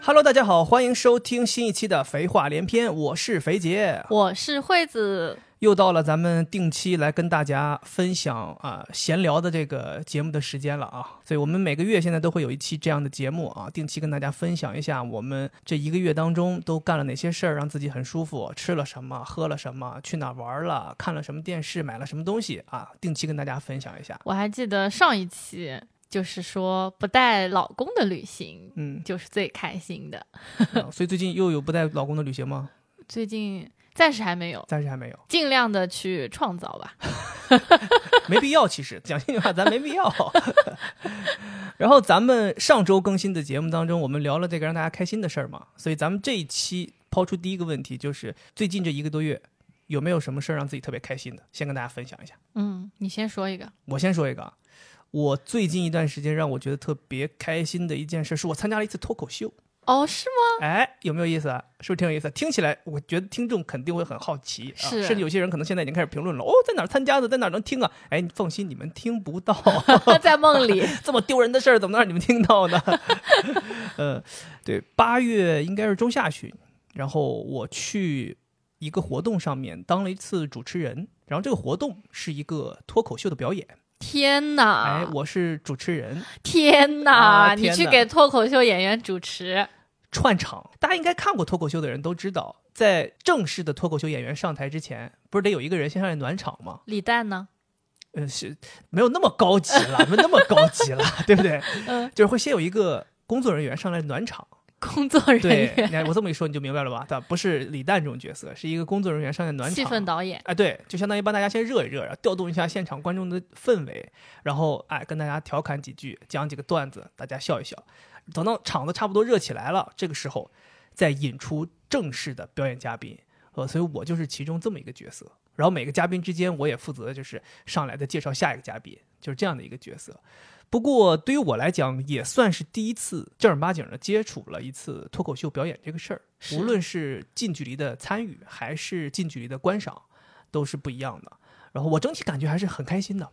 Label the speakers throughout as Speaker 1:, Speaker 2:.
Speaker 1: Hello，大家好，欢迎收听新一期的《肥话连篇》，我是肥杰，
Speaker 2: 我是惠子，
Speaker 1: 又到了咱们定期来跟大家分享啊、闲聊的这个节目的时间了啊，所以我们每个月现在都会有一期这样的节目啊，定期跟大家分享一下我们这一个月当中都干了哪些事儿，让自己很舒服，吃了什么，喝了什么，去哪儿玩了，看了什么电视，买了什么东西啊，定期跟大家分享一下。
Speaker 2: 我还记得上一期就是说不带老公的旅行，
Speaker 1: 嗯
Speaker 2: 就是最开心的，
Speaker 1: 啊所以最近又有不带老公的旅行吗？
Speaker 2: 最近暂时还没有，
Speaker 1: 暂时还没有。
Speaker 2: 尽量的去创造吧。
Speaker 1: 没必要，其实讲心里话，咱没必要。 然后咱们上周更新的节目当中，我们聊了这个让大家开心的事儿嘛，所以咱们这一期抛出第一个问题就是，最近这一个多月有没有什么事儿让自己特别开心的？先跟大家分享一下。
Speaker 2: 嗯，你先说一个，
Speaker 1: 我先说一个，啊，我最近一段时间让我觉得特别开心的一件事，是我参加了一次脱口秀。
Speaker 2: 哦，是吗？
Speaker 1: 哎，有没有意思啊？是不是挺有意思？听起来，我觉得听众肯定会很好奇啊，
Speaker 2: 是
Speaker 1: 甚至有些人可能现在已经开始评论了，哦，在哪儿参加的，在哪儿能听啊？哎，你放心，你们听不到。
Speaker 2: 在梦里，
Speaker 1: 这么丢人的事儿怎么能让你们听到呢？ 呃，对，八月应该是中下旬，然后我去一个活动上面当了一次主持人，然后这个活动是一个脱口秀的表演，
Speaker 2: 天哪！
Speaker 1: 哎，我是主持人
Speaker 2: 天哪！
Speaker 1: 啊
Speaker 2: 你
Speaker 1: 天
Speaker 2: 去
Speaker 1: 哪
Speaker 2: 给脱口秀演员主持，
Speaker 1: 串场，大家应该看过脱口秀的人都知道，在正式的脱口秀演员上台之前，不是得有一个人先上来暖场吗？
Speaker 2: 李诞呢？
Speaker 1: 呃，是没有那么高级了，没有那么高级了， 对不对？
Speaker 2: 嗯
Speaker 1: 就是会先有一个工作人员上来暖场。
Speaker 2: 工作
Speaker 1: 对
Speaker 2: 人，
Speaker 1: 你
Speaker 2: 员、
Speaker 1: 看我这么一说你就明白了吧？他不是李诞这种角色，是一个工作人员上来暖场。
Speaker 2: 气氛导演，
Speaker 1: 哎，对，就相当于帮大家先热一热，然后调动一下现场观众的氛围，然后哎跟大家调侃几句，讲几个段子，大家笑一笑。等到场子差不多热起来了，这个时候再引出正式的表演嘉宾。呃，所以我就是其中这么一个角色。然后每个嘉宾之间，我也负责就是上来再介绍下一个嘉宾，就是这样的一个角色。不过对于我来讲，也算是第一次正儿八经的接触了一次脱口秀表演这个事儿。
Speaker 2: 是
Speaker 1: 无论是近距离的参与，还是近距离的观赏，都是不一样的。然后我整体感觉还是很开心的，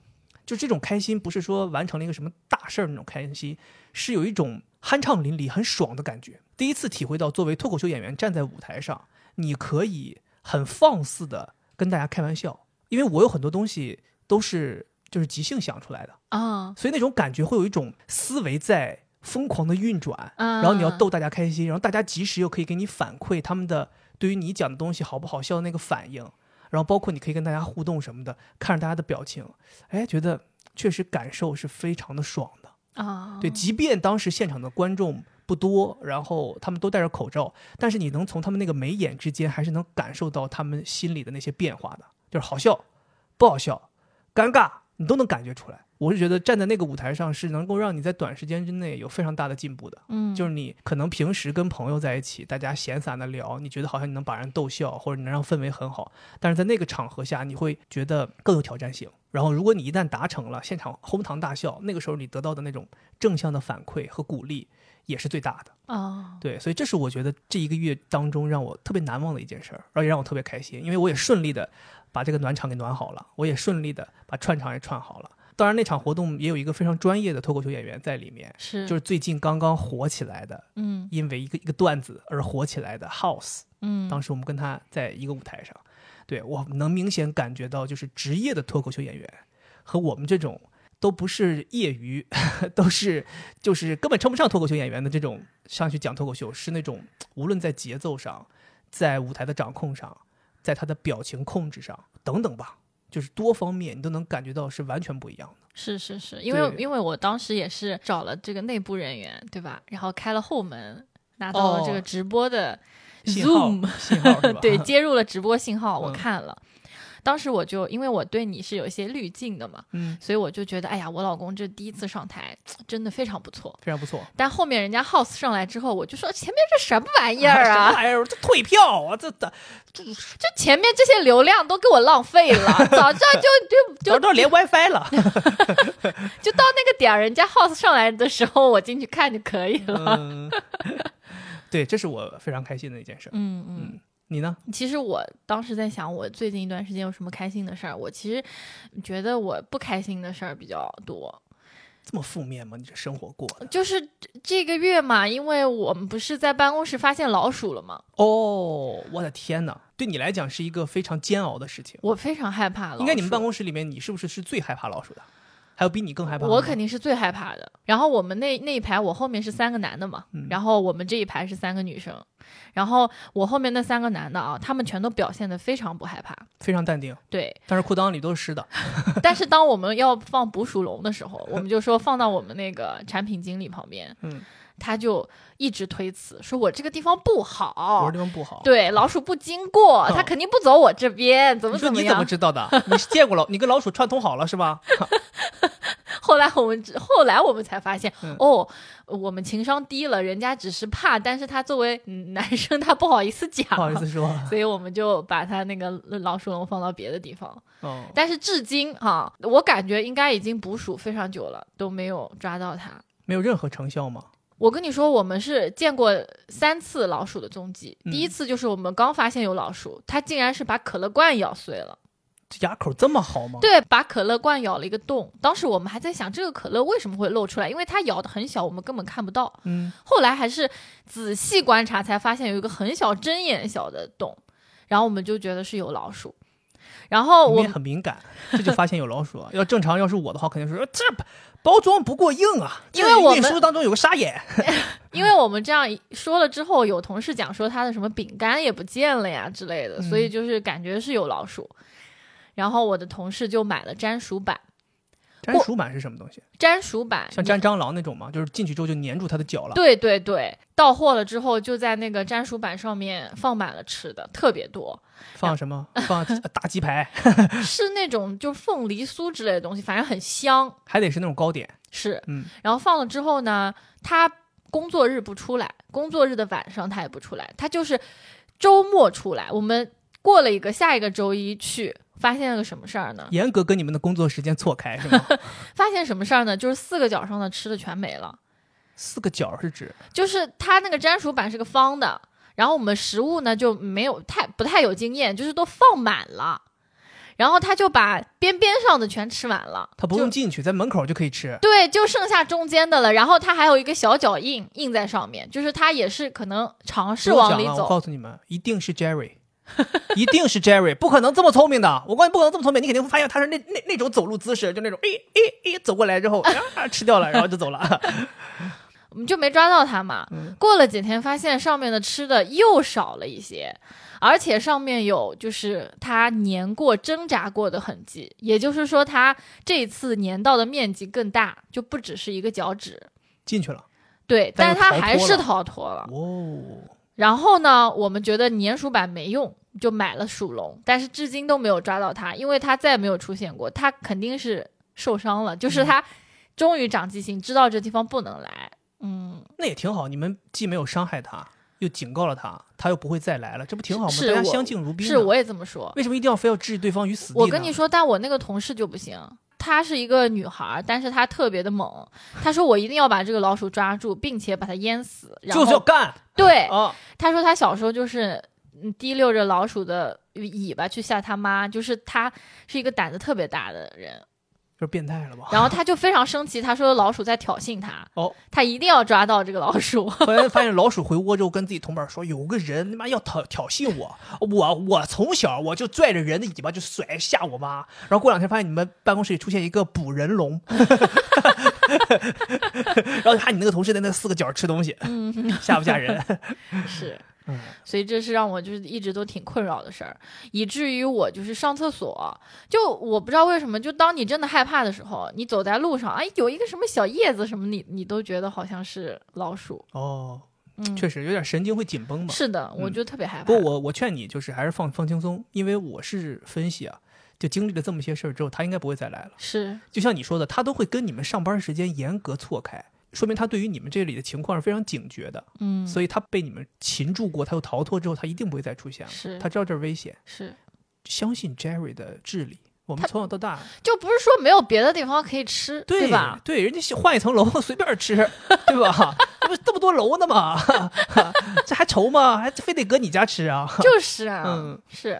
Speaker 1: 就这种开心不是说完成了一个什么大事儿那种开心，是有一种酣畅淋漓、很爽的感觉。第一次体会到，作为脱口秀演员站在舞台上，你可以很放肆的跟大家开玩笑，因为我有很多东西都是就是即兴想出来的，
Speaker 2: 啊
Speaker 1: 所以那种感觉会有一种思维在疯狂的运转，
Speaker 2: 啊！
Speaker 1: 然后你要逗大家开心，然后大家及时又可以给你反馈他们的对于你讲的东西好不好笑的那个反应，然后包括你可以跟大家互动什么的，看着大家的表情，哎，觉得确实感受是非常的爽的。
Speaker 2: 啊，
Speaker 1: 对，即便当时现场的观众不多，然后他们都戴着口罩，但是你能从他们那个眉眼之间，还是能感受到他们心里的那些变化的，就是好笑、不好笑、尴尬，你都能感觉出来。我是觉得站在那个舞台上是能够让你在短时间之内有非常大的进步的。
Speaker 2: 嗯，
Speaker 1: 就是你可能平时跟朋友在一起，大家闲散的聊，你觉得好像你能把人逗笑，或者你能让氛围很好，但是在那个场合下，你会觉得更有挑战性。然后，如果你一旦达成了，现场哄堂大笑，那个时候你得到的那种正向的反馈和鼓励也是最大的。
Speaker 2: 啊，
Speaker 1: 对，所以这是我觉得这一个月当中让我特别难忘的一件事儿，而且让我特别开心，因为我也顺利的把这个暖场给暖好了，我也顺利的把串场也串好了。当然，那场活动也有一个非常专业的脱口秀演员在里面，
Speaker 2: 是，
Speaker 1: 就是最近刚刚火起来的
Speaker 2: 嗯
Speaker 1: 因为一个一个段子而火起来的 House，
Speaker 2: 嗯，
Speaker 1: 当时我们跟他在一个舞台上，对我能明显感觉到，就是职业的脱口秀演员和我们这种都不是业余， 都是就是根本称不上脱口秀演员的这种上去讲脱口秀，是那种无论在节奏上，在舞台的掌控上，在他的表情控制上等等吧，就是多方面你都能感觉到是完全不一样的。
Speaker 2: 是是是，因为
Speaker 1: 对
Speaker 2: 因为我当时也是找了这个内部人员，对吧？然后开了后门，拿到了这
Speaker 1: 哦
Speaker 2: 个直播的
Speaker 1: 信号
Speaker 2: Zoom，
Speaker 1: 信号是吧？
Speaker 2: 对，接入了直播信号，我
Speaker 1: 嗯
Speaker 2: 看了。当时我就因为我对你是有一些滤镜的嘛，
Speaker 1: 嗯，
Speaker 2: 所以我就觉得，哎呀，我老公这第一次上台真的非常不错。
Speaker 1: 非常不错。
Speaker 2: 但后面人家 House 上来之后，我就说前面这什么玩意 儿
Speaker 1: 什么
Speaker 2: 啊？
Speaker 1: 玩意儿？这退票啊，这这
Speaker 2: 这前面这些流量都给我浪费 了，早知道就就
Speaker 1: 早
Speaker 2: 就
Speaker 1: 知道连 WiFi 了。
Speaker 2: 就到那个点儿，人家 House 上来的时候，我进去看就可以了。
Speaker 1: 嗯， 对，这是我非常开心的一件事。
Speaker 2: 嗯嗯。
Speaker 1: 你呢？
Speaker 2: 其实我当时在想，我最近一段时间有什么开心的事儿？我其实觉得我不开心的事儿比较多，
Speaker 1: 这么负面吗？你这生活过的
Speaker 2: 就是这个月嘛，因为我们不是在办公室发现老鼠了吗？
Speaker 1: 哦，我的天哪！对你来讲是一个非常煎熬的事情。
Speaker 2: 我非常害怕老鼠。
Speaker 1: 应该你们办公室里面，你是不是是最害怕老鼠的？还有比你更害怕？
Speaker 2: 我肯定是最害怕的。然后我们那那一排，我后面是三个男的嘛，
Speaker 1: 嗯
Speaker 2: 然后我们这一排是三个女生，然后我后面那三个男的啊，他们全都表现得非常不害怕。
Speaker 1: 非常淡定，
Speaker 2: 对，
Speaker 1: 但是裤裆里都是湿的。
Speaker 2: 但是当我们要放捕鼠笼的时候，我们就说放到我们那个产品经理旁边，
Speaker 1: 嗯，
Speaker 2: 他就一直推辞，说我这个地方不
Speaker 1: 我
Speaker 2: 好
Speaker 1: 说，这方不好。
Speaker 2: 哦对，老鼠不经过，
Speaker 1: 嗯
Speaker 2: 它肯定不走我这边，怎么
Speaker 1: 你说
Speaker 2: 怎么
Speaker 1: 你怎
Speaker 2: 样
Speaker 1: 么。知道的？你是见过老，你跟老鼠串通好了是 吧？
Speaker 2: 后来我们只后来我们才发现，
Speaker 1: 嗯
Speaker 2: 哦，我们情商低了，人家只是怕，但是他作为嗯男生，他不好意思讲，
Speaker 1: 不好意思说，
Speaker 2: 所以我们就把他那个老鼠笼放到别的地方。
Speaker 1: 哦，
Speaker 2: 但是至今哈、我感觉应该已经捕鼠非常久了，都没有抓到它。
Speaker 1: 没有任何成效吗？
Speaker 2: 我跟你说，我们是见过三次老鼠的踪迹。
Speaker 1: 嗯
Speaker 2: 第一次就是我们刚发现有老鼠，它竟然是把可乐罐咬碎了。
Speaker 1: 这牙口这么好吗？
Speaker 2: 对，把可乐罐咬了一个洞。当时我们还在想，这个可乐为什么会露出来？因为它咬的很小，我们根本看不到。
Speaker 1: 嗯，
Speaker 2: 后来还是仔细观察，才发现有一个很小、针眼小的洞，然后我们就觉得是有老鼠。然
Speaker 1: 你
Speaker 2: 后 我
Speaker 1: 们也很敏感，这就发现有老鼠啊。要正常，要是我的话，肯定是呃说这包装不过硬啊，
Speaker 2: 因为
Speaker 1: 这
Speaker 2: 我
Speaker 1: 运
Speaker 2: 们
Speaker 1: 输当中有个沙眼。
Speaker 2: 因为我们这样说了之后，有同事讲说他的什么饼干也不见了呀之类的，
Speaker 1: 嗯
Speaker 2: 所以就是感觉是有老鼠。然后我的同事就买了粘鼠板，
Speaker 1: 粘鼠板是什么东西？
Speaker 2: 粘鼠板
Speaker 1: 像粘蟑螂那种吗？就是进去之后就粘住它的脚了。
Speaker 2: 对对对，到货了之后就在那个粘鼠板上面放满了吃的，特别多，
Speaker 1: 放什么？放大鸡排，
Speaker 2: 是那种就凤梨酥之类的东西，反正很香。
Speaker 1: 还得是那种糕点。
Speaker 2: 是，
Speaker 1: 嗯，
Speaker 2: 然后放了之后呢，他工作日不出来，工作日的晚上他也不出来，他就是周末出来。我们过了一个下一个周一去，发现了个什么事儿呢？
Speaker 1: 严格跟你们的工作时间错开是 吗？
Speaker 2: 发现什么事儿呢？就是四个角上的吃的全没了，
Speaker 1: 四个角是指
Speaker 2: 就是他那个粘鼠板是个方的，然后我们食物呢就没有太不太有经验，就是都放满了。然后他就把边边上的全吃完了，
Speaker 1: 它不
Speaker 2: 就
Speaker 1: 用进去，在门口就可以吃。
Speaker 2: 对，就剩下中间的了。然后它还有一个小脚印印在上面，就是它也是可能尝试
Speaker 1: 不用
Speaker 2: 往
Speaker 1: 讲
Speaker 2: 里
Speaker 1: 了我
Speaker 2: 走。
Speaker 1: 告诉你们，一定是 Jerry，一 定是 Jerry，不可能这么聪明的。我告诉你，不可能这么聪明，你肯定会发现他是那那那种走路姿势，就那种诶诶诶走过来之后、啊、吃 掉了，然后就走了。
Speaker 2: 我们就没抓到它嘛。
Speaker 1: 嗯
Speaker 2: 过了几天，发现上面的吃的又少了一些，而且上面有就是它粘过、挣扎过的痕迹，也就是说，它这次粘到的面积更大，就不只是一个脚趾。
Speaker 1: 进去 了，
Speaker 2: 对，
Speaker 1: 但
Speaker 2: 但
Speaker 1: 又
Speaker 2: 是它
Speaker 1: 逃脱
Speaker 2: 还是
Speaker 1: 了
Speaker 2: 逃脱了。
Speaker 1: 哦，
Speaker 2: 然后呢，我们觉得粘鼠板没用，就买了鼠笼，但是至今都没有抓到它，因为它再也没有出现过，它肯定是受伤了，就是
Speaker 1: 嗯
Speaker 2: 它终于长记性，知道这地方不能来。嗯，
Speaker 1: 那也挺好。你们既没有伤害他，又警告了他，他又不会再来了，这不挺好吗？
Speaker 2: 是
Speaker 1: 大家
Speaker 2: 我
Speaker 1: 相敬如宾呢。
Speaker 2: 是，我也这么说。
Speaker 1: 为什么一定要非要置对方于死地呢？
Speaker 2: 我跟你说，但我那个同事就不行，她是一个女孩，但是她特别的猛，她说我一定要把这个老鼠抓住，并且把它淹死。然后哎
Speaker 1: 就是要干
Speaker 2: 对，
Speaker 1: 啊！
Speaker 2: 他说他小时候就是嗯提溜着老鼠的尾巴去吓他妈，就是他是一个胆子特别大的 人，
Speaker 1: 就是变态了吧？
Speaker 2: 然后他就非常生气，他说老鼠在挑衅他，
Speaker 1: 哦，
Speaker 2: 他一定要抓到这个老鼠。
Speaker 1: 后来发现老鼠回窝之后，跟自己同伴说：“有个人他妈要挑挑衅我，我我从小我就拽着人的尾巴就甩吓我妈。”然后过两天发现你们办公室里出现一个捕人 笼，然后看你那个同事在那四个角吃东西，
Speaker 2: 嗯，
Speaker 1: 吓不吓 人？
Speaker 2: 是
Speaker 1: 嗯。
Speaker 2: 所以这是让我就是一直都挺困扰的事儿，以至于我就是上厕所，就我不知道为什么，就当你真的害怕的时候，你走在路上，哎，有一个什么小叶子什么，你你都觉得好像是老鼠，
Speaker 1: 哦，
Speaker 2: 嗯，
Speaker 1: 确实有点神经会紧绷嘛。
Speaker 2: 是的，我
Speaker 1: 嗯
Speaker 2: 就特别害怕。
Speaker 1: 不过我我劝你就是还是放放轻松，因为我是分析啊，就经历了这么些事儿之后，他应该不会再来了。
Speaker 2: 是
Speaker 1: 就像你说的，他都会跟你们上班时间严格错开，说明他对于你们这里的情况是非常警觉的。
Speaker 2: 嗯，
Speaker 1: 所以他被你们擒住过，他又逃脱之后，他一定不会再出现了。
Speaker 2: 是
Speaker 1: 啊他知道这是危险，
Speaker 2: 是。
Speaker 1: 相信 Jerry 的智力。我们
Speaker 2: 他
Speaker 1: 从小到大，
Speaker 2: 就不是说没有别的地方可以吃，
Speaker 1: 对
Speaker 2: 吧？？
Speaker 1: 对，人家想换一层楼随便吃，对吧？ 这不这么多楼呢吗？ 这还愁吗？还非得搁你家吃啊？
Speaker 2: 就是啊，
Speaker 1: 嗯
Speaker 2: 是。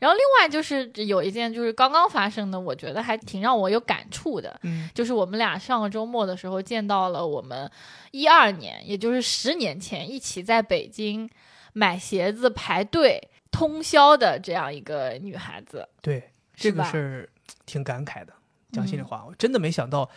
Speaker 2: 然后另外就是有一件就是刚刚发生的，我觉得还挺让我有感触的，
Speaker 1: 嗯
Speaker 2: 就是我们俩上个周末的时候见到了我们一二年，也就是十年前一起在北京买鞋子排队通宵的这样一个女孩子，
Speaker 1: 对，这个
Speaker 2: 吧嗯
Speaker 1: 事儿挺感慨的。讲心里话，我真的没想到，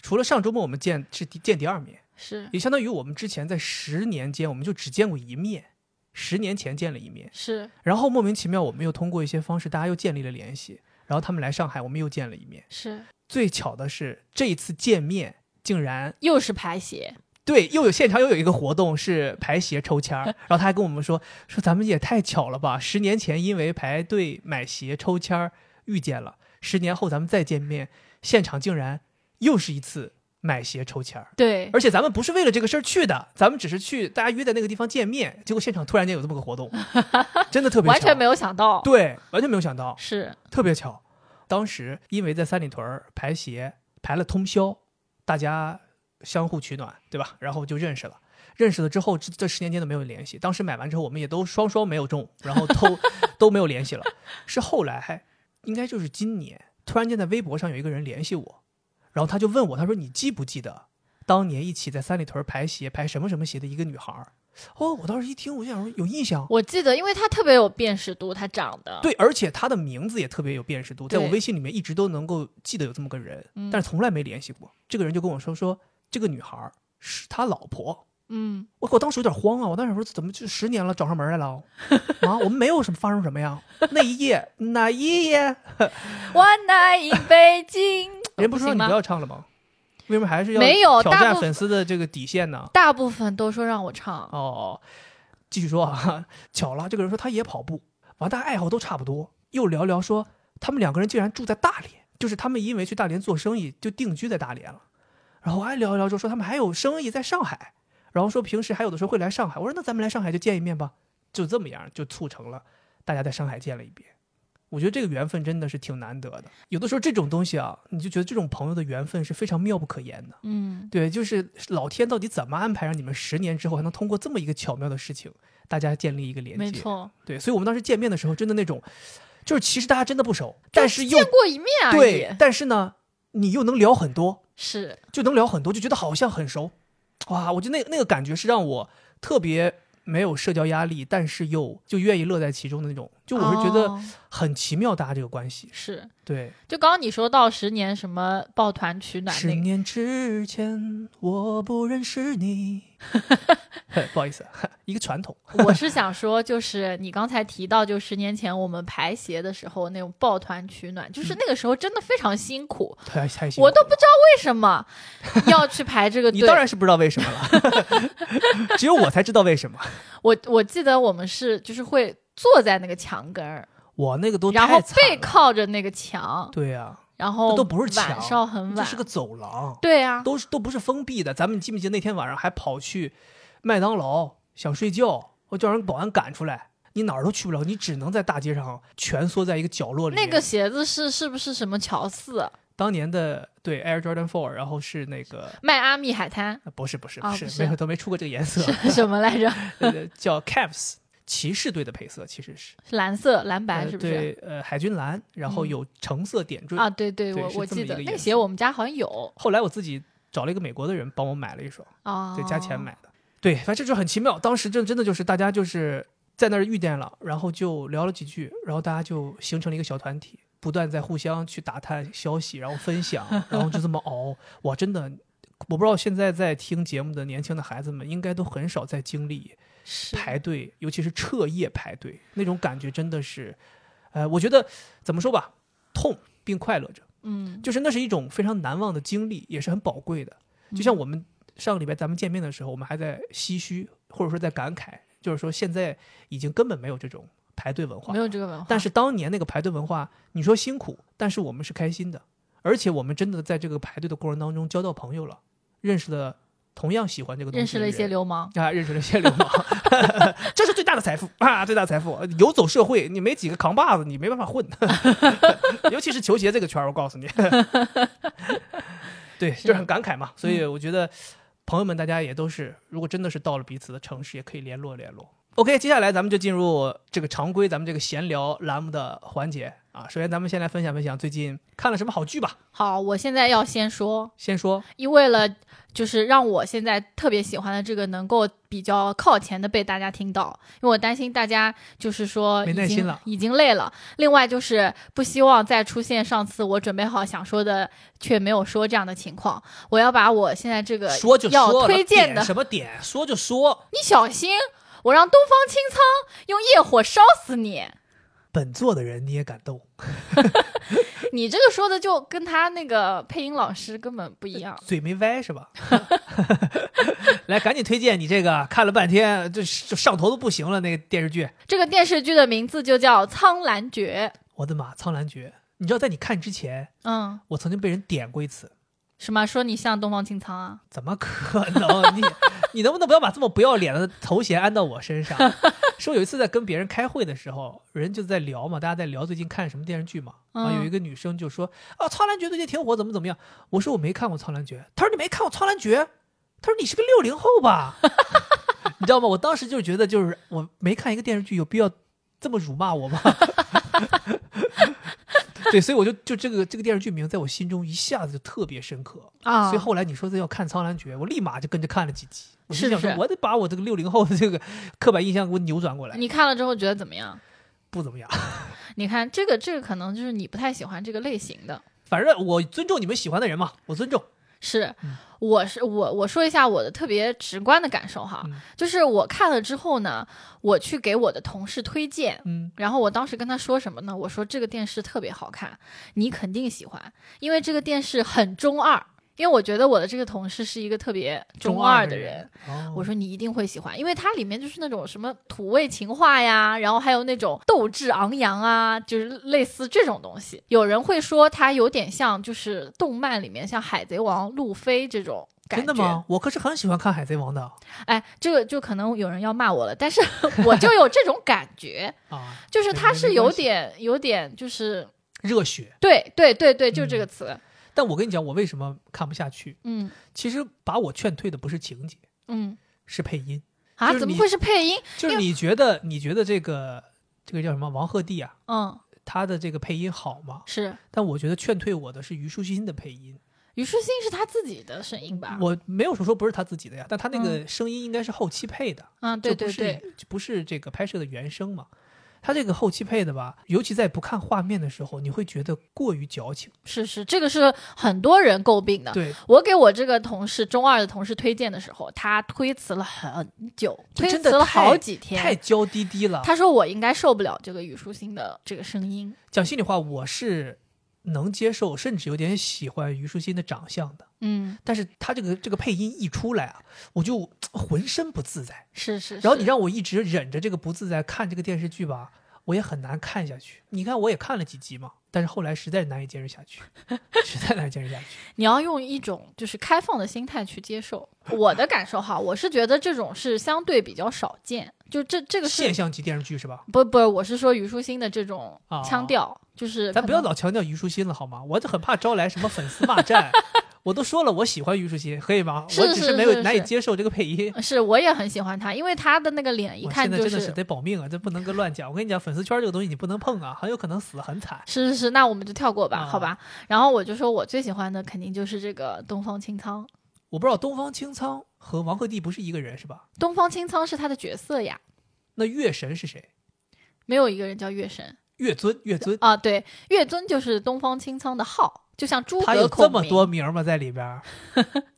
Speaker 1: 除了上周末我们见是第见第二面，
Speaker 2: 是
Speaker 1: 也相当于我们之前在十年间我们就只见过一面，十年前见了一面，
Speaker 2: 是
Speaker 1: 然后莫名其妙我们又通过一些方式大家又建立了联系，然后他们来上海我们又见了一面。
Speaker 2: 是，
Speaker 1: 最巧的是这一次见面竟然
Speaker 2: 又是排鞋，
Speaker 1: 对，又有现场又有一个活动是排鞋抽签儿，然后他还跟我们说说咱们也太巧了吧，十年前因为排队买鞋抽签儿遇见了，十年后咱们再见面，现场竟然又是一次买鞋抽签儿，
Speaker 2: 对，
Speaker 1: 而且咱们不是为了这个事儿去的，咱们只是去大家约在那个地方见面，结果现场突然间有这么个活 动，真的特别
Speaker 2: 完全
Speaker 1: 巧
Speaker 2: 没有想到，
Speaker 1: 对，完全没有想到，
Speaker 2: 是
Speaker 1: 特别巧。当时因为在三里屯儿排鞋排了通宵，大家相互取暖，对吧？然后就认识了。认识了之后，这这十年间都没有联系。当时买完之后，我们也都双双没有中，然后都都没有联系了。是后来，应该就是今年，突然间在微博上有一个人联系我，然后他就问我，他说你记不记得当年一起在三里屯儿排鞋排什么什么鞋的一个女孩儿？哦，我当时一听，我就想说有印象，
Speaker 2: 我记得，因为她特别有辨识度，她长得，
Speaker 1: 对，而且他的名字也特别有辨识度，在我
Speaker 2: 啊对
Speaker 1: 微信里面一直都能够记得有这么个人，
Speaker 2: 嗯
Speaker 1: 但是从来没联系过。这个人就跟我说说，这个女孩儿是他老婆。
Speaker 2: 嗯，
Speaker 1: 我我当时有点慌啊！我当时说怎么就十年了找上门来 了哦？啊，我们没有什么发生什么呀？那一夜哪一 夜？
Speaker 2: 我那一北京，
Speaker 1: 人不是说
Speaker 2: 行
Speaker 1: 你
Speaker 2: 吗
Speaker 1: 不要唱了吗？为什么还是要
Speaker 2: 没有
Speaker 1: 挑
Speaker 2: 大
Speaker 1: 战
Speaker 2: 部
Speaker 1: 粉丝的这个底线呢？
Speaker 2: 大部分都说让我唱，
Speaker 1: 哦，继续说啊，巧了，这个人说他也跑步，完大家爱好都差不多，又聊聊说他们两个人竟然住在大连，就是他们因为去大连做生意就定居在大连了，然后还聊一聊就说他们还有生意在上海，然后说平时还有的时候会来上海，我说那咱们来上海就见一面吧，就这么样就促成了大家在上海见了一面。我觉得这个缘分真的是挺难得的，有的时候这种东西啊，你就觉得这种朋友的缘分是非常妙不可言的。
Speaker 2: 嗯，
Speaker 1: 对，就是老天到底怎么安排，让你们十年之后还能通过这么一个巧妙的事情，大家建立一个连接。
Speaker 2: 没，错，
Speaker 1: 对，所以我们当时见面的时候，真的那种，就是其实大家真的不熟，但是又
Speaker 2: 见过一面而
Speaker 1: 对
Speaker 2: 已，，
Speaker 1: 但是呢，你又能聊很多，
Speaker 2: 是
Speaker 1: 就能聊很多，就觉得好像很熟。哇，我觉得那个那个感觉是让我特别没有社交压力，但是又就愿意乐在其中的那种。就我是觉得
Speaker 2: 哦
Speaker 1: 很奇妙，大家这个关系。
Speaker 2: 是，
Speaker 1: 对，
Speaker 2: 就刚刚你说到十年什么抱团取暖
Speaker 1: 十
Speaker 2: 那个，
Speaker 1: 年之前我不认识 你，不好意思，一个传统。
Speaker 2: 我是想说，就是你刚才提到，就十年前我们排协的时候那种抱团取暖，就是那个时候真的非常辛苦，
Speaker 1: 太太嗯辛苦了
Speaker 2: 我都不知道为什 么要去排这个队。
Speaker 1: 你当然是不知道为什么 了， 只有我才知道为什么。
Speaker 2: 我我记得我们是就是会坐在那个墙根儿，
Speaker 1: 我那个都
Speaker 2: 然后
Speaker 1: 太惨
Speaker 2: 背
Speaker 1: 了
Speaker 2: 靠着那个墙，
Speaker 1: 对呀、
Speaker 2: 然后
Speaker 1: 那都不是墙
Speaker 2: 晚上很
Speaker 1: 这
Speaker 2: 晚，
Speaker 1: 是个走廊，
Speaker 2: 对啊，
Speaker 1: 都是都不是封闭的。咱们记不记得那天晚上还跑去麦当劳想睡觉，我叫人保安赶出来，你哪儿都去不了，你只能在大街上蜷缩在一个角落里
Speaker 2: 那
Speaker 1: 面。
Speaker 2: 个鞋子是是不是什么乔四、
Speaker 1: 当年的对 Air Jordan Four，然后是那个
Speaker 2: 迈阿密海 滩
Speaker 1: 呃不是不是不
Speaker 2: 啊不
Speaker 1: 是，
Speaker 2: 是
Speaker 1: 没有都没出过这个颜色，
Speaker 2: 是什么来着？
Speaker 1: 呃叫 Cavs 骑士队的配色其实是，
Speaker 2: 是蓝色蓝白
Speaker 1: 呃
Speaker 2: 是不是？
Speaker 1: 对，呃，海军蓝，然后
Speaker 2: 嗯
Speaker 1: 有橙色点缀。
Speaker 2: 啊，对对，
Speaker 1: 对
Speaker 2: 我
Speaker 1: 是
Speaker 2: 我
Speaker 1: 这么
Speaker 2: 记
Speaker 1: 一个
Speaker 2: 得那
Speaker 1: 颜
Speaker 2: 个
Speaker 1: 色
Speaker 2: 鞋我们家好像有
Speaker 1: 后来我自己找了一个美国的人帮我买了一双，
Speaker 2: 啊，
Speaker 1: 对，加钱买的。对，反正这就很奇妙。当时真真的就是大家就是在那儿遇见了，然后就聊了几句，然后大家就形成了一个小团体，不断在互相去打探消息，然后分享，然后就这么熬。哇，真的。我不知道现在在听节目的年轻的孩子们，应该都很少在经历
Speaker 2: 是
Speaker 1: 排队，尤其是彻夜排队那种感觉，真的是，呃，我觉得怎么说吧，痛并快乐着，
Speaker 2: 嗯，
Speaker 1: 就是那是一种非常难忘的经历，也是很宝贵的。
Speaker 2: 嗯
Speaker 1: 就像我们上个礼拜咱们见面的时候，我们还在唏嘘，或者说在感慨，就是说现在已经根本没有这种排队文化
Speaker 2: 没。有这个文化，
Speaker 1: 但是当年那个排队文化，你说辛苦，但是我们是开心的，而且我们真的在这个排队的过程当中交到朋友了，认识了同样喜欢这个东西
Speaker 2: 认识
Speaker 1: 的
Speaker 2: 了一些
Speaker 1: 人
Speaker 2: 流氓，
Speaker 1: 啊，认识了一些流 氓，这是最大的财富啊，最大的财富。游走社会，你没几个扛把子，你没办法 混，尤其是球鞋这个圈儿，我告诉你，对，就是很感慨嘛。
Speaker 2: 嗯
Speaker 1: 所以我觉得，朋友们，大家也都是，如果真的是到了彼此的城市，也可以联络联络。 OK，接下来咱们就进入这个常规咱们这个闲聊栏目的环节啊。首先，咱们先来分享分享最近看了什么好剧吧。
Speaker 2: 好，我现在要先说，
Speaker 1: 先说
Speaker 2: 因为了就是让我现在特别喜欢的这个能够比较靠前的被大家听到，因为我担心大家就是说
Speaker 1: 没
Speaker 2: 已
Speaker 1: 耐心
Speaker 2: 经
Speaker 1: 了
Speaker 2: 已经累了。另外就是不希望再出现上次我准备好想说的却没有说这样的情况。我要把我现在这个
Speaker 1: 说就
Speaker 2: 要
Speaker 1: 说了，
Speaker 2: 推荐的
Speaker 1: 点什么点说就说。
Speaker 2: 你小心，我让东方青苍用业火烧死你！
Speaker 1: 本座的人你也敢动，
Speaker 2: 你这个说的就跟他那个配音老师根本不一样。
Speaker 1: 嘴没歪是吧？ 来，赶紧推荐你这个看了半天就就上头都不行了那个电视剧。
Speaker 2: 这个电视剧的名字就叫《苍兰诀》。
Speaker 1: 我的妈，《苍兰诀》！你知道，在你看之前，
Speaker 2: 嗯，
Speaker 1: 我曾经被人点过一次，
Speaker 2: 什么？说你像东方青苍啊？
Speaker 1: 怎么可能？你 你能不能不要把这么不要脸的头衔安到我身上？说有一次在跟别人开会的时候，人就在聊嘛，大家在聊最近看什么电视剧嘛。啊，有一
Speaker 2: 嗯
Speaker 1: 个女生就说啊，《苍兰诀》最近挺火，怎么怎么样？我说我没看过《苍兰诀》，她说你没看过《苍兰诀》，她说你是个六零后吧？你知道吗？我当时就觉得，就是我没看一个电视剧，有必要这么辱骂我吗？对，所以我就就这个这个电视剧名在我心中一下子就特别深刻。
Speaker 2: 啊
Speaker 1: 所以后来你说这要看《苍兰诀》，我立马就跟着看了几集。我
Speaker 2: 是
Speaker 1: 心
Speaker 2: 不
Speaker 1: 想说，
Speaker 2: 是
Speaker 1: 我得把我这个六零后的这个刻板印象给我扭转过来。
Speaker 2: 你看了之后觉得怎么样？
Speaker 1: 不怎么样，
Speaker 2: 你看这个，这个可能就是你不太喜欢这个类型的。
Speaker 1: 反正我尊重你们喜欢的人嘛，我尊重。
Speaker 2: 是
Speaker 1: 嗯，
Speaker 2: 我是我，我说一下我的特别直观的感受哈，
Speaker 1: 嗯
Speaker 2: 就是我看了之后呢，我去给我的同事推荐，
Speaker 1: 嗯，
Speaker 2: 然后我当时跟他说什么呢？我说这个电视特别好看，你肯定喜欢，因为这个电视很中二。因为我觉得我的这个同事是一个特别中二
Speaker 1: 的
Speaker 2: 的人，
Speaker 1: 人。哦
Speaker 2: 我说你一定会喜欢，因为它里面就是那种什么土味情话呀，然后还有那种斗志昂扬啊，就是类似这种东西。有人会说它有点像就是动漫里面像《海贼王》路飞这种感
Speaker 1: 真的？
Speaker 2: 觉。
Speaker 1: 吗？我可是很喜欢看《海贼王》的
Speaker 2: 哎，这个就可能有人要骂我了，但是 我就有这种感觉，
Speaker 1: 啊，
Speaker 2: 就是
Speaker 1: 对
Speaker 2: 它
Speaker 1: 没没
Speaker 2: 是有
Speaker 1: 关系
Speaker 2: 点有点就是
Speaker 1: 热血。
Speaker 2: 对对对对，就是这个
Speaker 1: 嗯
Speaker 2: 词。
Speaker 1: 但我跟你讲，我为什么看不下去？
Speaker 2: 嗯
Speaker 1: 其实把我劝退的不是情节，
Speaker 2: 嗯
Speaker 1: 是配音。
Speaker 2: 啊，
Speaker 1: 就是
Speaker 2: 怎么
Speaker 1: 你
Speaker 2: 会是配音？
Speaker 1: 就是你觉得，你觉得这个这个叫什么王鹤棣啊，
Speaker 2: 嗯，
Speaker 1: 他的这个配音好吗？
Speaker 2: 是
Speaker 1: 但我觉得劝退我的是虞书欣的配音。
Speaker 2: 虞书欣是他自己的声音吧？
Speaker 1: 我没有说说不是他自己的呀，但他那个声音应该是后期配的，
Speaker 2: 嗯，对
Speaker 1: 就不
Speaker 2: 对
Speaker 1: 是
Speaker 2: 对，
Speaker 1: 就不是这个拍摄的原声嘛。他这个后期配的吧，尤其在不看画面的时候，你会觉得过于矫情。
Speaker 2: 是是，这个是很多人诟病的。
Speaker 1: 对，
Speaker 2: 我给我这个同事中二的同事推荐的时候，他推辞了很久，
Speaker 1: 就
Speaker 2: 推
Speaker 1: 真
Speaker 2: 辞
Speaker 1: 的
Speaker 2: 了
Speaker 1: 太
Speaker 2: 好几
Speaker 1: 太
Speaker 2: 天。
Speaker 1: 娇滴滴了。
Speaker 2: 他说我应该受不了这个虞书欣的这个声音。
Speaker 1: 讲心里话，我是能接受，甚至有点喜欢虞书欣的长相的。
Speaker 2: 嗯，
Speaker 1: 但是他这个这个配音一出来啊，我就浑身不自在。
Speaker 2: 是是是。
Speaker 1: 然后你让我一直忍着这个不自在看这个电视剧吧，我也很难看下去。你看我也看了几集嘛，但是后来实在难以坚持下 去，实在难以坚持下去。
Speaker 2: 你要用一种就是开放的心态去接受。我的感受哈，我是觉得这种是相对比较少见，就这这个
Speaker 1: 现
Speaker 2: 是
Speaker 1: 象级电视剧是吧？
Speaker 2: 不不，我是说虞书欣的这种
Speaker 1: 啊
Speaker 2: 腔调，就是
Speaker 1: 咱
Speaker 2: 可
Speaker 1: 不要
Speaker 2: 能
Speaker 1: 老强调虞书欣了好吗？我就很怕招来什么粉丝骂 战。我都说了我喜欢虞书欣，可以吗？
Speaker 2: 是
Speaker 1: 我只
Speaker 2: 是
Speaker 1: 没有
Speaker 2: 是
Speaker 1: 难以
Speaker 2: 是
Speaker 1: 接受这个配音。
Speaker 2: 是我也很喜欢他，因为他的那个脸一
Speaker 1: 我
Speaker 2: 看
Speaker 1: 现在
Speaker 2: 就
Speaker 1: 真的是得保命啊，这不能跟乱讲。我跟你讲，粉丝圈这个东西你不能碰啊，很有可能死得很惨。
Speaker 2: 是是是，那我们就跳过吧，
Speaker 1: 啊
Speaker 2: 好吧。然后我就说我最喜欢的肯定就是这个东方青苍，
Speaker 1: 我不知道东方青苍和王鹤棣不是一个人是吧？
Speaker 2: 东方青苍是他的角色呀，
Speaker 1: 那月神是谁？
Speaker 2: 没有一个人叫月神
Speaker 1: 月尊，月尊，
Speaker 2: 啊，对，月尊就是东方青苍的号，就像诸
Speaker 1: 他有
Speaker 2: 葛孔
Speaker 1: 这
Speaker 2: 明
Speaker 1: 么多名儿吗？在里边 儿，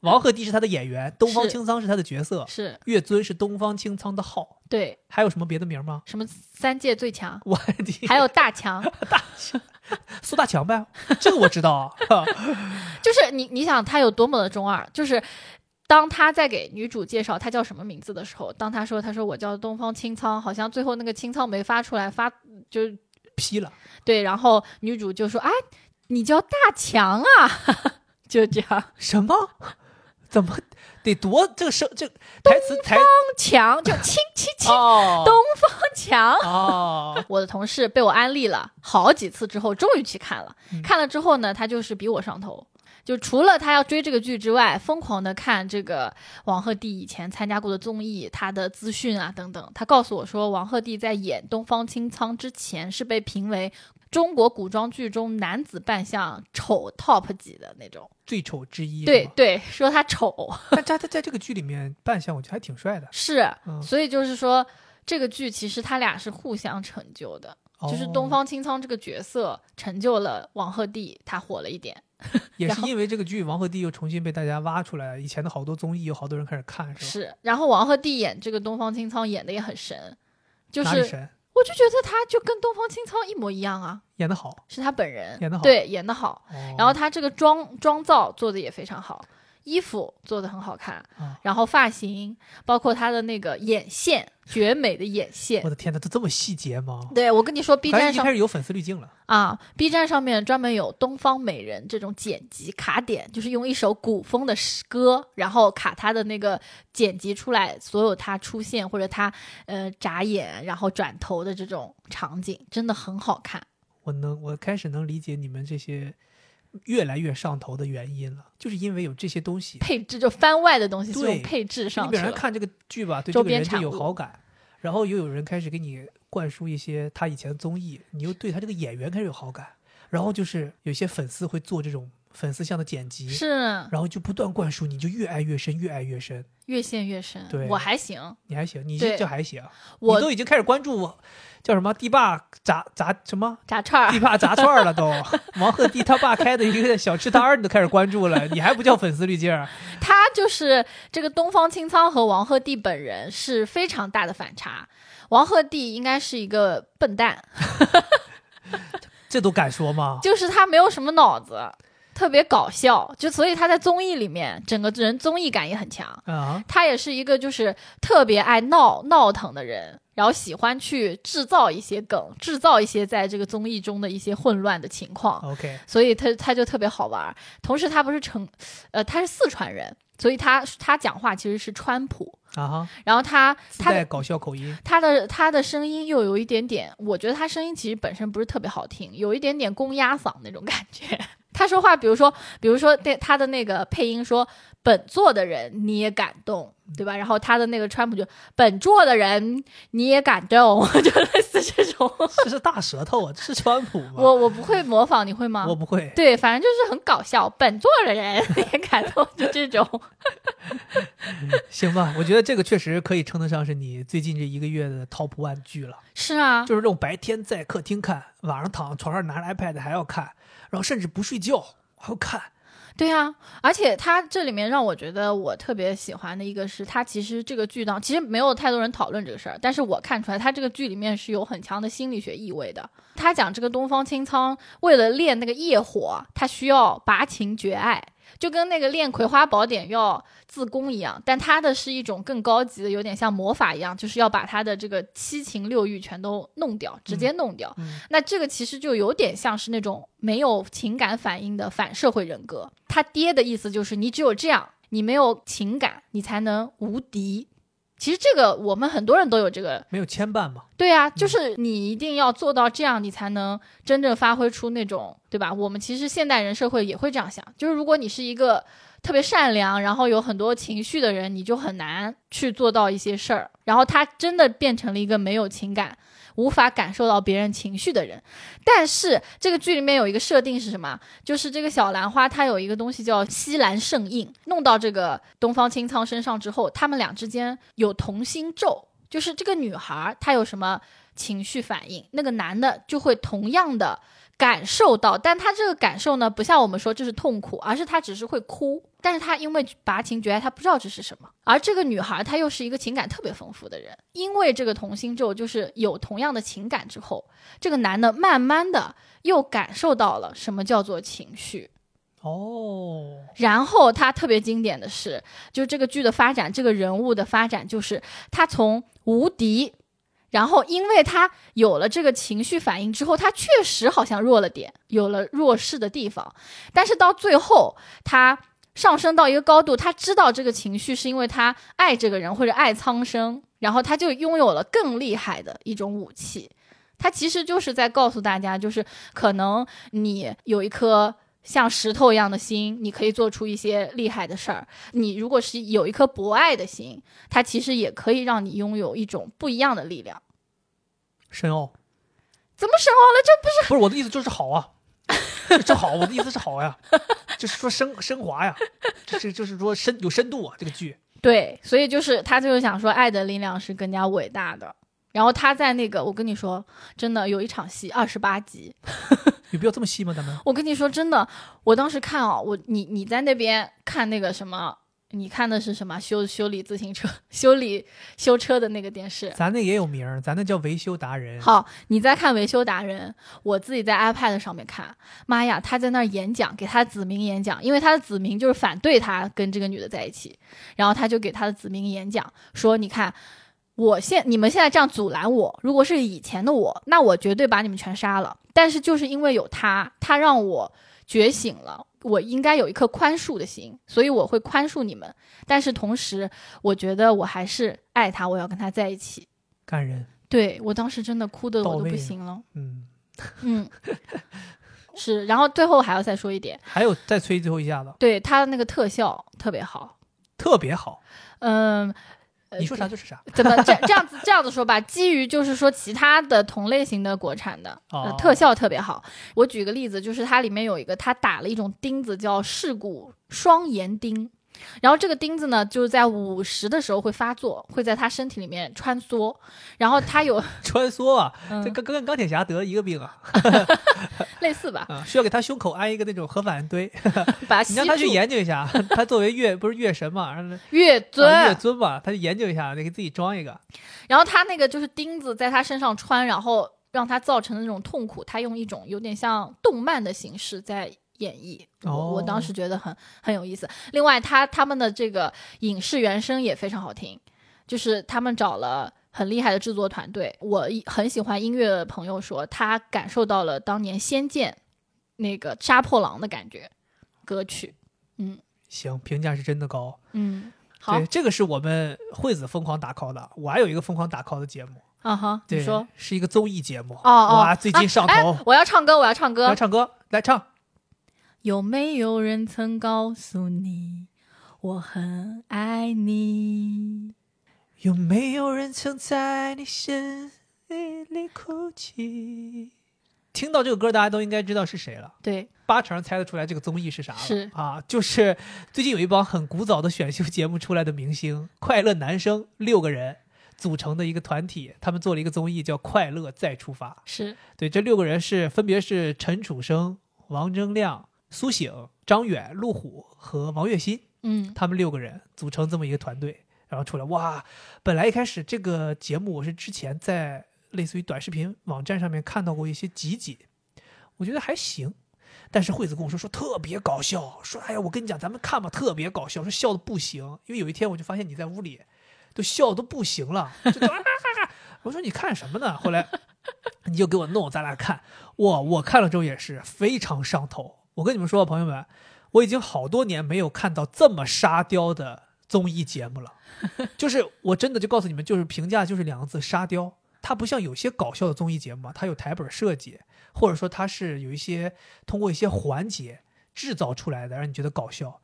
Speaker 1: 王鹤棣是他的演员，东方
Speaker 2: 是
Speaker 1: 青苍是他的角色，
Speaker 2: 是
Speaker 1: 月尊是东方青苍的号，
Speaker 2: 对
Speaker 1: 还有什么别的名儿吗？，
Speaker 2: 什么三界最强
Speaker 1: 我的
Speaker 2: 还有大强，
Speaker 1: 苏大强呗，这个我知道啊。 哈
Speaker 2: 就是你你想他有多么的中二，就是。当他在给女主介绍他叫什么名字的时候，当他说他说我叫东方青苍，好像最后那个青苍没发出来，发就是
Speaker 1: 批了，
Speaker 2: 对，然后女主就说：“啊，你叫大强啊！” 就这样，
Speaker 1: 什么？怎么得多？这个声这个台词台
Speaker 2: 强就亲亲亲
Speaker 1: 哦
Speaker 2: 东强。
Speaker 1: 哦，
Speaker 2: 我的同事被我安利了好几次之后，终于去看了。
Speaker 1: 嗯
Speaker 2: 看了之后呢，他就是比我上头。就除了他要追这个剧之外，疯狂的看这个王鹤棣以前参加过的综艺，他的资讯啊等等。他告诉我说，王鹤棣在演《东方青苍》之前是被评为中国古装剧中男子扮相丑 top 级的那种。
Speaker 1: 最丑之一。
Speaker 2: 对
Speaker 1: 是吗，
Speaker 2: 对，说他丑
Speaker 1: 但他他在这个剧里面扮相，我觉得还挺帅的。
Speaker 2: 是，
Speaker 1: 嗯，
Speaker 2: 所以就是说这个剧其实他俩是互相成就的。就是
Speaker 1: 哦
Speaker 2: 东方青苍这个角色成就了王鹤棣，他火了一点。
Speaker 1: 也
Speaker 2: 然
Speaker 1: 是
Speaker 2: 后
Speaker 1: 因为这个剧，王鹤棣又重新被大家挖出来，以前的好多综艺有好多人开始看，是吧？
Speaker 2: 是，然后王鹤棣演这个东方青苍演的也很神，就
Speaker 1: 哪里
Speaker 2: 是
Speaker 1: 神
Speaker 2: 我就觉得他就跟东方青苍一模一样啊，
Speaker 1: 演的好。
Speaker 2: 是他本人
Speaker 1: 演得好
Speaker 2: 对演的好，
Speaker 1: 哦
Speaker 2: 然后他这个妆妆造做的也非常好，衣服做的很好看，
Speaker 1: 啊
Speaker 2: 然后发型，包括他的那个眼线，绝美的眼线
Speaker 1: 我。的天哪，都这么细节吗？
Speaker 2: 对，我跟你说，B
Speaker 1: 咱
Speaker 2: 站
Speaker 1: 一
Speaker 2: 上
Speaker 1: 开始有粉丝滤镜了。
Speaker 2: 啊，B 站上面专门有东方美人这种剪辑卡点，就是用一首古风的诗歌，然后卡他的那个剪辑出来所有他出现或者他呃眨眼然后转头的这种场景，真的很好看。
Speaker 1: 我能，我开始能理解你们这些越来越上头的原因了，就是因为有这些东西，
Speaker 2: 配置就番外的东西是
Speaker 1: 对
Speaker 2: 用配置
Speaker 1: 你
Speaker 2: 上去
Speaker 1: 本来
Speaker 2: 了，
Speaker 1: 看这个剧吧，对
Speaker 2: 周
Speaker 1: 这个
Speaker 2: 边
Speaker 1: 人就
Speaker 2: 产
Speaker 1: 有
Speaker 2: 物
Speaker 1: 好感，然后又有人开始给你灌输一些他以前的综艺，你又对他这个演员开始有好感，然后就是有些粉丝会做这种粉丝向的剪辑，
Speaker 2: 是
Speaker 1: 然后就不断灌输，你就越爱越深，越爱越深。
Speaker 2: 越陷越深
Speaker 1: 对。
Speaker 2: 我还行，
Speaker 1: 你还行，你
Speaker 2: 对
Speaker 1: 这这还行，你
Speaker 2: 我
Speaker 1: 都已经开始关注我叫什么堤坝炸炸什么
Speaker 2: 炸 串
Speaker 1: 地
Speaker 2: 儿，
Speaker 1: 坝炸串儿 了都，王鹤棣他爸开的一个小吃摊儿，你都开始关注了，你还不叫粉丝滤镜儿？
Speaker 2: 他就是这个东方青苍和王鹤棣本人是非常大的反差。王鹤棣应该是一个笨蛋。
Speaker 1: 这都敢说 吗？
Speaker 2: 就是他没有什么脑子，特别搞笑，就所以他在综艺里面整个人综艺感也很强。
Speaker 1: 啊，
Speaker 2: 他也是一个就是特别爱闹闹腾的人，然后喜欢去制造一些梗，制造一些在这个综艺中的一些混乱的情况，
Speaker 1: OK，
Speaker 2: 所以他他就特别好玩儿。同时他不是成，呃，他是四川人，所以他他讲话其实是川普，
Speaker 1: 啊哈，
Speaker 2: 然后他
Speaker 1: 自
Speaker 2: 他
Speaker 1: 带
Speaker 2: 的
Speaker 1: 搞笑口音，
Speaker 2: 他的他的声音又有一点点，我觉得他声音其实本身不是特别好听，有一点点公鸭嗓那种感觉。 他说话，比如说，比如说对他的那个配音说“本座的人你也感动”，对吧？然后他的那个川普就“本座的人你也感动”， 就类似这种。
Speaker 1: 这是大舌头啊，这是川普吗？
Speaker 2: 我我不会模仿，你会吗？
Speaker 1: 我不会，
Speaker 2: 对，反正就是很搞笑，“本座的人你也感动”，就这种。
Speaker 1: 行吧，我觉得这个确实可以称得上是你最近这一个月的 top one 剧了，
Speaker 2: 是啊，
Speaker 1: 就是那种白天在客厅看，晚上躺床上拿着 iPad 还要看，然后甚至不睡觉还要看，
Speaker 2: 对啊，而且它这里面让我觉得我特别喜欢的一个是，它其实这个剧当其实没有太多人讨论这个事儿，但是我看出来它这个剧里面是有很强的心理学意味的。他讲这个东方青苍为了练那个业火，他需要拔情绝爱，就跟那个练《葵花宝典》要自宫一样，但他的是一种更高级的，有点像魔法一样，就是要把他的这个七情六欲全都弄掉，直接弄掉。
Speaker 1: 嗯
Speaker 2: 那这个其实就有点像是那种没有情感反应的反社会人格。他爹的意思就是，你只有这样，你没有情感，你才能无敌。其实这个我们很多人都有这个，
Speaker 1: 没有牵绊嘛，
Speaker 2: 对啊，就是你一定要做到这样，你才能真正发挥出那种，对吧？我们其实现代人社会也会这样想，就是如果你是一个特别善良，然后有很多情绪的人，你就很难去做到一些事儿。然后他真的变成了一个没有情感、无法感受到别人情绪的人。但是这个剧里面有一个设定是什么？就是这个小兰花，它有一个东西叫西兰圣印，弄到这个东方青苍身上之后，他们俩之间有同心咒。就是这个女孩儿她有什么情绪反应，那个男的就会同样的感受到，但他这个感受呢，不像我们说这是痛苦，而是他只是会哭。但是他因为拔情绝爱，他不知道这是什么。而这个女孩儿她又是一个情感特别丰富的人，因为这个同心咒就是有同样的情感之后，这个男的慢慢的又感受到了什么叫做情绪，
Speaker 1: 哦，
Speaker 2: 然后他特别经典的是，就这个剧的发展，这个人物的发展，就是他从无敌，然后因为他有了这个情绪反应之后，他确实好像弱了点，有了弱势的地方，但是到最后他。上升到一个高度，他知道这个情绪是因为他爱这个人或者爱苍生，然后他就拥有了更厉害的一种武器。他其实就是在告诉大家，就是可能你有一颗像石头一样的心，你可以做出一些厉害的事儿。你如果是有一颗博爱的心，它其实也可以让你拥有一种不一样的力量。
Speaker 1: 深奥。
Speaker 2: 怎么深奥了？这
Speaker 1: 不是我的意思，就是好啊，这这好，我的意思是好呀， 就是说升升华呀，这这就是说深有深度啊，这个剧
Speaker 2: 对，所以就是他就是想说，爱的力量是更加伟大的。然后他在那个，我跟你说，真的有一场戏，二十八集，
Speaker 1: 有必要这么细吗？咱们
Speaker 2: 我跟你说，真的，我当时看哦，我你你在那边看那个什么，你看的是什么？修修理自行车、 修理修车的那个电视。
Speaker 1: 咱那也有名儿，咱那叫维修达人，
Speaker 2: 好，你在看维修达人，我自己在 iPad 上面看。妈呀，他在那儿演讲，给他子民演讲，因为他的子民就是反对他跟这个女的在一起，然后他就给他的子民演讲，说你看。我现你们现在这样阻拦我，如果是以前的我，那我绝对把你们全杀了。但是就是因为有他，他让我觉醒了，我应该有一颗宽恕的心，所以我会宽恕你们。但是同时，我觉得我还是爱他，我要跟他在一起。
Speaker 1: 感人，
Speaker 2: 对我当时真的哭的
Speaker 1: 到
Speaker 2: 我都
Speaker 1: 位
Speaker 2: 不
Speaker 1: 了
Speaker 2: 行了。
Speaker 1: 嗯，
Speaker 2: 嗯， 是。然后最后还要再说一点，
Speaker 1: 还有再吹最后一下子，
Speaker 2: 对它那个特效特别好。
Speaker 1: 特别好，
Speaker 2: 嗯，呃
Speaker 1: 你说啥就是啥，
Speaker 2: 怎么这这样子这样子说吧？基于就是说其他的同类型的国产的、呃
Speaker 1: 哦
Speaker 2: 特效特别好。我举个例子，就是它里面有一个，它打了一种钉子叫事故双岩钉。然后这个钉子呢，就是在五十的时候会发作，会在他身体里面穿梭。然后它有、
Speaker 1: 穿梭啊，
Speaker 2: 嗯
Speaker 1: 这跟跟钢铁侠得一个病啊
Speaker 2: 类 似吧，
Speaker 1: 啊，需要给他胸口安一个那种核反应堆，
Speaker 2: 把它
Speaker 1: 你
Speaker 2: 嗯吸
Speaker 1: 让他去
Speaker 2: 住
Speaker 1: 研究一下， 他作为月不是月神嘛，让他
Speaker 2: 越尊、
Speaker 1: 啊月尊嘛，他去研究一下，得给自己装一个，
Speaker 2: 然后他那个就是钉子在他身上穿，然后让他造成的那种痛苦，他用一种有点像动漫的形式在演绎。我我
Speaker 1: 哦
Speaker 2: 当时觉得很很有意思。另外，他他们的这个影视原声也非常好听，就是他们找了。很厉害的制作团队，我一很喜欢音乐的朋友说，他感受到了当年《仙剑》那个杀破狼的感觉，歌曲，
Speaker 1: 行，评价是真的高。
Speaker 2: 嗯，好
Speaker 1: 对，这个是我们惠子疯狂打 call 的，我还有一个疯狂打 call 的节目，
Speaker 2: 啊哈，你
Speaker 1: 对，
Speaker 2: 说，
Speaker 1: 是一个综艺节目，
Speaker 2: 哦哦，
Speaker 1: 哇，最近上头，
Speaker 2: 哎我要唱歌，我要唱歌，
Speaker 1: 来唱歌，来唱，
Speaker 2: 有没有人曾告诉你，我很爱你？
Speaker 1: 有没有人曾在你身体里哭泣？听到这个歌，大家都应该知道是谁了，
Speaker 2: 对，
Speaker 1: 八成猜得出来这个综艺是啥了。
Speaker 2: 是
Speaker 1: 啊，就是最近有一帮很古早的选秀节目出来的明星，快乐男生六个人组成的一个团体，他们做了一个综艺叫《快乐再出发》。
Speaker 2: 是
Speaker 1: 对，这六个人是分别是陈楚生、王铮亮、苏醒、张远、陆虎和王栎鑫，
Speaker 2: 嗯
Speaker 1: 他们六个人组成这么一个团队，然后出来哇！本来一开始这个节目我是之前在类似于短视频网站上面看到过一些集锦，我觉得还行。但是惠子跟我说说特别搞笑，说哎呀，我跟你讲，咱们看吧，特别搞笑，说笑的不行。因为有一天我就发现你在屋里都笑都不行了，就都啊哈哈哈我说你看什么呢？后来你就给我弄，咱俩看。哇，我看了之后也是非常上头。 我跟你们说，朋友们，我已经好多年没有看到这么沙雕的综艺节目了。 就是我真的就告诉你们，就是评价就是两个字沙雕。它不像有些搞笑的综艺节目啊，它有台本设计，或者说它是有一些通过一些环节制造出来的，让你觉得搞笑。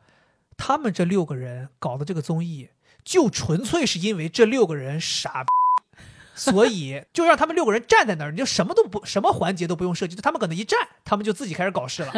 Speaker 1: 他们这六个人搞的这个综艺，就纯粹是因为这六个人傻，所以就让他们六个人站在那儿，你就什么都不什么环节都不用设计，就他们搁那一站，他们就自己开始搞事了。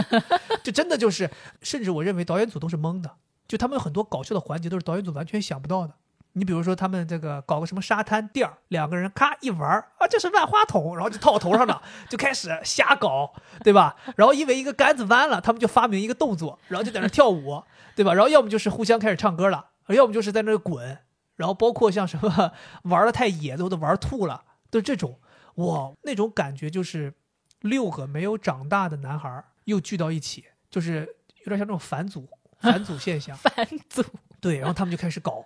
Speaker 1: 这真的就是，甚至我认为导演组都是懵的，就他们有很多搞笑的环节都是导演组完全想不到的。你比如说，他们这个搞个什么沙滩垫儿，两个人咔一玩儿啊，这是万花筒，然后就套我头上了，就开始瞎搞，对吧？然后因为一个杆子弯了，他们就发明一个动作，然后就在那儿跳舞，对吧？然后要么就是互相开始唱歌了，要么就是在那儿滚，然后包括像什么 玩的太野，最后都玩吐了，都是这种哇，那种感觉就是六个没有长大的男孩儿又聚到一起，就是有点像那种返祖返祖现象。
Speaker 2: 返祖，
Speaker 1: 对，然后他们就开始搞，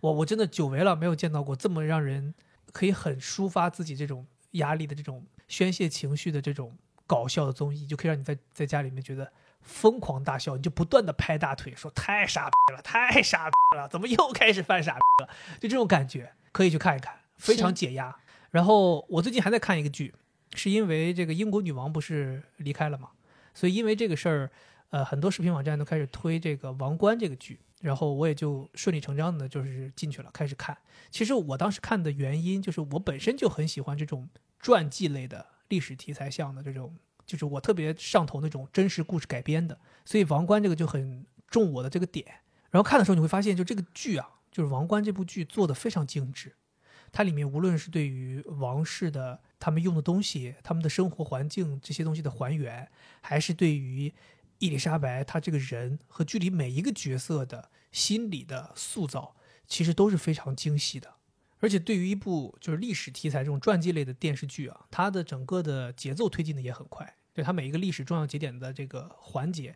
Speaker 1: 我我真的久违了，没有见到过这么让人可以很抒发自己这种压力的这种宣泄情绪的这种搞笑的综艺，就可以让你在在家里面觉得疯狂大笑，你就不断的拍大腿说太傻逼了，太傻逼了，怎么又开始犯傻逼了？就这种感觉，可以去看一看，非常
Speaker 2: 是
Speaker 1: 解压。然后我最近还在看一个剧，是因为这个英国女王不是离开了嘛，所以因为这个事儿，呃，很多视频网站都开始推这个《王冠》这个剧，然后我也就顺理成章的就是进去了，开始看。其实我当时看的原因就是我本身就很喜欢这种传记类的历史题材向的这种，就是我特别上头那种真实故事改编的，所以《王冠》这个就很中我的这个点。然后看的时候你会发现，就这个剧啊，就是《王冠》这部剧做的非常精致，它里面无论是对于王室的他们用的东西、他们的生活环境这些东西的还原，还是对于伊丽莎白她这个人和剧里每一个角色的心理的塑造，其实都是非常精细的。而且对于一部就是历史题材这种传记类的电视剧啊，它的整个的节奏推进的也很快，对它每一个历史重要节点的这个环节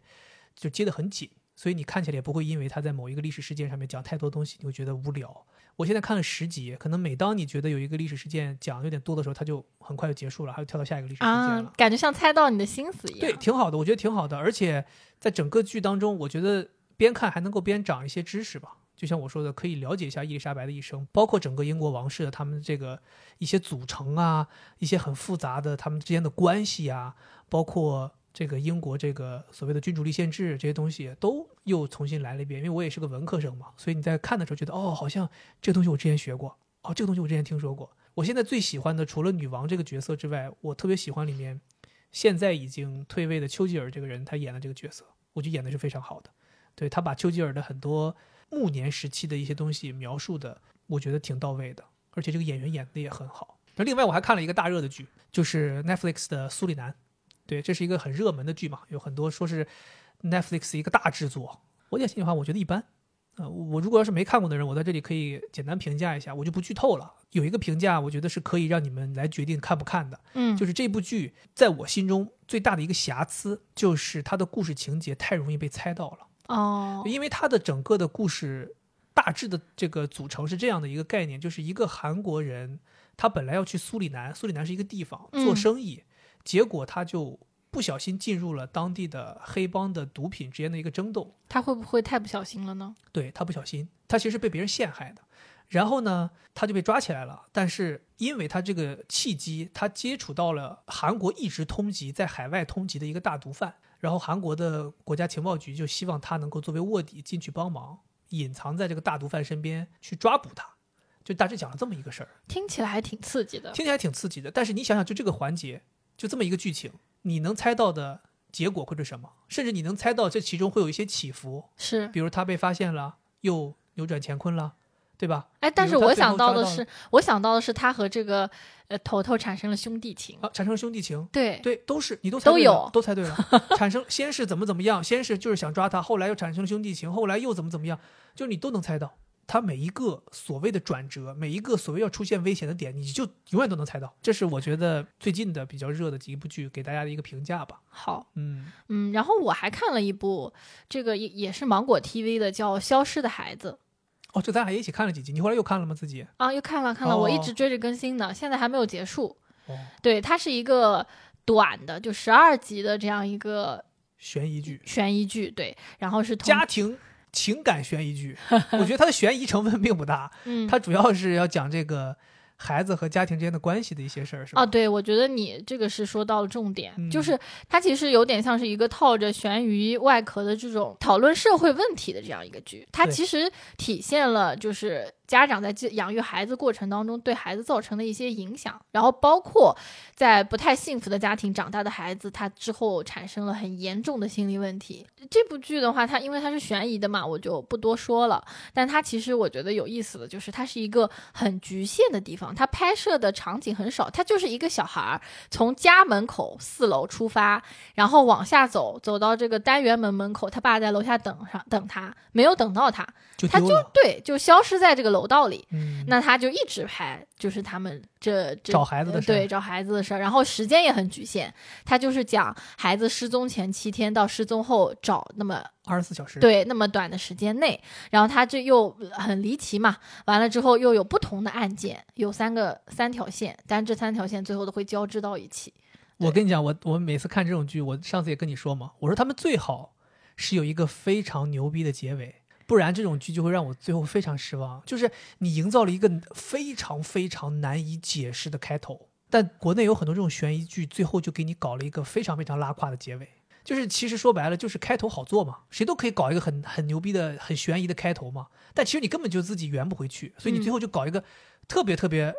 Speaker 1: 就接得很紧，所以你看起来也不会因为它在某一个历史事件上面讲太多东西，你会觉得无聊。我现在看了十集，可能每当你觉得有一个历史事件讲有点多的时候，它就很快就结束了，它就跳到下一个历史事件了。
Speaker 2: 啊，感觉像猜到你的心思一样。
Speaker 1: 对，挺好的，我觉得挺好的。而且在整个剧当中，我觉得边看还能够边长一些知识吧。就像我说的，可以了解一下伊丽莎白的一生，包括整个英国王室的他们这个一些组成啊，一些很复杂的他们之间的关系啊，包括这个英国这个所谓的君主立宪制这些东西，都又重新来了一遍。因为我也是个文科生嘛，所以你在看的时候觉得，哦，好像这个东西我之前学过，哦，这个东西我之前听说过。我现在最喜欢的，除了女王这个角色之外，我特别喜欢里面现在已经退位的丘吉尔这个人，他演的这个角色，我觉得演的是非常好的。对他把丘吉尔的很多暮年时期的一些东西描述的，我觉得挺到位的，而且这个演员演的也很好。那另外我还看了一个大热的剧，就是 Netflix 的《苏里南》，对，这是一个很热门的剧嘛，有很多说是 Netflix 一个大制作。我讲心里话，我觉得一般。呃，我我如果要是没看过的人，我在这里可以简单评价一下，我就不剧透了。有一个评价，我觉得是可以让你们来决定看不看的。
Speaker 2: 嗯，
Speaker 1: 就是这部剧在我心中最大的一个瑕疵，就是它的故事情节太容易被猜到了，
Speaker 2: 哦，
Speaker 1: 因为它的整个的故事大致的这个组成是这样的一个概念，就是一个韩国人，他本来要去苏里南，苏里南是一个地方
Speaker 2: 嗯
Speaker 1: 做生意，结果他就不小心进入了当地的黑帮的毒品之间的一个争斗，
Speaker 2: 他会不会太不小心了呢？
Speaker 1: 对他不小心，他其实是被别人陷害的。然后呢，他就被抓起来了。但是因为他这个契机，他接触到了韩国一直通缉在海外通缉的一个大毒贩，然后韩国的国家情报局就希望他能够作为卧底进去帮忙，隐藏在这个大毒贩身边去抓捕他。就大致讲了这么一个事儿，
Speaker 2: 听起来还挺刺激的。
Speaker 1: 听起来挺刺激的。但是你想想，就这个环节，就这么一个剧情，你能猜到的结果会是什么？甚至你能猜到这其中会有一些起伏，
Speaker 2: 是，
Speaker 1: 比如他被发现了，又扭转乾坤了，对吧？
Speaker 2: 哎，但
Speaker 1: 比
Speaker 2: 是
Speaker 1: 如他
Speaker 2: 我
Speaker 1: 最后
Speaker 2: 想到
Speaker 1: 抓
Speaker 2: 的
Speaker 1: 到
Speaker 2: 是，我想到的是他和这个呃头头产生了兄弟情。
Speaker 1: 啊，产生兄弟情，
Speaker 2: 对，
Speaker 1: 对，都是你都猜
Speaker 2: 都
Speaker 1: 对了
Speaker 2: 有
Speaker 1: 都猜对 了，产生先是怎么怎么样，先是就是想抓他，后来又产生兄弟情，后来又怎么怎么样，就是你都能猜到。他每一个所谓的转折，每一个所谓要出现危险的点，你就永远都能猜到。这是我觉得最近的比较热的几部剧，给大家的一个评价吧。
Speaker 2: 好，
Speaker 1: 嗯，
Speaker 2: 嗯，然后我还看了一部，这个也也是芒果 TV 的，叫《消失的孩子》
Speaker 1: 哦，这咱俩也一起看了几集，你后来又看了吗？自己？
Speaker 2: 啊，又看了看了，我一直
Speaker 1: 哦
Speaker 2: 追着更新呢，现在还没有结束。
Speaker 1: 哦，
Speaker 2: 对，它是一个短的，就十二集的这样一个
Speaker 1: 悬疑剧，
Speaker 2: 悬疑剧，对，然后是同
Speaker 1: 家庭情感悬疑剧，我觉得它的悬疑成分并不大。
Speaker 2: 嗯，
Speaker 1: 它主要是要讲这个孩子和家庭之间的关系的一些事儿，是吧？
Speaker 2: 啊，对，我觉得你这个是说到了重点，
Speaker 1: 嗯
Speaker 2: 就是它其实有点像是一个套着悬疑外壳的这种讨论社会问题的这样一个剧，它
Speaker 1: 对
Speaker 2: 其实体现了就是家长在这养育孩子过程当中对孩子造成的一些影响，然后包括在不太幸福的家庭长大的孩子，他之后产生了很严重的心理问题。这部剧的话，它因为它是悬疑的嘛，我就不多说了。但它其实我觉得有意思的就是，它是一个很局限的地方，它拍摄的场景很少，它就是一个小孩儿从家门口四楼出发，然后往下走，走到这个单元门门口，他爸在楼下等上等他，没有等到他，
Speaker 1: 就
Speaker 2: 它
Speaker 1: 丢了，
Speaker 2: 对，就消失在这个楼道里。
Speaker 1: 嗯，
Speaker 2: 那他就一直拍，就是他们这这
Speaker 1: 找孩子的
Speaker 2: 呃
Speaker 1: 事儿
Speaker 2: 对，找孩子的事儿，然后时间也很局限，他就是讲孩子失踪前七天到失踪后找那么
Speaker 1: 二十四小时，，
Speaker 2: 对那么短的时间内，然后他这又很离奇嘛，完了之后又有不同的案件，有三个三条线，但这三条线最后都会交织到一起。
Speaker 1: 我跟你讲，我我每次看这种剧，我上次也跟你说嘛，我说他们最好是有一个非常牛逼的结尾。不然这种剧就会让我最后非常失望，就是你营造了一个非常非常难以解释的开头，但国内有很多这种悬疑剧，最后就给你搞了一个非常非常拉胯的结尾。就是其实说白了，就是开头好做嘛，谁都可以搞一个很很牛逼的、很悬疑的开头嘛。但其实你根本就自己圆不回去，所以你最后就搞一个特别特别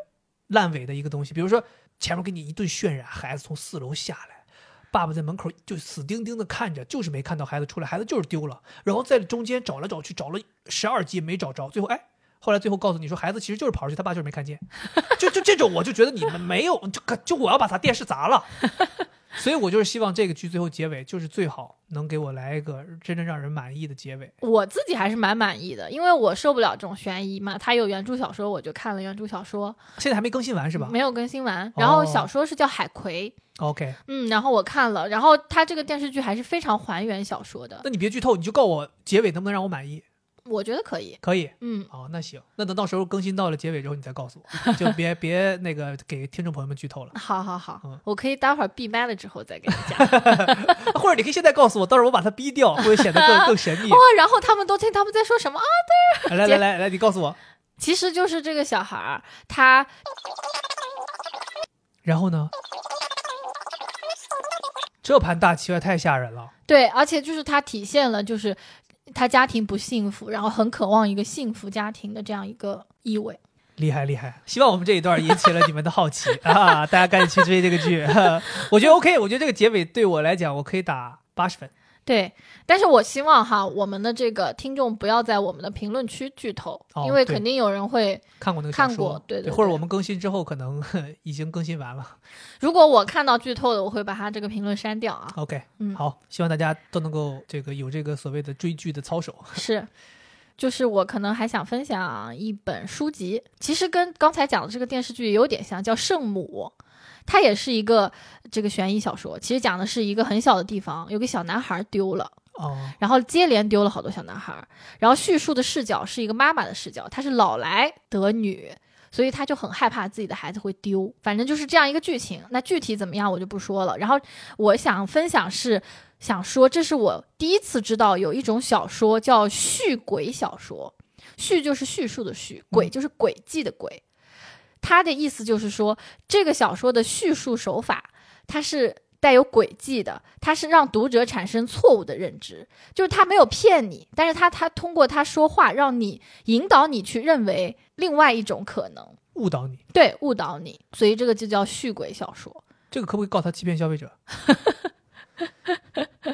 Speaker 1: 烂尾的一个东西。比如说前面给你一顿渲染，孩子从四楼下来，爸爸在门口就死盯盯的看着，就是没看到孩子出来，孩子就是丢了。然后在中间找来找去，找了十二集也没找着，最后哎。后来最后告诉你说，孩子其实就是跑出去，他爸就是没看见， 就就这种，我就觉得你们没有，就就我要把他电视砸了， 所以我就是希望这个剧最后结尾就是最好能给我来一个真正让人满意的结尾。
Speaker 2: 我自己还是蛮满意的，因为我受不了这种悬疑嘛。它有原著小说，我就看了原著小说，
Speaker 1: 现在还没更新完是吧哦
Speaker 2: 没有更新完。然后小说是叫《海葵》，
Speaker 1: ？OK，
Speaker 2: 嗯，然后我看了，然后它这个电视剧还是非常还原小说的，
Speaker 1: 那你别剧透，你就告我结尾能不能让我满意？
Speaker 2: 我觉得可以。
Speaker 1: 可以。
Speaker 2: 嗯，
Speaker 1: 哦，那行，那等到时候更新到了结尾之后，你再告诉我，就别 别那个给听众朋友们剧透了，
Speaker 2: 好好好，
Speaker 1: 嗯
Speaker 2: 我可以待会儿闭麦了之后再给你讲。
Speaker 1: 或者你可以现在告诉我，到时候我把它逼掉，会显得更更神秘
Speaker 2: 哇。、然后他们都听他们在说什么啊？
Speaker 1: 来来来来，你告诉我，
Speaker 2: 其实就是这个小孩儿，他
Speaker 1: 然后呢？这盘大棋也太吓人了。
Speaker 2: 对，而且就是他体现了就是他家庭不幸福，然后很渴望一个幸福家庭的这样一个意味。
Speaker 1: 厉害厉害！希望我们这一段引起了你们的好奇 啊，大家赶紧去追这个剧。 我觉得 OK，我觉得这个结尾对我来讲，我可以打八十分。
Speaker 2: 对，但是我希望哈，我们的这个听众不要在我们的评论区剧透，
Speaker 1: 哦
Speaker 2: 因为
Speaker 1: 对
Speaker 2: 肯定有人会。
Speaker 1: 看过那个小说，
Speaker 2: 看过对对对
Speaker 1: 或者我们更新之后，可能已经更新完了。
Speaker 2: 如果我看到剧透的，我会把他这个评论删掉啊。
Speaker 1: OK，
Speaker 2: 嗯，
Speaker 1: 好，希望大家都能够这个有这个所谓的追剧的操守。
Speaker 2: 是，就是我可能还想分享一本书籍，其实跟刚才讲的这个电视剧有点像，叫《圣母》，它也是一个这个悬疑小说，其实讲的是一个很小的地方，有个小男孩丢了。
Speaker 1: 哦，
Speaker 2: 然后接连丢了好多小男孩儿，然后叙述的视角是一个妈妈的视角，她是老来得女，所以她就很害怕自己的孩子会丢，反正就是这样一个剧情。那具体怎么样我就不说了。然后我想分享是想说，这是我第一次知道有一种小说叫续鬼小说，续就是叙述的续，轨就是轨迹的轨。它的意思就是说，这个小说的叙述手法，它是带有轨迹的，它是让读者产生错误的认知，就是他没有骗你，但是他他通过他说话让你引导你去认为另外一种可能，
Speaker 1: 误导你，
Speaker 2: 对，误导你，所以这个就叫续鬼小说。
Speaker 1: 这个可不可以告他欺骗消费者？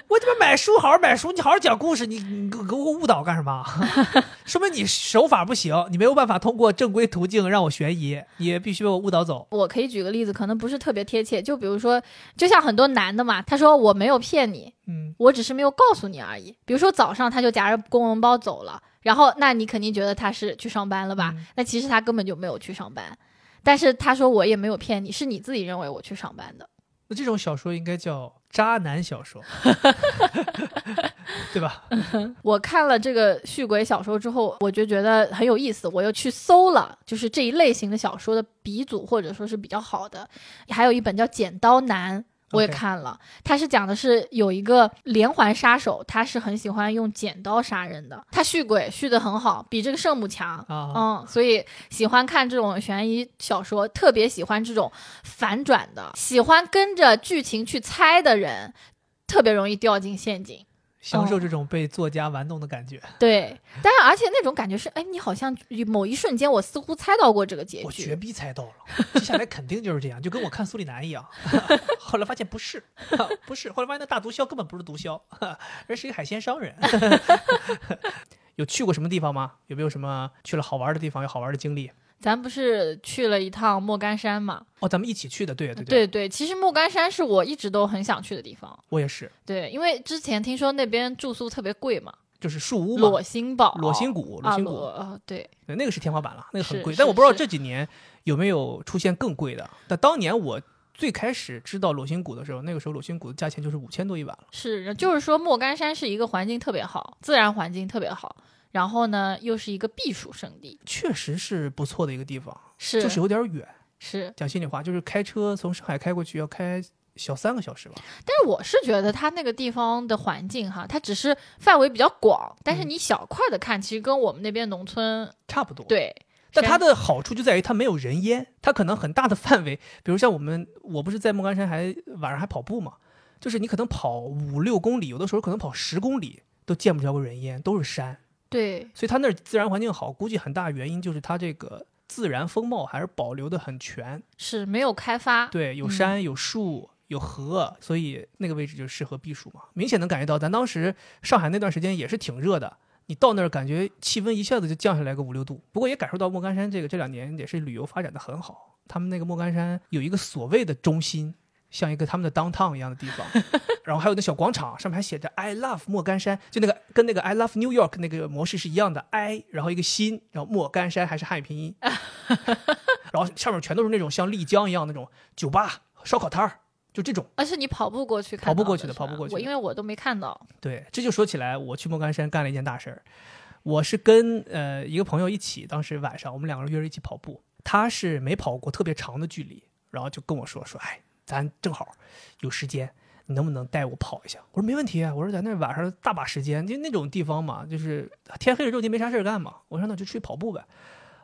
Speaker 1: 我他妈买书好好买书，你好好讲故事，你你给我误导干什么？ 说明你手法不行，你没有办法通过正规途径让我悬疑，你必须被我误导走。
Speaker 2: 我可以举个例子，可能不是特别贴切，就比如说，就像很多男的嘛，他说我没有骗你，
Speaker 1: 嗯，
Speaker 2: 我只是没有告诉你而已。比如说早上他就夹着公文包走了，然后那你肯定觉得他是去上班了吧？
Speaker 1: 嗯
Speaker 2: 那其实他根本就没有去上班，但是他说我也没有骗你，是你自己认为我去上班的。
Speaker 1: 那这种小说应该叫渣男小说， 对吧？
Speaker 2: 我看了这个续鬼小说之后，我就觉得很有意思，我又去搜了，就是这一类型的小说的鼻祖，或者说是比较好的，还有一本叫《剪刀男》。我也
Speaker 1: OK
Speaker 2: 看了它是讲的是有一个连环杀手，他是很喜欢用剪刀杀人的，他续鬼续得很好，比这个圣母强。
Speaker 1: 啊，
Speaker 2: 嗯，所以喜欢看这种悬疑小说，特别喜欢这种反转的，喜欢跟着剧情去猜的人，特别容易掉进陷阱。
Speaker 1: 享受这种被作家玩弄的感觉。
Speaker 2: 对，但是而且那种感觉是，哎，你好像某一瞬间，我似乎猜到过这个结
Speaker 1: 我绝
Speaker 2: 局。
Speaker 1: 逼猜 到了，接下来肯定就是这样，就跟我看苏里南一样。 后来发现不是， 不是，后来发现那大毒枭根本不是毒枭， 人是一个海鲜商人。 有去过什么地方吗？有没有什么去了好玩的地方，有好玩的经历？
Speaker 2: 咱不是去了一趟莫干山嘛？
Speaker 1: 哦，咱们一起去的，对对
Speaker 2: 对
Speaker 1: 对，
Speaker 2: 对其实莫干山是我一直都很想去的地方。
Speaker 1: 我也是，
Speaker 2: 对，因为之前听说那边住宿特别贵嘛，
Speaker 1: 就是树屋嘛
Speaker 2: 裸，心堡、
Speaker 1: 裸心谷，裸
Speaker 2: 啊，
Speaker 1: 心
Speaker 2: 裸
Speaker 1: 谷，
Speaker 2: 呃对，
Speaker 1: 对，那个是天花板了，那个很
Speaker 2: 是
Speaker 1: 贵。
Speaker 2: 是
Speaker 1: 但我不知道
Speaker 2: 是
Speaker 1: 这几年有没有出现更贵的。但当年我最开始知道裸心谷的时候，那个时候裸心谷的价钱就是五千多一晚了。
Speaker 2: 是，就是说莫干山是一个环境特别好，自然环境特别好，然后呢又是一个避暑胜地，
Speaker 1: 确实是不错的一个地方，
Speaker 2: 是
Speaker 1: 就是有点远。
Speaker 2: 是，
Speaker 1: 讲心里话，就是开车从上海开过去要开小三个小时吧。
Speaker 2: 但是我是觉得它那个地方的环境哈，它只是范围比较广，但是
Speaker 1: 嗯
Speaker 2: 你小块的看，其实跟我们那边农村
Speaker 1: 差不多，。
Speaker 2: 对，
Speaker 1: 但它
Speaker 2: 山
Speaker 1: 的好处就在于它没有人烟，它可能很大的范围，比如像我们，我不是在莫干山还晚上还跑步嘛，就是你可能跑五六公里，有的时候可能跑十公里都见不着个人烟，都是山。
Speaker 2: 对，
Speaker 1: 所以它那儿自然环境好，估计很大原因就是它这个自然风貌还是保留的很全。
Speaker 2: 是没有开发。
Speaker 1: 对，有
Speaker 2: 嗯
Speaker 1: 山有树。有河，所以那个位置就适合避暑嘛。明显能感觉到，咱当时上海那段时间也是挺热的，你到那儿感觉气温一下子就降下来个五六度。不过也感受到莫干山这个这两年也是旅游发展的很好，他们那个莫干山有一个所谓的中心，像一个他们的 downtown 一样的地方，然后还有那小广场，上面还写着 I love 莫干山，就那个跟那个 I love New York 那个模式是一样的，I 然后一个心，然后莫干山还是汉语拼音，然后下面全都是那种像丽江一样那种酒吧、烧烤摊儿，就这种。
Speaker 2: 而是你跑步过去看
Speaker 1: 跑步
Speaker 2: 到
Speaker 1: 过去的
Speaker 2: 是
Speaker 1: 跑
Speaker 2: 吧
Speaker 1: 步过去
Speaker 2: 我
Speaker 1: 的
Speaker 2: 因为我都没看到。
Speaker 1: 对，这就说起来，我去莫干山干了一件大事儿。我是跟呃一个朋友一起，当时晚上我们两个人约着一起跑步，他是没跑过特别长的距离，然后就跟我说说，哎，咱正好有时间，你能不能带我跑一下？我说没问题啊，我说咱那晚上大把时间，就那种地方嘛，就是天黑了之后就没啥事儿干嘛。我说那我就出去跑步呗。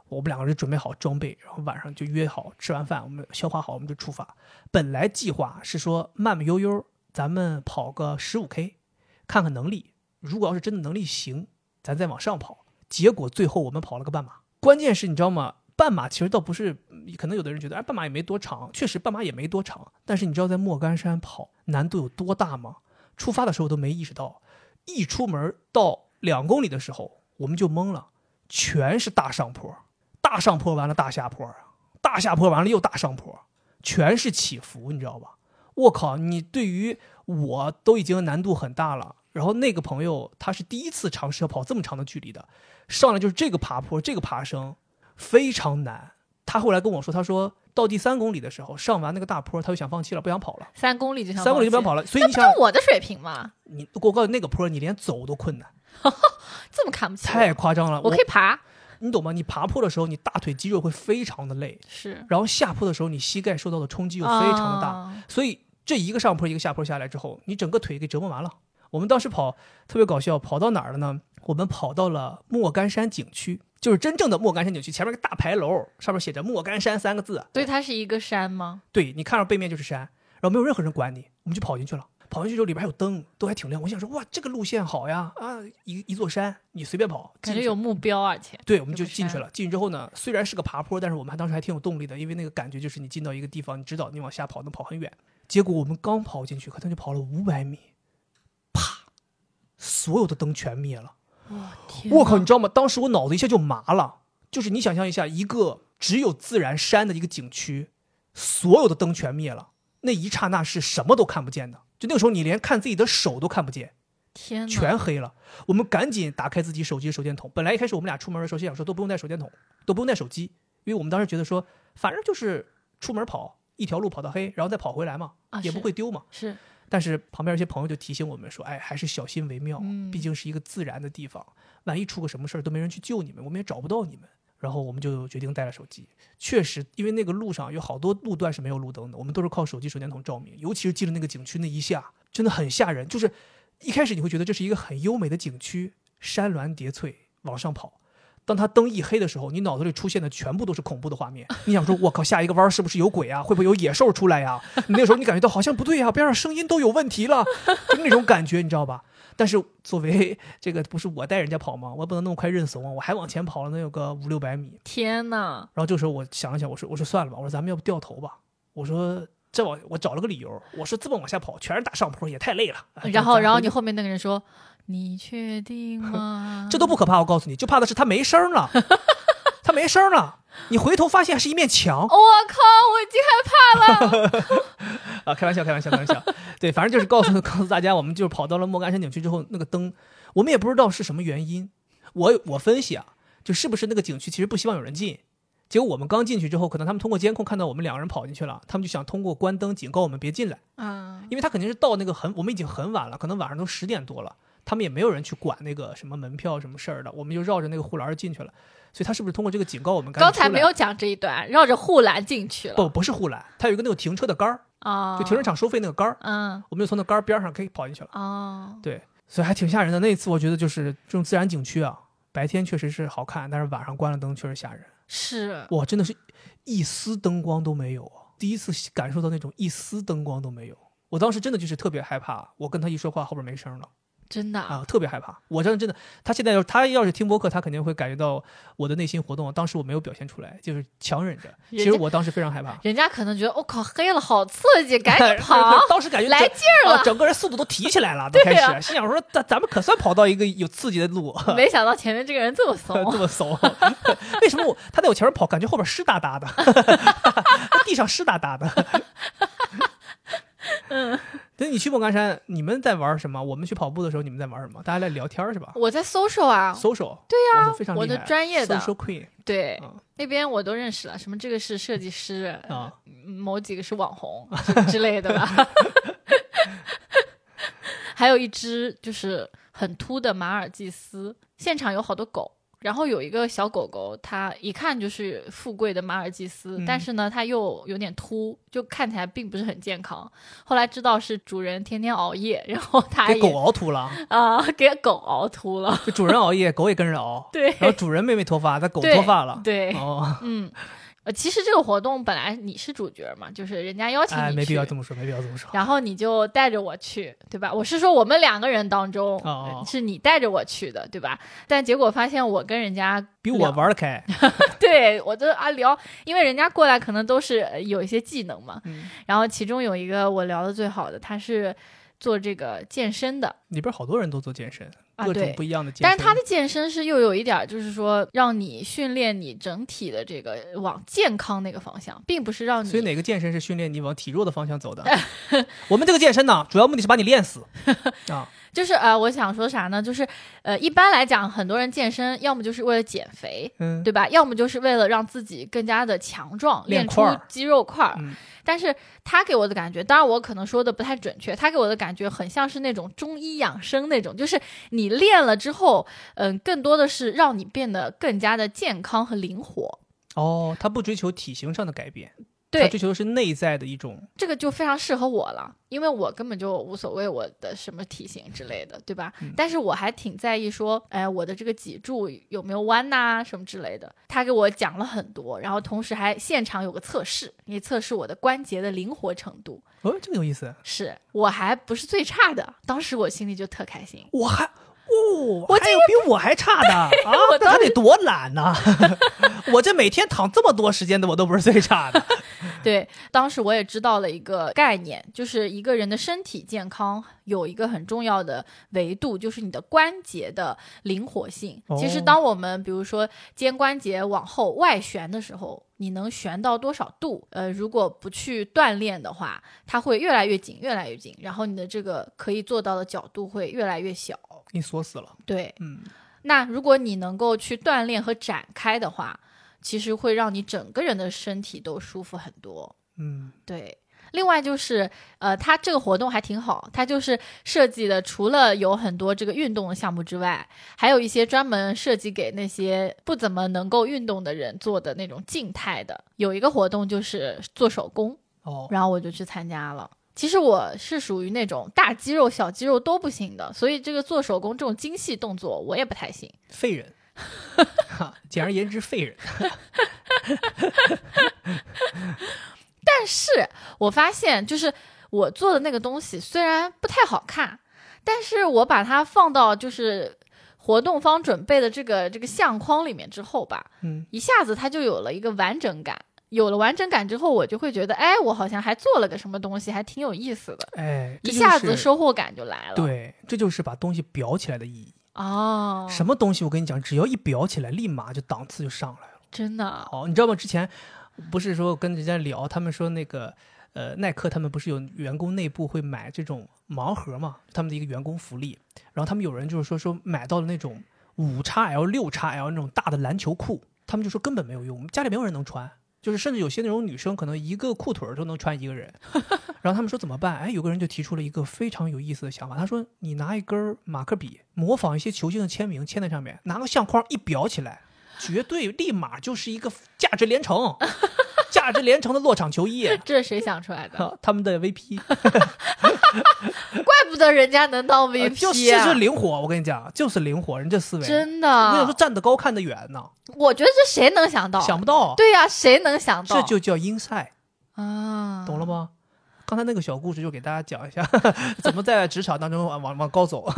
Speaker 1: 我们两个人就准备好装备，然后晚上就约好，吃完饭我们消化好，我们就出发。本来计划是说慢慢悠悠，咱们跑个十五 K，看看能力。如果要是真的能力行，咱再往上跑。结果最后我们跑了个半马，关键是你知道吗？半马其实倒不是，可能有的人觉得，哎，半马也没多长，确实半马也没多长。但是你知道在莫干山跑难度有多大吗？出发的时候都没意识到，一出门到两公里的时候我们就懵了，全是大上坡，大上坡完了大下坡啊，大下坡完了又大上坡，全是起伏，你知道吧？我靠，你对于我都已经难度很大了，然后那个朋友他是第一次尝试要跑这么长的距离的，上来就是这个爬坡，这个爬升非常难。他后来跟我说，他说到第三公里的时候，上完那个大坡，他就想放弃了，不想跑了，
Speaker 2: 三公里就想
Speaker 1: 三公里就不想
Speaker 2: 弃，
Speaker 1: 跑了。所以
Speaker 2: 那
Speaker 1: 你
Speaker 2: 不
Speaker 1: 想，
Speaker 2: 就我的水平吗？
Speaker 1: 你我告诉你，那个坡你连走都困难，
Speaker 2: 这么看不起我
Speaker 1: 太夸张了。
Speaker 2: 我可以爬，
Speaker 1: 你懂吗？你爬坡的时候，你大腿肌肉会非常的累，
Speaker 2: 是
Speaker 1: 然后下坡的时候，你膝盖受到的冲击又非常的大。
Speaker 2: 啊
Speaker 1: 所以这一个上坡一个下坡下来之后，你整个腿给折磨完了。我们当时跑特别搞笑，跑到哪儿了呢？我们跑到了莫干山景区，就是真正的莫干山景区，前面一个大牌楼，上面写着“莫干山”三个字。啊
Speaker 2: 所以它是一个山吗？
Speaker 1: 对你看着背面就是山，然后没有任何人管你，我们就跑进去了。跑进去之后里边还有灯，都还挺亮。我想说，哇，这个路线好呀，啊，一一座山，你随便跑，
Speaker 2: 感
Speaker 1: 进
Speaker 2: 觉
Speaker 1: 去
Speaker 2: 有目标，而且
Speaker 1: 对，我们
Speaker 2: 有
Speaker 1: 就
Speaker 2: 个
Speaker 1: 进去
Speaker 2: 山
Speaker 1: 了。进去之后呢，虽然是个爬坡，但是我们还当时还挺有动力的，因为那个感觉就是你进到一个地方，你知道你往下跑能跑很远。结果我们刚跑进去，可能就跑了五百米，啪，所有的灯全灭了。我靠，你知道吗？当时我脑子一下就麻了，就是你想象一下，一个只有自然山的一个景区，所有的灯全灭了，那一刹那是什么都看不见的。就那个时候，你连看自己的手都看不见，
Speaker 2: 天哪，
Speaker 1: 全黑了。我们赶紧打开自己手机的手电筒。本来一开始我们俩出门的时候，心想说都不用带手电筒，都不用带手机，因为我们当时觉得说，反正就是出门跑一条路跑到黑，然后再跑回来嘛，
Speaker 2: 啊
Speaker 1: 也不
Speaker 2: 是
Speaker 1: 会丢嘛。
Speaker 2: 是
Speaker 1: 但是旁边一些朋友就提醒我们说，哎，还是小心为妙，
Speaker 2: 嗯
Speaker 1: 毕竟是一个自然的地方，万一出个什么事儿都没人去救你们，我们也找不到你们。然后我们就决定带了手机。确实，因为那个路上有好多路段是没有路灯的，我们都是靠手机手电筒照明。尤其是进了那个景区那一下，真的很吓人。就是一开始你会觉得这是一个很优美的景区，山峦叠翠往上跑。当它灯一黑的时候，你脑子里出现的全部都是恐怖的画面。 你想说，我靠，下一个弯儿是不是有鬼啊？会不会有野兽出来呀、你 那时候你感觉到好像不对啊，边上声音都有问题了， 就那种感觉，你知道吧？但是作为这个不是我带人家跑吗？我也不能那么快认怂啊，我还往前跑了能有个五六百米。
Speaker 2: 天哪，
Speaker 1: 然后这时候我想了想，我说我说算了吧，我说咱们要不掉头吧，我说这往我找了个理由，我说这么往下跑全是大上坡，也太累了。哎
Speaker 2: 然后
Speaker 1: 咱
Speaker 2: 然后
Speaker 1: 回
Speaker 2: 你后面那个人说。你 确定吗？
Speaker 1: 这都不可怕，我告诉你，就怕的是它没声儿了，它没声儿了，你回头发现是一面墙
Speaker 2: 我靠！我已经害
Speaker 1: 啊！开玩笑，开玩笑，开玩笑。对，反正就是告诉 告诉大家，我们就是跑到了莫干山景区之后，那个灯，我们也不知道是什么原因。我我分析啊，就是不是那个景区其实不希望有人进。结果我们刚进去之后，可能他们通过监控看到我们两个人跑进去了，他们就想通过关灯警告我们别进来。
Speaker 2: 怕啊！
Speaker 1: 因为他肯定是到那个很，我们已经很晚了，可能晚上都十点多了，他们也没有人去管那个什么门票什么事儿的，我们就绕着那个护栏儿进去了。所以他是不是通过这个警告我们赶紧
Speaker 2: 刚才
Speaker 1: 出来
Speaker 2: 没有讲这一段，绕着护栏进去了
Speaker 1: 不不是护栏，它有一个那种停车的杆儿，
Speaker 2: 啊！
Speaker 1: 就停车场收费那个杆儿，
Speaker 2: 嗯
Speaker 1: 我们就从那杆儿边儿上可以跑进去了。
Speaker 2: 哦，
Speaker 1: 对，所以还挺吓人的。那一次我觉得就是这种自然景区啊，白天确实是好看，但是晚上关了灯确实吓人。
Speaker 2: 是
Speaker 1: 哇，真的是一丝灯光都没有啊！第一次感受到那种一丝灯光都没有，我当时真的就是特别害怕，我跟他一说话后边没声了
Speaker 2: 真的啊，
Speaker 1: 啊，特别害怕。我真的真的，他现在要他要是听播客，他肯定会感觉到我的内心活动。当时我没有表现出来，就是强忍着。其实
Speaker 2: 人家
Speaker 1: 我当时非常害怕，
Speaker 2: 人家可能觉得我、靠黑了，好刺激， 赶紧
Speaker 1: 是
Speaker 2: 跑，
Speaker 1: 当时感觉
Speaker 2: 来
Speaker 1: 整
Speaker 2: 劲儿
Speaker 1: 啊
Speaker 2: 了。
Speaker 1: 整个人速度都提起来了，都开
Speaker 2: 对啊
Speaker 1: 始、
Speaker 2: 呀
Speaker 1: 心想说，咱咱们可算跑到一个有刺激的路。
Speaker 2: 没想到前面这个人这么 怂，
Speaker 1: 这么怂， 为什么我他在我前面跑，感觉后边湿哒哒的， 地上湿哒哒的。 嗯，那你去莫干山，你们在玩什么？我们去跑步的时候，你们在玩什么？大家在聊天是吧
Speaker 2: 我在 social 啊，
Speaker 1: ？social，
Speaker 2: 对
Speaker 1: 哇
Speaker 2: 呀、
Speaker 1: 非常厉害
Speaker 2: 我的专业的
Speaker 1: social queen
Speaker 2: 对、
Speaker 1: 嗯
Speaker 2: 那边我都认识了，什么这个是设计师，
Speaker 1: 啊，
Speaker 2: 某几个是网红 之之类的吧。还有一只就是很秃的马尔济斯，现场有好多狗，然后有一个小狗狗，它一看就是富贵的马尔济斯，
Speaker 1: 嗯
Speaker 2: 但是呢，它又有点秃，就看起来并不是很健康。后来知道是主人天天熬夜， 然后它
Speaker 1: 给
Speaker 2: 也
Speaker 1: 狗熬秃了，
Speaker 2: 啊、给狗熬秃了，
Speaker 1: 就主人熬夜，狗也跟着熬，
Speaker 2: 对
Speaker 1: 然后主人没没脱发，但狗
Speaker 2: 对
Speaker 1: 脱发了。
Speaker 2: 对，
Speaker 1: 哦，
Speaker 2: 嗯，呃，其实这个活动本来你是主角嘛，就是人家邀请
Speaker 1: 哎，
Speaker 2: 你
Speaker 1: 没必
Speaker 2: 去
Speaker 1: 要这么说，没必要这么说。
Speaker 2: 然后你就带着我去，对吧？我是说我们两个人当中，
Speaker 1: 哦
Speaker 2: 呃是你带着我去的，对吧？但结果发现我跟人家
Speaker 1: 比我
Speaker 2: 聊，
Speaker 1: 玩的开，
Speaker 2: 对我都啊聊，因为人家过来可能都是呃有一些技能嘛。
Speaker 1: 嗯
Speaker 2: 然后其中有一个我聊的最好的，他是做这个健身的，
Speaker 1: 里边好多人都做健身，
Speaker 2: 啊
Speaker 1: 各种
Speaker 2: 对
Speaker 1: 不一样的健身。
Speaker 2: 但是他的健身是又有一点儿，就是说让你训练你整体的这个往健康那个方向，并不是让你
Speaker 1: 所以哪个健身是训练你往体弱的方向 走的？我们这个健身呢，主要目的是把你练死啊。
Speaker 2: 就是呃，我想说啥呢？就是呃，一般来讲，很多人健身要么就是为了减肥，
Speaker 1: 嗯，
Speaker 2: 对吧？要么就是为了让自己更加的强壮，
Speaker 1: 练
Speaker 2: 练出
Speaker 1: 块儿
Speaker 2: 肌肉块儿。
Speaker 1: 嗯
Speaker 2: 但是他给我的感觉，当然我可能说的不太准确，他给我的感觉很像是那种中医养生那种，就是你练了之后，嗯、更多的是让你变得更加的健康和灵活。
Speaker 1: 哦，他不追求体型上的改变，
Speaker 2: 对
Speaker 1: 他追求的是内在的一种。
Speaker 2: 这个就非常适合我了，因为我根本就无所谓我的什么体型之类的，对吧？
Speaker 1: 嗯
Speaker 2: 但是我还挺在意说，哎，我的这个脊柱有没有弯呐、什么之类的。他给我讲了很多，然后同时还现场有个测试，也测试我的关节的灵活程度。
Speaker 1: 哦，这个有意思。
Speaker 2: 是我还不是最差的，当时我心里就特开心。
Speaker 1: 我还哦，
Speaker 2: 我
Speaker 1: 还有比我还差的啊！
Speaker 2: 我
Speaker 1: 那他得多懒呐！ 我这每天躺这么多时间的，我都不是最差 的。
Speaker 2: 对，当时我也知道了一个概念，就是一个人的身体健康有一个很重要的维度，就是你的关节的灵活性。其实，
Speaker 1: 哦
Speaker 2: 当我们比如说肩关节往后外旋的时候，你能旋到多少度？呃，如果不去锻炼的话，它会越来越紧，越来越紧，然后你的这个可以做到的角度会越来越小。
Speaker 1: 你锁死了，
Speaker 2: 对，
Speaker 1: 嗯，
Speaker 2: 那如果你能够去锻炼和展开的话，其实会让你整个人的身体都舒服很多。
Speaker 1: 嗯，
Speaker 2: 对，另外就是呃，它这个活动还挺好，它就是设计的，除了有很多这个运动的项目之外，还有一些专门设计给那些不怎么能够运动的人做的那种静态的。有一个活动就是做手工，
Speaker 1: 哦，
Speaker 2: 然后我就去参加了。其实我是属于那种大肌肉、小肌肉都不行的，所以这个做手工这种精细动作我也不太行。
Speaker 1: 废人。哈，简而言之，废人。
Speaker 2: 但是我发现，就是我做的那个东西虽然不太好看，但是我把它放到就是活动方准备的这个这个相框里面之后吧，
Speaker 1: 嗯，
Speaker 2: 一下子它就有了一个完整感。有了完整感之后，我就会觉得，哎，我好像还做了个什么东西，还挺有意思的，
Speaker 1: 哎，这
Speaker 2: 一
Speaker 1: 就
Speaker 2: 下子
Speaker 1: 是
Speaker 2: 收获感就来了。，
Speaker 1: 对，这就是把东西裱起来的意义。
Speaker 2: 哦，
Speaker 1: 什么东西？我跟你讲，只要一裱起来，立马就档次就上来了。
Speaker 2: 真的
Speaker 1: 哦好，你知道吗？之前不是说跟人家聊，他们说那个呃，耐克他们不是有员工内部会买这种盲盒嘛，他们的一个员工福利。然后他们有人就是说说买到了那种五 x L、六 x L 那种大的篮球裤，他们就说根本没有用，我们家里没有人能穿。就是甚至有些那种女生可能一个裤腿儿都能穿一个人， 然后他们说怎么办？哎，有个人就提出了一个非常有意思的想法，他说你拿一根儿马克笔，模仿一些球星的签名签在上面，拿个相框一裱起来，绝对立马就是一个价值连城， 价值连城的落场球衣。
Speaker 2: 这是谁想出来的？
Speaker 1: 啊他们的 VP
Speaker 2: 怪不得人家能当 VP，、
Speaker 1: 呃
Speaker 2: 啊
Speaker 1: 就是就是灵活，我跟你讲，就是灵活，人家思维，
Speaker 2: 真
Speaker 1: 没有说
Speaker 2: 的。
Speaker 1: 站得高看得远呢，
Speaker 2: 我觉得这谁能想到？
Speaker 1: 想不到，
Speaker 2: 对呀、谁能想到？
Speaker 1: 这就叫 inside，
Speaker 2: 啊，
Speaker 1: 懂了吗？刚才那个小故事就给大家讲一下， 怎么在职场当中往往往高走，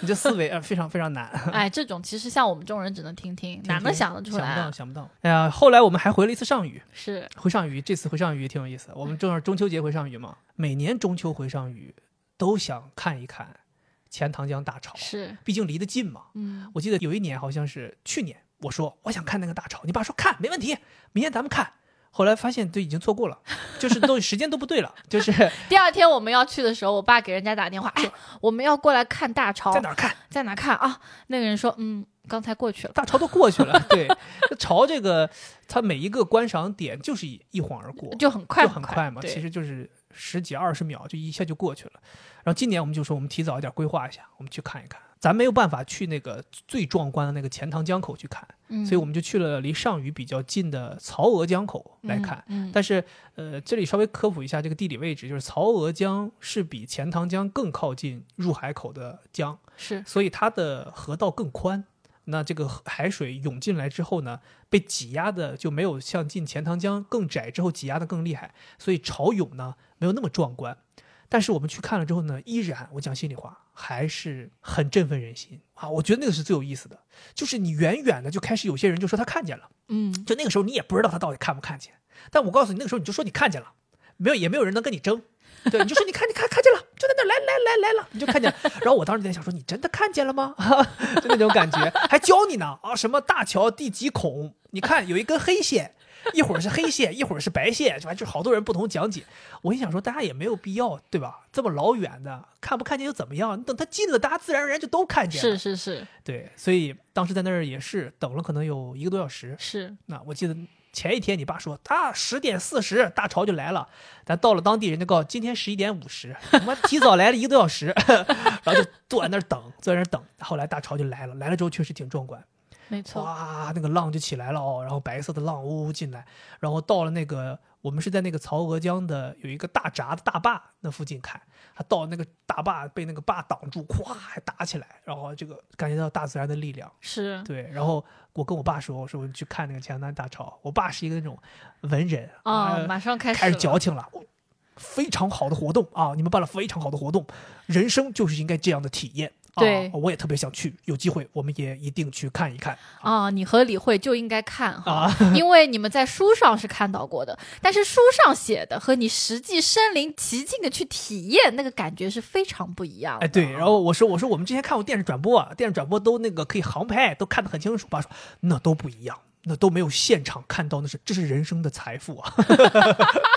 Speaker 1: 你这思维啊非常非常难，
Speaker 2: 哎，这种其实像我们这种人只能听听，哪能
Speaker 1: 听
Speaker 2: 想得出
Speaker 1: 想
Speaker 2: 来
Speaker 1: 不到
Speaker 2: 啊？
Speaker 1: 想不到。哎呀，后来我们还回了一次上虞，
Speaker 2: 是
Speaker 1: 回上虞，这次回上虞挺有意思。我们正好中秋节回上虞嘛，每年中秋回上虞都想看一看钱塘江大潮，
Speaker 2: 是，
Speaker 1: 毕竟离得近嘛。
Speaker 2: 嗯，
Speaker 1: 我记得有一年好像是去年，我说我想看那个大潮，你爸说看没问题，明天咱们看。后来发现都已经错过了，就是都时间都不对了，就是在
Speaker 2: 第二天我们要去的时候，我爸给人家打电话，哎，我们要过来看大潮，
Speaker 1: 哪儿看？
Speaker 2: 在哪看啊？那个人说，嗯，刚才过去了。
Speaker 1: 大潮都过去了， 对，潮这个它每一个观赏点就是一一晃而过，
Speaker 2: 就很快
Speaker 1: 就很快嘛，
Speaker 2: 对
Speaker 1: 其实就是十几二十秒，就一下就过去了。然后今年我们就说，我们提早一点规划一下，我们去看一看。咱没有办法去那个最壮观的那个钱塘江口去看，
Speaker 2: 嗯
Speaker 1: 所以我们就去了离上虞比较近的曹娥江口来看。
Speaker 2: 嗯，嗯
Speaker 1: 但是，呃，这里稍微科普一下这个地理位置，就是曹娥江是比钱塘江更靠近入海口的江，
Speaker 2: 是
Speaker 1: 所以它的河道更宽。那这个海水涌进来之后呢，被挤压的就没有像进钱塘江更窄之后挤压的更厉害，所以潮涌呢没有那么壮观。但是我们去看了之后呢，依然我讲心里话，还是很振奋人心啊！我觉得那个是最有意思的，就是你远远的就开始有些人就说他看见了，
Speaker 2: 嗯，
Speaker 1: 就那个时候你也不知道他到底看不看见，但我告诉你，那个时候你就说你看见了，没有也没有人能跟你争，对，你就说你看你看看见了，就在那儿来来来来了，你就看见了。然后我当时就在想说，你真的看见了吗？ 就那种感觉，还教你呢啊，什么大桥第几孔，你看有一根黑线。一会儿是黑线，一会儿是白线，反正就好多人不同讲解。我心想说，大家也没有必要，对吧？这么老远的，看不看见又怎么样？你等他近了，大家自然而然就都看见了。
Speaker 2: 是是是
Speaker 1: 对，所以当时在那儿也是等了可能有一个多小时，
Speaker 2: 是，
Speaker 1: 那我记得前一天你爸说他十点四十大潮就来了，咱到了当地人家告今天十一点五十，他妈提早来了一个多小时，然后就坐在那儿等，坐在那儿等。后来大潮就来了，来了之后确实挺壮观，
Speaker 2: 没错，
Speaker 1: 哇，那个浪就起来了哦，然后白色的浪呜呜进来，然后到了那个我们是在那个曹娥江的有一个大闸的大坝那附近看，他到那个大坝被那个坝挡住，咵还打起来，然后这个感觉到大自然的力量。
Speaker 2: 是
Speaker 1: 对，然后我跟我爸说，我说我去看那个钱塘江大潮。我爸是一个那种文人
Speaker 2: 啊，
Speaker 1: 呃
Speaker 2: 马上开
Speaker 1: 开始
Speaker 2: 了
Speaker 1: 矫情了。哦非常好的活动啊！你们办了非常好的活动，人生就是应该这样的体验。啊
Speaker 2: 对
Speaker 1: 我也特别想去，有机会我们也一定去看一看。
Speaker 2: 啊，你和李慧就应该
Speaker 1: 啊
Speaker 2: 看哈，
Speaker 1: 嗯
Speaker 2: 因为你们在书上是看到过的，但是书上写的和你实际身临其境的去体验，那个感觉是非常不一样的。
Speaker 1: 哎，对，然后我说我说我们之前看过电视转播，啊，电视转播都那个可以航拍，都看得很清楚。爸说那都不一样，那都没有现场看到，那是这是人生的财富啊。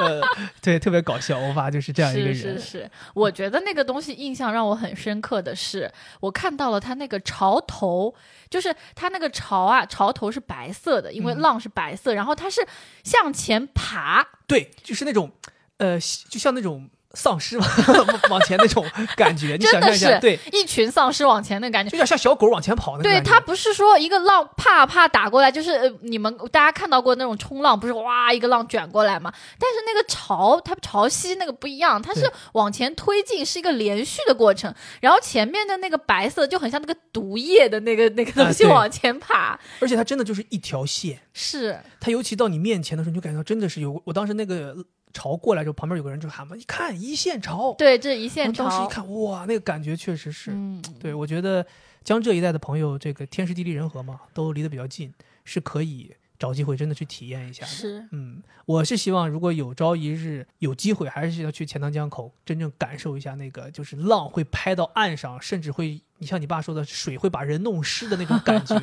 Speaker 1: 呃，对，特别搞笑，我爸就是这样一个人。
Speaker 2: 是是是，我觉得那个东西印象让我很深刻的是，我看到了它那个潮头，就是它那个潮啊，潮头是白色的，因为
Speaker 1: 嗯
Speaker 2: 浪是白色，然后它是向前爬，
Speaker 1: 对，就是那种，呃，就像那种丧尸嘛， 往前那种感觉，你
Speaker 2: 真
Speaker 1: 想
Speaker 2: 的
Speaker 1: 象一下，
Speaker 2: 是
Speaker 1: 对，
Speaker 2: 一群丧尸往前的感
Speaker 1: 就
Speaker 2: 觉。
Speaker 1: 有点像小狗往前跑那种
Speaker 2: 对，
Speaker 1: 感觉。
Speaker 2: 它不是说一个浪啪啪打过来，就是呃，你们大家看到过那种冲浪，不是哇一个浪卷过来嘛？但是那个潮，它潮汐那个不一样，它是
Speaker 1: 对
Speaker 2: 往前推进，是一个连续的过程。然后前面的那个白色就很像那个毒液的那个那个
Speaker 1: 啊
Speaker 2: 东西
Speaker 1: 对
Speaker 2: 往前爬，
Speaker 1: 而且它真的就是一条线，
Speaker 2: 是
Speaker 1: 它尤其到你面前的时候，你就感觉到真的是有。我当时那个潮过来之后，旁边有个人就喊嘛，你看一线潮。
Speaker 2: 对这一
Speaker 1: 我
Speaker 2: 线潮。
Speaker 1: 当时一看，哇，那个感觉确实是。
Speaker 2: 嗯，
Speaker 1: 对，我觉得江浙一带的朋友，这个天时地利人和嘛，都离得比较近，是可以找机会真的去体验一下的。
Speaker 2: 是
Speaker 1: 嗯，我是希望如果有朝一日有机会，还是要去钱塘江口真正感受一下那个，就是浪会拍到岸上，甚至会你像你爸说的，水会把人弄湿的那种感觉，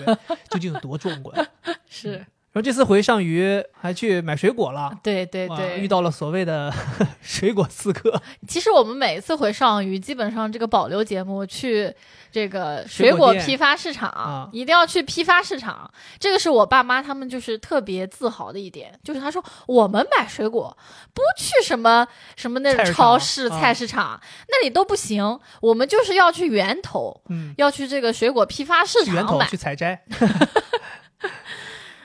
Speaker 1: 究竟有多壮 观？然
Speaker 2: 是，
Speaker 1: 后这次回上虞还去买水果了。
Speaker 2: 对对
Speaker 1: 哇
Speaker 2: 对。
Speaker 1: 遇到了所谓的 水果刺客，
Speaker 2: 其实我们每一次回上虞，基本上这个保留节目去这个水
Speaker 1: 水果
Speaker 2: 果
Speaker 1: 店
Speaker 2: 批发市场，
Speaker 1: 啊
Speaker 2: 一定要去批发市场。这个是我爸妈他们就是特别自豪的一点，就是他说我们买水果不去什么什么那
Speaker 1: 菜
Speaker 2: 种
Speaker 1: 市场
Speaker 2: 超市、
Speaker 1: 啊
Speaker 2: 菜市场，那里都不行，我们就是要去源头，
Speaker 1: 嗯，
Speaker 2: 要去这个水果批发市
Speaker 1: 去源
Speaker 2: 场
Speaker 1: 头
Speaker 2: 买
Speaker 1: 去。采摘，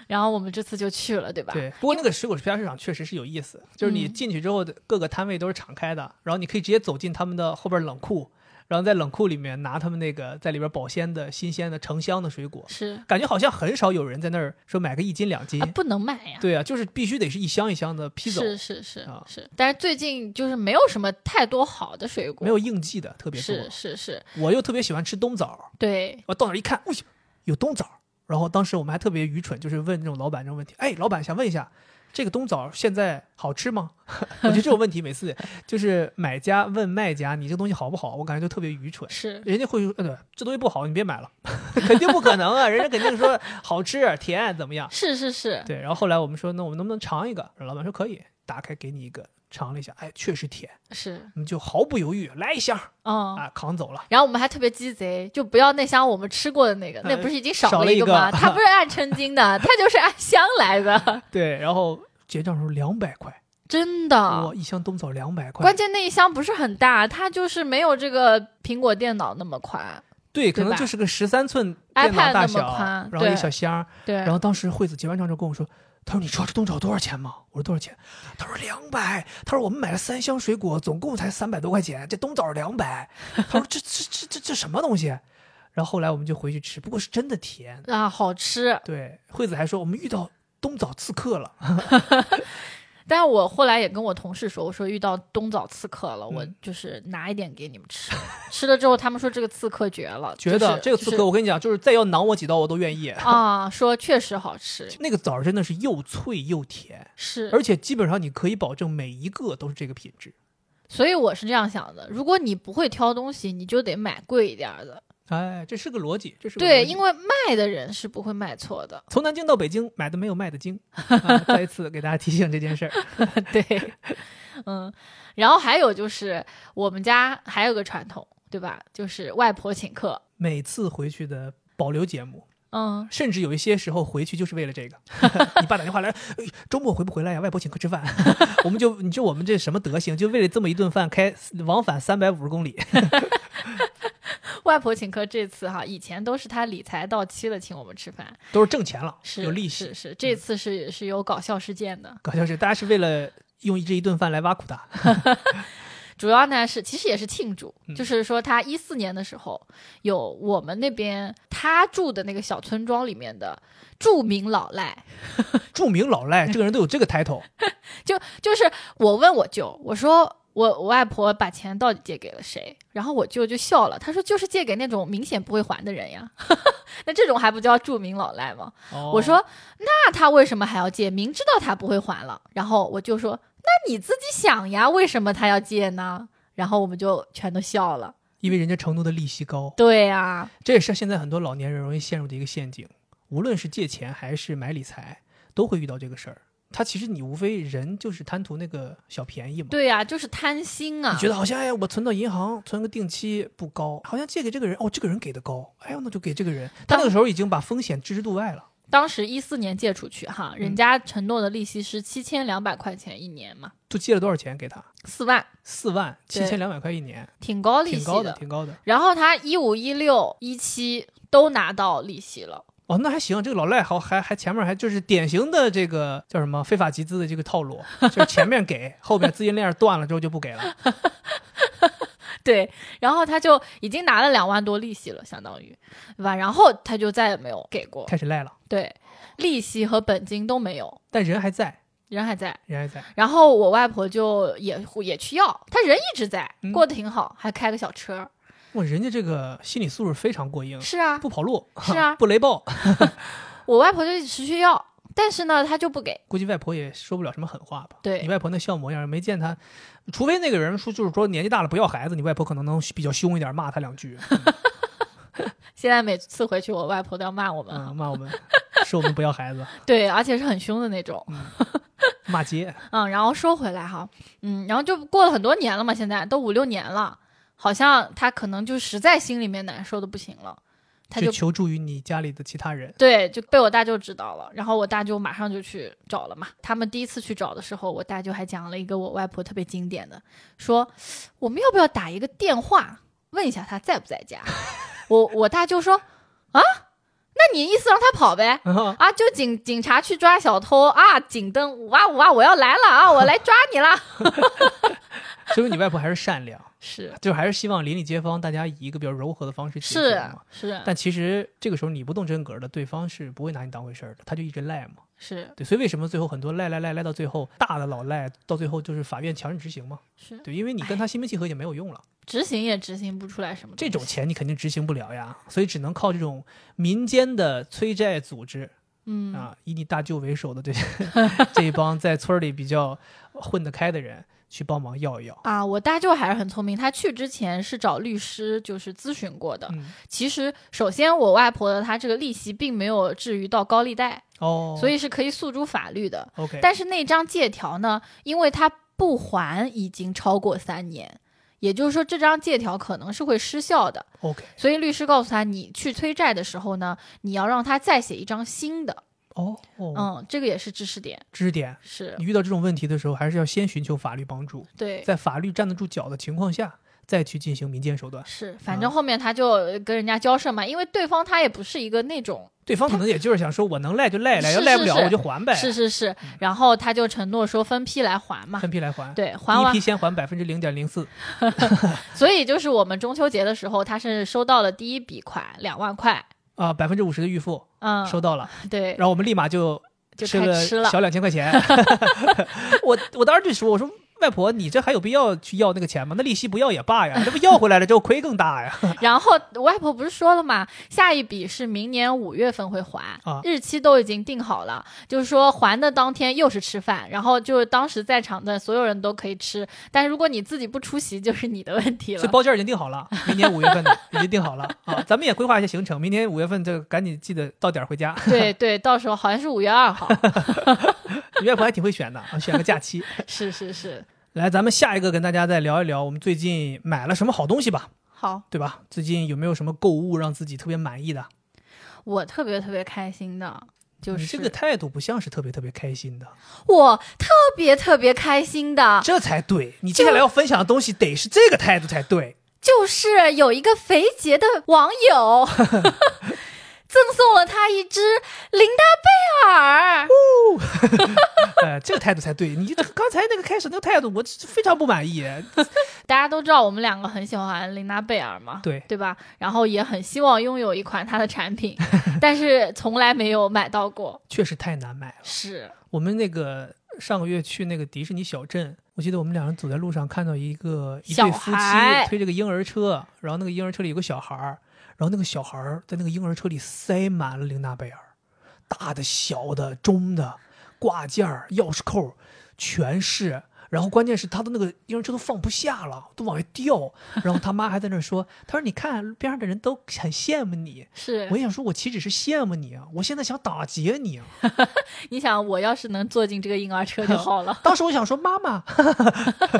Speaker 2: 然后我们这次就去了，对吧？
Speaker 1: 对。不过那个水果批发市场确实是有意思，就是你
Speaker 2: 嗯
Speaker 1: 进去之后，各个摊位都是敞开的，然后你可以直接走进他们的后边冷库，然后在冷库里面拿他们那个在里边保鲜的新鲜的成箱的水果，
Speaker 2: 是
Speaker 1: 感觉好像很少有人在那儿说买个一斤两斤
Speaker 2: 啊，。不能买呀。
Speaker 1: 对啊，就是必须得是一箱一箱的批走，
Speaker 2: 是是是
Speaker 1: 啊
Speaker 2: 是，但是最近就是没有什么太多好的水果，
Speaker 1: 没有应季的特别多。
Speaker 2: 是是是，
Speaker 1: 我又特别喜欢吃冬枣，
Speaker 2: 对，
Speaker 1: 我到那儿一看，哎呦，有冬枣。然后当时我们还特别愚蠢，就是问这种老板这种问题，哎，老板想问一下，这个冬枣现在好吃吗？ 我觉得这种问题每次就是买家问卖家，你这个东西好不好？我感觉就特别愚蠢。
Speaker 2: 是
Speaker 1: 人家会说，呃，这东西不好，你别买了， 肯定不可能啊，人家肯定说好吃、甜怎么样？
Speaker 2: 是是是，
Speaker 1: 对，然后后来我们说，那我们能不能尝一个？老板说可以，打开给你一个，尝了一下，哎，确实甜，
Speaker 2: 是，
Speaker 1: 我们就毫不犹豫来一箱
Speaker 2: 嗯。
Speaker 1: 啊，扛走了。
Speaker 2: 然后我们还特别鸡贼，就不要那箱我们吃过的那个，那不是已经
Speaker 1: 嗯少
Speaker 2: 少
Speaker 1: 了一
Speaker 2: 一
Speaker 1: 个
Speaker 2: 吗？它不是按称斤的，它就是按箱来的，
Speaker 1: 对，然后结账的时候两百块，
Speaker 2: 真
Speaker 1: 哇，
Speaker 2: 的。
Speaker 1: 一箱冬枣两百块，
Speaker 2: 啊关键那一箱不是很大，它就是没有这个苹果电脑那么宽。
Speaker 1: 对，可
Speaker 2: 对
Speaker 1: 能
Speaker 2: 吧
Speaker 1: 就是个十三寸电脑大
Speaker 2: iPad 那么
Speaker 1: 小，
Speaker 2: 宽
Speaker 1: 然后一
Speaker 2: 对
Speaker 1: 小箱儿。
Speaker 2: 对，
Speaker 1: 然后当时惠子结完账之后跟我说。他说：“你知道这冬枣多少钱吗？”我说：“多少钱？”他说：“两百。”他说：“我们买了三箱水果，总共才三百多块钱，这冬枣两百。”他说：“这这这这这什么东西？”然后后来我们就回去吃，不过是真的甜。
Speaker 2: 啊，好吃。
Speaker 1: 对，惠子还说我们遇到冬枣刺客了。
Speaker 2: 但是我后来也跟我同事说，我说遇到冬枣刺客了，我
Speaker 1: 嗯
Speaker 2: 就是拿一点给你们吃。 吃了之后，他们说这个刺客绝了，
Speaker 1: 觉得
Speaker 2: 就是
Speaker 1: 这个刺
Speaker 2: 就
Speaker 1: 客，
Speaker 2: 是
Speaker 1: 我跟你讲，就是再要挠我几刀我都愿意。
Speaker 2: 啊，说确实好吃，
Speaker 1: 那个枣儿真的是又脆又甜，
Speaker 2: 是。
Speaker 1: 而且基本上你可以保证每一个都是这个品质。
Speaker 2: 所以我是这样想的，如果你不会挑东西，你就得买贵一点儿的。
Speaker 1: 哎，这是个逻辑，这是个
Speaker 2: 对，
Speaker 1: 逻辑
Speaker 2: 因为卖的人是不会卖 错的。
Speaker 1: 从南京到北京买的没有卖的 精、啊再一次给大家提醒这件事儿。
Speaker 2: 对，嗯，然后还有就是我们家还有个传统，对吧？就是外婆请客。
Speaker 1: 每次回去的保留节目，
Speaker 2: 嗯，
Speaker 1: 甚至有一些时候回去就是为了这个。 你爸打电话来，哎周末回不回来呀？外婆请客吃饭，我们就你就我们这什么德行，就为了这么一顿饭开往返三百五十公里。
Speaker 2: 外婆请客这次哈，以前都是她理财到期了请我们吃饭，
Speaker 1: 都是挣钱了，
Speaker 2: 是
Speaker 1: 有利
Speaker 2: 是
Speaker 1: 息。嗯
Speaker 2: 是，这次是是有搞笑事件的。
Speaker 1: 搞笑是，大家是为了用这一顿饭来挖苦他。
Speaker 2: 主要呢是其实也是庆祝，
Speaker 1: 嗯
Speaker 2: 就是说他一四年的时候有我们那边他住的那个小村庄里面的著名老赖，
Speaker 1: 著名老赖，这个人都有这个 title，
Speaker 2: 就就是我问我舅，我说我我外婆把钱到底借给了谁？然后我舅就笑了，他说就是借给那种明显不会还的人呀， 那这种还不叫著名老赖吗？
Speaker 1: 哦
Speaker 2: 我说那他为什么还要借？明知道他不会还了。然后我就说那你自己想呀，为什么他要借呢？然后我们就全都笑了。
Speaker 1: 因为人家成都的利息高，
Speaker 2: 对呀、
Speaker 1: 这也是现在很多老年人容易陷入的一个陷阱。无论是借钱还是买理财，都会遇到这个事儿。他其实你无非人就是贪图那个小便宜嘛。
Speaker 2: 对呀、就是贪心啊
Speaker 1: 你。觉得好像哎，我存到银行存个定期不高，好像借给这个人哦，这个人给的高，哎呦那就给这个人。他那个时候已经把风险置之度外了。
Speaker 2: 当时一四年借出去哈，
Speaker 1: 嗯
Speaker 2: 人家承诺的利息是七千两百块钱一年嘛，
Speaker 1: 就借了多少钱给他？
Speaker 2: 四万，
Speaker 1: 四万七千两百块一年，
Speaker 2: 挺高利
Speaker 1: 挺
Speaker 2: 息
Speaker 1: 高的，挺高的。
Speaker 2: 然后他一五一六一七都拿到利息了，
Speaker 1: 哦，那还行，这个老赖好还还前面还就是典型的这个叫什么非法集资的这个套路，就是前面给，后面资金链断了之后就不给了。
Speaker 2: 对，然后他就已经拿了两万多利息了，相当于，对吧？然后他就再也没有给过，
Speaker 1: 开始赖了。
Speaker 2: 对，利息和本金都没有，
Speaker 1: 但人还在，
Speaker 2: 人还在。
Speaker 1: 人还在。
Speaker 2: 然后我外婆就也也去要，她人一直在
Speaker 1: 嗯，
Speaker 2: 过得挺好，还开个小车。
Speaker 1: 哇，人家这个心理素质非常过硬，
Speaker 2: 是啊，
Speaker 1: 不跑路，
Speaker 2: 是 啊
Speaker 1: 不雷暴。
Speaker 2: 我外婆就一直持续要，但是呢，她就不给。
Speaker 1: 估计外婆也说不了什么狠话吧？
Speaker 2: 对
Speaker 1: 你外婆那笑模样，没见她，除非那个人说就是说年纪大了不要孩子，你外婆可能能比较凶一点骂他两 句，
Speaker 2: 现在每次回去，我外婆都要骂我们，
Speaker 1: 嗯，骂我们，说我们不要孩子，
Speaker 2: 对，而且是很凶的那种。
Speaker 1: 骂街。
Speaker 2: 嗯，然后说回来哈，嗯，然后就过了很多年了嘛，现在都五六年了，好像他可能就实在心里面难受的不行了，他
Speaker 1: 这
Speaker 2: 就
Speaker 1: 求助于你家里的其他人，
Speaker 2: 对就被我大舅知道了，然后我大舅马上就去找了嘛。他们第一次去找的时候，我大舅还讲了一个我外婆特别经典的，说我们要不要打一个电话问一下他在不在家？ 我我大舅说啊，那你意思让他跑呗？
Speaker 1: 啊
Speaker 2: 啊，就警警察去抓小偷啊，警灯五啊五啊，我要来了啊，我来抓你了。
Speaker 1: 说明你外婆还是善良，
Speaker 2: 是
Speaker 1: 就还是希望邻里街坊大家以一个比较柔和的方式解决
Speaker 2: 是
Speaker 1: 嘛。
Speaker 2: 是
Speaker 1: 但其实这个时候你不动真格的，对方是不会拿你当回事儿的，他就一直赖嘛。
Speaker 2: 是
Speaker 1: 对，所以为什么最后很多赖赖赖赖到最后，大的老赖到最后就是法院强制执行嘛？
Speaker 2: 是，
Speaker 1: 对，因为你跟他心平气和也没有用了，
Speaker 2: 执行也执行不出来什么东
Speaker 1: 这种
Speaker 2: 西
Speaker 1: 钱你肯定执行不了呀，所以只能靠这种民间的催债组织
Speaker 2: 嗯
Speaker 1: 啊，以你大舅为首的这 这一帮在村儿里比较混得开的人去帮忙要一要。
Speaker 2: 啊，我大舅还是很聪明，他去之前是找律师就是咨询过的。
Speaker 1: 嗯，
Speaker 2: 其实，首先我外婆的她这个利息并没有至于到高利贷，
Speaker 1: 哦，
Speaker 2: 所以是可以诉诸法律的。
Speaker 1: OK，
Speaker 2: 但是那张借条呢，因为他不还已经超过三年，也就是说这张借条可能是会失效的。
Speaker 1: OK，
Speaker 2: 所以律师告诉他，你去催债的时候呢，你要让他再写一张新的。
Speaker 1: 哦，哦
Speaker 2: 嗯，这个也是知识点，
Speaker 1: 知识点，
Speaker 2: 是
Speaker 1: 你遇到这种问题的时候，还是要先寻求法律帮助，
Speaker 2: 对。
Speaker 1: 在法律站得住脚的情况下，再去进行民间手段。
Speaker 2: 是，
Speaker 1: 啊
Speaker 2: 反正后面他就跟人家交涉嘛，因为对方他也不是一个那种
Speaker 1: 对方可能也就是想说，我能赖就赖赖，要
Speaker 2: 是
Speaker 1: 赖不了
Speaker 2: 是是
Speaker 1: 我就还呗，
Speaker 2: 是是是，然后他就承诺说分批来还嘛。
Speaker 1: 嗯分批来还。
Speaker 2: 对，还
Speaker 1: 第一
Speaker 2: 完
Speaker 1: 批，先还百分之零点零四，
Speaker 2: 所以就是我们中秋节的时候，他是收到了第一笔款两万块，
Speaker 1: 啊，百分之五十的预付
Speaker 2: 嗯，
Speaker 1: 收到了，
Speaker 2: 对
Speaker 1: 然，后我们立马就
Speaker 2: 就
Speaker 1: 吃
Speaker 2: 开吃了
Speaker 1: 小两千块 钱。我我当时就说，我说外婆，你这还有必要去要那个钱吗？那利息不要也罢呀，这不要回来了之后亏更大呀。
Speaker 2: 然后我外婆不是说了嘛，下一笔是明年五月份会还，
Speaker 1: 啊
Speaker 2: 日期都已经定好了，就是说还的当天又是吃饭，然后就是当时在场的所有人都可以吃，但如果你自己不出席，就是你的问题
Speaker 1: 所以
Speaker 2: 了。
Speaker 1: 包间已经定好了，明年五月份 的已经定好了啊。咱们也规划一下行程，明年五月份就赶紧记得到点儿回家。
Speaker 2: 对对，到时候好像是五月 二号，
Speaker 1: 你外婆还挺会选的，啊，选个假期。
Speaker 2: 是是是，
Speaker 1: 来，咱们下一个跟大家再聊一聊，我们最近买了什么好东西吧，
Speaker 2: 好，
Speaker 1: 对吧？最近有没有什么购物让自己特别满意的？
Speaker 2: 我特别特别开心的，就
Speaker 1: 你
Speaker 2: 是
Speaker 1: 这个态度不像是特别特别开心的，
Speaker 2: 我特别特别开心的，
Speaker 1: 这才对。你接下来要分享的东西得是这个态度才对。
Speaker 2: 就是有一个肥杰的网 友赠送了他一只琳达贝尔，
Speaker 1: 呃，这个态度才对。你这个刚才那个开始那个态度，我非常不满意。
Speaker 2: 大家都知道我们两个很喜欢琳达贝尔嘛，
Speaker 1: 对
Speaker 2: 对吧？然后也很希望拥有一款它的产品，但是从来没有买到 过。
Speaker 1: 确实太难买了。
Speaker 2: 是，
Speaker 1: 我们那个上个月去那个迪士尼小镇，我记得我们两人走在路上，看到一个一对
Speaker 2: 小
Speaker 1: 夫
Speaker 2: 孩
Speaker 1: 妻推着个婴儿车，然后那个婴儿车里有个小孩儿，然后那个小孩儿在那个婴儿车里塞满了琳达贝尔，大的、小的、中的、挂件儿、钥匙扣儿全是。然后关键是他的那个婴儿车都放不下了，都往外 掉。然后他妈还在那儿说：“他说你看边上的人都很羡慕你。”
Speaker 2: 是
Speaker 1: 我，也想说，我岂止是羡慕你啊，我现在想打劫你啊！。
Speaker 2: 你想，我要是能坐进这个婴儿车就好了
Speaker 1: 当时我想说：“妈妈，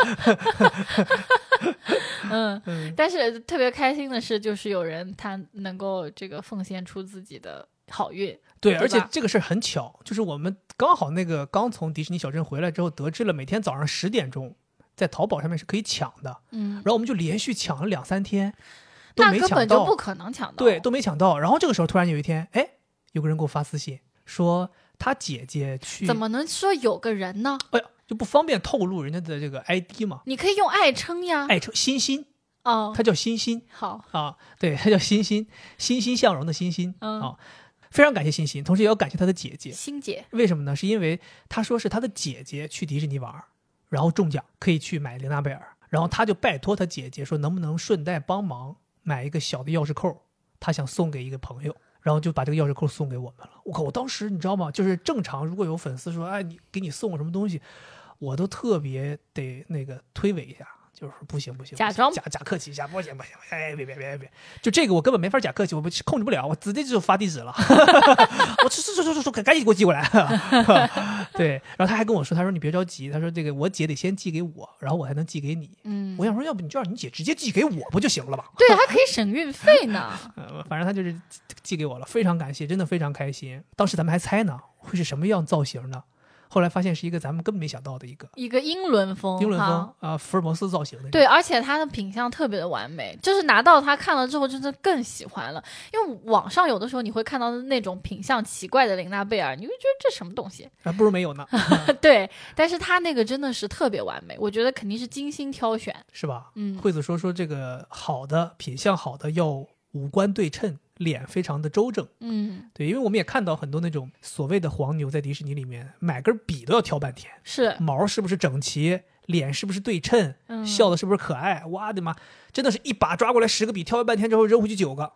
Speaker 2: 嗯，
Speaker 1: 嗯，
Speaker 2: 但是特别开心的是，就是有人他能够这个奉献出自己的好运。
Speaker 1: 对，
Speaker 2: 对
Speaker 1: 而且
Speaker 2: 吧
Speaker 1: 这个事儿很巧，就是我们刚好那个刚从迪士尼小镇回来之后，得知了每天早上十点钟在淘宝上面是可以抢的，
Speaker 2: 嗯
Speaker 1: 然，后我们就连续抢了两三天，都
Speaker 2: 那
Speaker 1: 没
Speaker 2: 根
Speaker 1: 抢
Speaker 2: 本就不
Speaker 1: 到，
Speaker 2: 可能抢到。
Speaker 1: 对，都没抢到。然后这个时候突然有一天，哎，有个人给我发私信说他姐姐去，
Speaker 2: 怎么能说有个人呢？
Speaker 1: 哎呀就不方便透露人家的这个 ID 嘛，哎
Speaker 2: 你可以用爱称呀。
Speaker 1: 爱称欣欣，
Speaker 2: 哦，
Speaker 1: 她叫欣欣。
Speaker 2: 好，
Speaker 1: 啊，对，她叫欣欣，欣欣向荣的欣欣、
Speaker 2: 嗯
Speaker 1: 啊，非常感谢欣欣，同时也要感谢她的姐姐。
Speaker 2: 欣姐
Speaker 1: 为什么呢？是因为她说是她的姐姐去迪士尼玩儿，然后中奖可以去买琳娜贝尔，然后她就拜托她姐姐说能不能顺带帮忙买一个小的钥匙扣，她想送给一个朋友。然后就把这个钥匙扣送给我们了。我靠！我当时你知道吗？就是正常，如果有粉丝说“哎，你给你送个什么东西”，我都特别得那个推诿一下，就是说不行不行，不
Speaker 2: 假
Speaker 1: 行
Speaker 2: 装
Speaker 1: 假假客气一下，不行不行，不行哎别别别别，就这个我根本没法假客气，我不控制不了，我直接就发地址了。 我说说说说说，赶赶紧给我寄过来。 对，然后他还跟我说，他说你别着急，他说这个我姐得先寄给我，然后我才能寄给你。
Speaker 2: 嗯
Speaker 1: 我，想说，要不你就让你姐直接寄给我不就行了吗？
Speaker 2: 对，还可以省运费呢。
Speaker 1: 呃，反正他就是寄寄给我了，非常感谢，真的非常开心。当时咱们还猜呢，会是什么样造型呢？后来发现是一个咱们根本没想到的一个
Speaker 2: 一个英伦风，
Speaker 1: 英伦风
Speaker 2: 哈
Speaker 1: 啊、福尔摩斯造型的。
Speaker 2: 哦对，，而且它的品相特别的完美，就是拿到它看了之后，真的更喜欢了。因为网上有的时候你会看到那种品相奇怪的琳娜贝尔，你会觉得这什么东西？
Speaker 1: 还不如没有 呢，
Speaker 2: 对，但是它那个真的是特别完美，我觉得肯定是精心挑选。
Speaker 1: 是吧？
Speaker 2: 嗯，
Speaker 1: 惠子说说这个好的品相好的要五官对称，脸非常的周正。
Speaker 2: 嗯，
Speaker 1: 对，因为我们也看到很多那种所谓的黄牛在迪士尼里面买根笔都要挑半天，
Speaker 2: 是，
Speaker 1: 毛是不是整齐，脸是不是对称，
Speaker 2: 嗯，
Speaker 1: 笑的是不是可爱？我的妈，真的是一把抓过来十个笔，挑完半天之后扔回去九 个。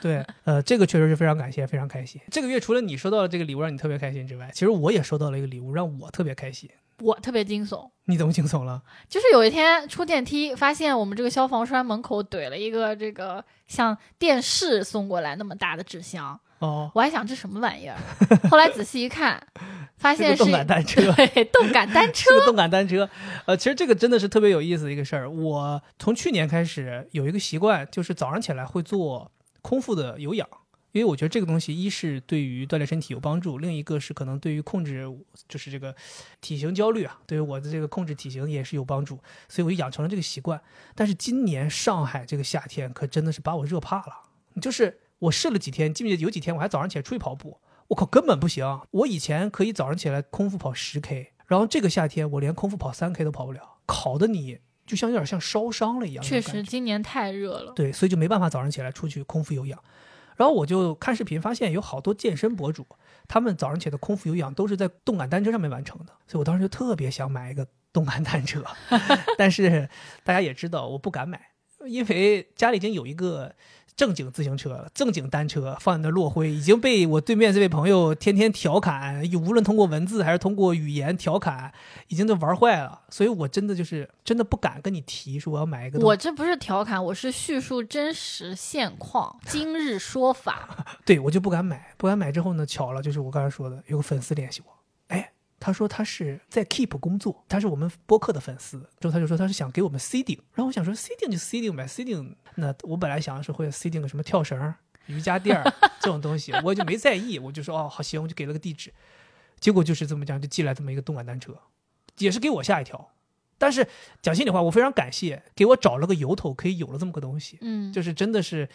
Speaker 1: 对，呃，这个确实是非常感谢，非常开心。这个月除了你收到了这个礼物让你特别开心之外，其实我也收到了一个礼物让我特别开心。
Speaker 2: 我特别惊悚。
Speaker 1: 你怎么惊悚了？
Speaker 2: 就是有一天出电梯，发现我们这个消防栓门口怼了一个这个像电视送过来那么大的纸箱，
Speaker 1: 哦，
Speaker 2: 我还想这什么玩 意儿，后来仔细一看，发
Speaker 1: 是个
Speaker 2: 现是
Speaker 1: 动感单 车。
Speaker 2: 对动感单车
Speaker 1: 是 个动感单车，呃，其实这个真的是特别有意思的一个事儿。我从去年开始有一个习惯，就是早上起来会做空腹的有氧，因为我觉得这个东西一是对于锻炼身体有帮助，另一个是可能对于控制就是这个体型焦虑啊，对于我的这个控制体型也是有帮助，所以我就养成了这个习惯。但是今年上海这个夏天可真的是把我热怕了，就是我试了几天，记不记得有几天我还早上起来出去跑步，我靠，根本不行。我以前可以早上起来空腹跑十 K，然后这个夏天我连空腹跑三 K 都跑不了，烤的你就像有点像烧伤了一样。
Speaker 2: 确实，，今年太热了。
Speaker 1: 对，所以就没办法早上起来出去空腹有氧。然后我就看视频，发现有好多健身博主，他们早上起来的空腹有氧都是在动感单车上面完成的，所以我当时就特别想买一个动感单车， 但是大家也知道我不敢买，因为家里已经有一个正经自行车了，正经单车放在那落灰，已经被我对面这位朋友天天调侃，无论通过文字还是通过语言调侃，已经都玩坏了，所以我真的就是真的不敢跟你提说我要买一个动
Speaker 2: 我这不是调侃，我是叙述真实现况，今日说法。
Speaker 1: 对我就不敢买，不敢买之后呢，巧了，就是我刚才说的，有个粉丝联系我，哎，他说他是在 Keep 工作，他是我们播客的粉丝，之后他就说他是想给我们 C 顶，然后我想说 C 顶就 C 顶呗，C 顶那我本来想的是会 C 顶个什么跳绳儿、瑜伽垫儿这种东西，我就没在意，我就说哦好行，我就给了个地址，结果就是这么讲，就寄来这么一个动感单车，也是给我吓一跳。但是讲心里话，我非常感谢给我找了个由头，可以有了这么个东西。
Speaker 2: 嗯，
Speaker 1: 就是真的是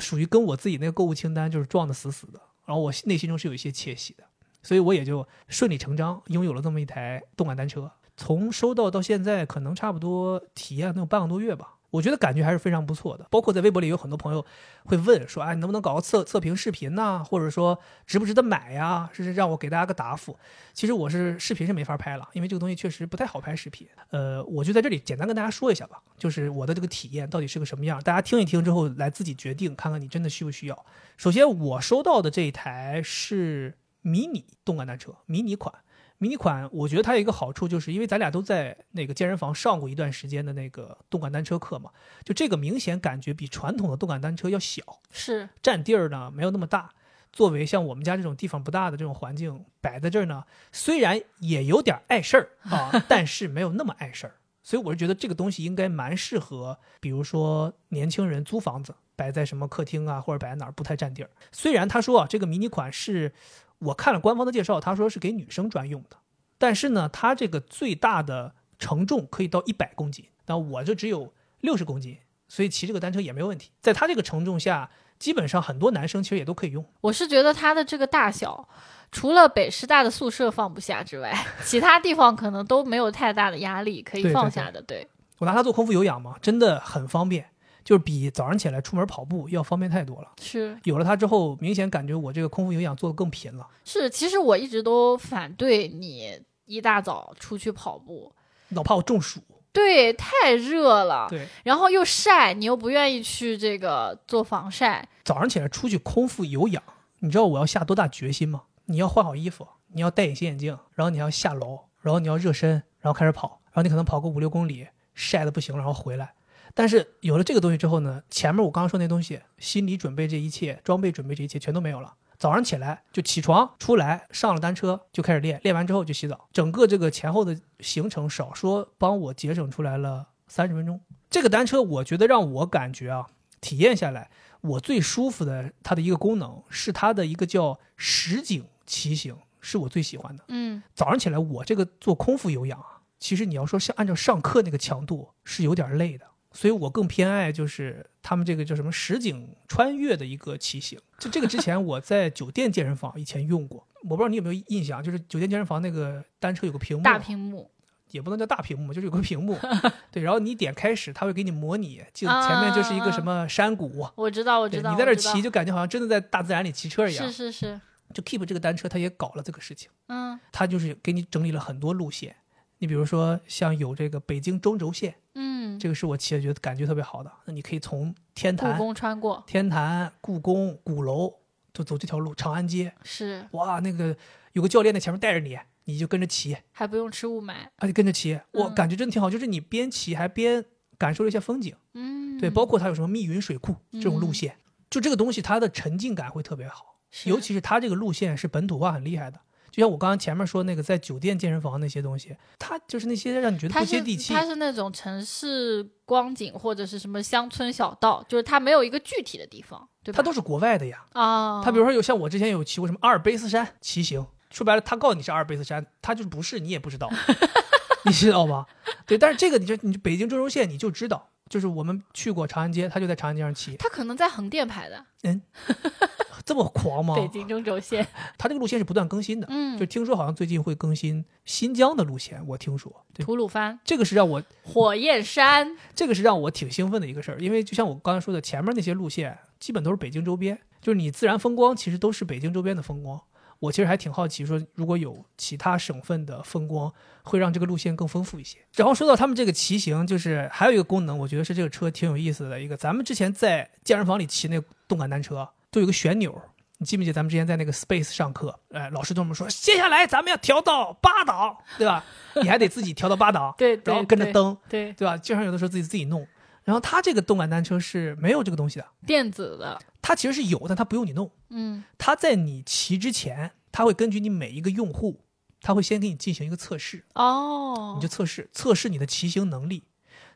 Speaker 1: 属于跟我自己那个购物清单就是撞得死死的，然后我内心中是有一些窃喜的，所以我也就顺理成章拥有了这么一台动感单车。从收到到现在，可能差不多体验能有半个多月吧，我觉得感觉还是非常不错的。包括在微博里有很多朋友会问说，哎，能不能搞个测测评视频呐、或者说值不值得买呀、是让我给大家个答复。其实我是视频是没法拍了，因为这个东西确实不太好拍视频。呃，我就在这里简单跟大家说一下吧，就是我的这个体验到底是个什么样，大家听一听之后来自己决定，看看你真的需不需要。首先，我收到的这一台是迷你动感单车，迷你款。迷你款，我觉得它有一个好处，就是因为咱俩都在那个健身房上过一段时间的那个动感单车课嘛，就这个明显感觉比传统的动感单车要小，
Speaker 2: 是
Speaker 1: 占地儿呢没有那么大。作为像我们家这种地方不大的这种环境摆在这儿呢，虽然也有点碍事儿啊，但是没有那么碍事儿。所以我是觉得这个东西应该蛮适合，比如说年轻人租房子，摆在什么客厅啊，或者摆在哪儿不太占地儿。虽然他说啊，这个迷你款是我看了官方的介绍，他说是给女生专用的，但是呢，它这个最大的承重可以到一百公斤，那我就只有六十公斤，所以骑这个单车也没问题。在它这个承重下，基本上很多男生其实也都可以用。
Speaker 2: 我是觉得它的这个大小，除了北师大的宿舍放不下之外， 其他地方可能都没有太大的压力可
Speaker 1: 对
Speaker 2: 以
Speaker 1: 对
Speaker 2: 放
Speaker 1: 对
Speaker 2: 下的。对，
Speaker 1: 我拿它做空腹有氧嘛，真的很方便，就是比早上起来出门跑步要方便太多了。
Speaker 2: 是
Speaker 1: 有了它之后，明显感觉我这个空腹有氧做的更频了，
Speaker 2: 是，其实我一直都反对你一大早出去跑步，
Speaker 1: 老怕我中暑。
Speaker 2: 对，太热了，
Speaker 1: 对，
Speaker 2: 然后又晒，你又不愿意去这个做防晒，
Speaker 1: 早上起来出去空腹有氧，你知道我要下多大决心吗？你要换好衣服，你要戴隐形眼镜，然后你要下楼，然后你要热身，然后开始跑，然后你可能跑个五六公里，晒的不行了，然后回来。但是有了这个东西之后呢，前面我刚刚说那东西，心理准备这一切，装备准备这一切全都没有了。早上起来就起床，出来上了单车就开始练，练完之后就洗澡，整个这个前后的行程少说帮我节省出来了三十分钟。这个单车我觉得让我感觉啊，体验下来我最舒服的它的一个功能是它的一个叫实景骑行。是我最喜欢的。
Speaker 2: 嗯
Speaker 1: 早上起来我这个做空腹有氧啊，其实你要说像按照上课那个强度是有点累的，所以我更偏爱就是他们这个叫什么实景穿越的一个骑行。就这个之前我在酒店健身房以前用过，我不知道你有没有印象，就是酒店健身房那个单车有个屏幕，
Speaker 2: 大屏幕
Speaker 1: 也不能叫大屏幕，就是有个屏 幕，对，然后你点开始，它会给你模拟，就前面就是一个什么山谷。
Speaker 2: 啊我知道我
Speaker 1: 对
Speaker 2: 知道，
Speaker 1: 你
Speaker 2: 我
Speaker 1: 在那儿
Speaker 2: 知道
Speaker 1: 骑，就感觉好像真的在大自然里骑车一样
Speaker 2: 是。是是，
Speaker 1: 就 Keep 这个单车，它也搞了这个事情。
Speaker 2: 嗯
Speaker 1: 它就是给你整理了很多路线。你比如说，像有这个北京中轴线，
Speaker 2: 嗯，
Speaker 1: 这个是我骑的觉得感觉特别好的。那你可以从天
Speaker 2: 故
Speaker 1: 坛、
Speaker 2: 宫穿过
Speaker 1: 天坛、故宫、鼓楼，就走这条路，长安街。
Speaker 2: 是，
Speaker 1: 哇，那个有个教练在前面带着你，你就跟着骑，
Speaker 2: 还不用吃雾霾，
Speaker 1: 啊，你跟着骑，我
Speaker 2: 嗯
Speaker 1: 感觉真的挺好。就是你边骑还边感受了一下风景，
Speaker 2: 嗯，
Speaker 1: 对，包括它有什么密云水库这种路
Speaker 2: 嗯
Speaker 1: 线，就这个东西它的沉浸感会特别好。
Speaker 2: 是
Speaker 1: 尤其是它这个路线是本土化很厉害的。就像我刚刚前面说那个在酒店健身房那些东西，它就是那些让你觉得
Speaker 2: 它
Speaker 1: 不
Speaker 2: 是
Speaker 1: 接地气。
Speaker 2: 它是那种城市光景或者是什么乡村小道，就是它没有一个具体的地方，对吧？
Speaker 1: 它都是国外的呀。
Speaker 2: 啊，
Speaker 1: 它比如说有像我之前有骑过什么阿尔卑斯山骑行，说白了，他告诉你是阿尔卑斯山，它就是不是你也不知 道，你知道吗？对，但是这个你就你北京中轴线你就知道，就是我们去过长安街，他就在长安街上骑，
Speaker 2: 它可能在横店排的
Speaker 1: 这么狂吗？
Speaker 2: 北京中 轴线，
Speaker 1: 它这个路线是不断更新的，
Speaker 2: 嗯
Speaker 1: 就，听说好像最近会更新新疆的路线，我听说，对，
Speaker 2: 吐鲁番、
Speaker 1: 这个是让我
Speaker 2: 火焰山，，
Speaker 1: 这个是让我挺兴奋的一个事儿，因为就像我刚才说的，前面那些路线基本都是北京周边，就是你自然风光其实都是北京周边的风光。我其实还挺好奇说，如果有其他省份的风光，会让这个路线更丰富一些。然后说到他们这个骑行，就是还有一个功能，我觉得是这个车挺有意思的一个。咱们之前在健身房里骑那动感单车，都有个旋钮。你记不记得咱们之前在那个 Space 上课，哎，老师对我们说，接下来咱们要调到八档，对吧？你还得自己调到八档
Speaker 2: 对，
Speaker 1: 然后
Speaker 2: 对
Speaker 1: 跟着，蹬，
Speaker 2: 对对，
Speaker 1: 对吧？经常有的时候自己自己弄。然后它这个动感单车是没有这个东西的，
Speaker 2: 电子的，
Speaker 1: 它其实是有，但它不用你弄。
Speaker 2: 嗯
Speaker 1: 它在你骑之前，它会根据你每一个用户，它会先给你进行一个测试，
Speaker 2: 哦
Speaker 1: 你就测试测试你的骑行能力。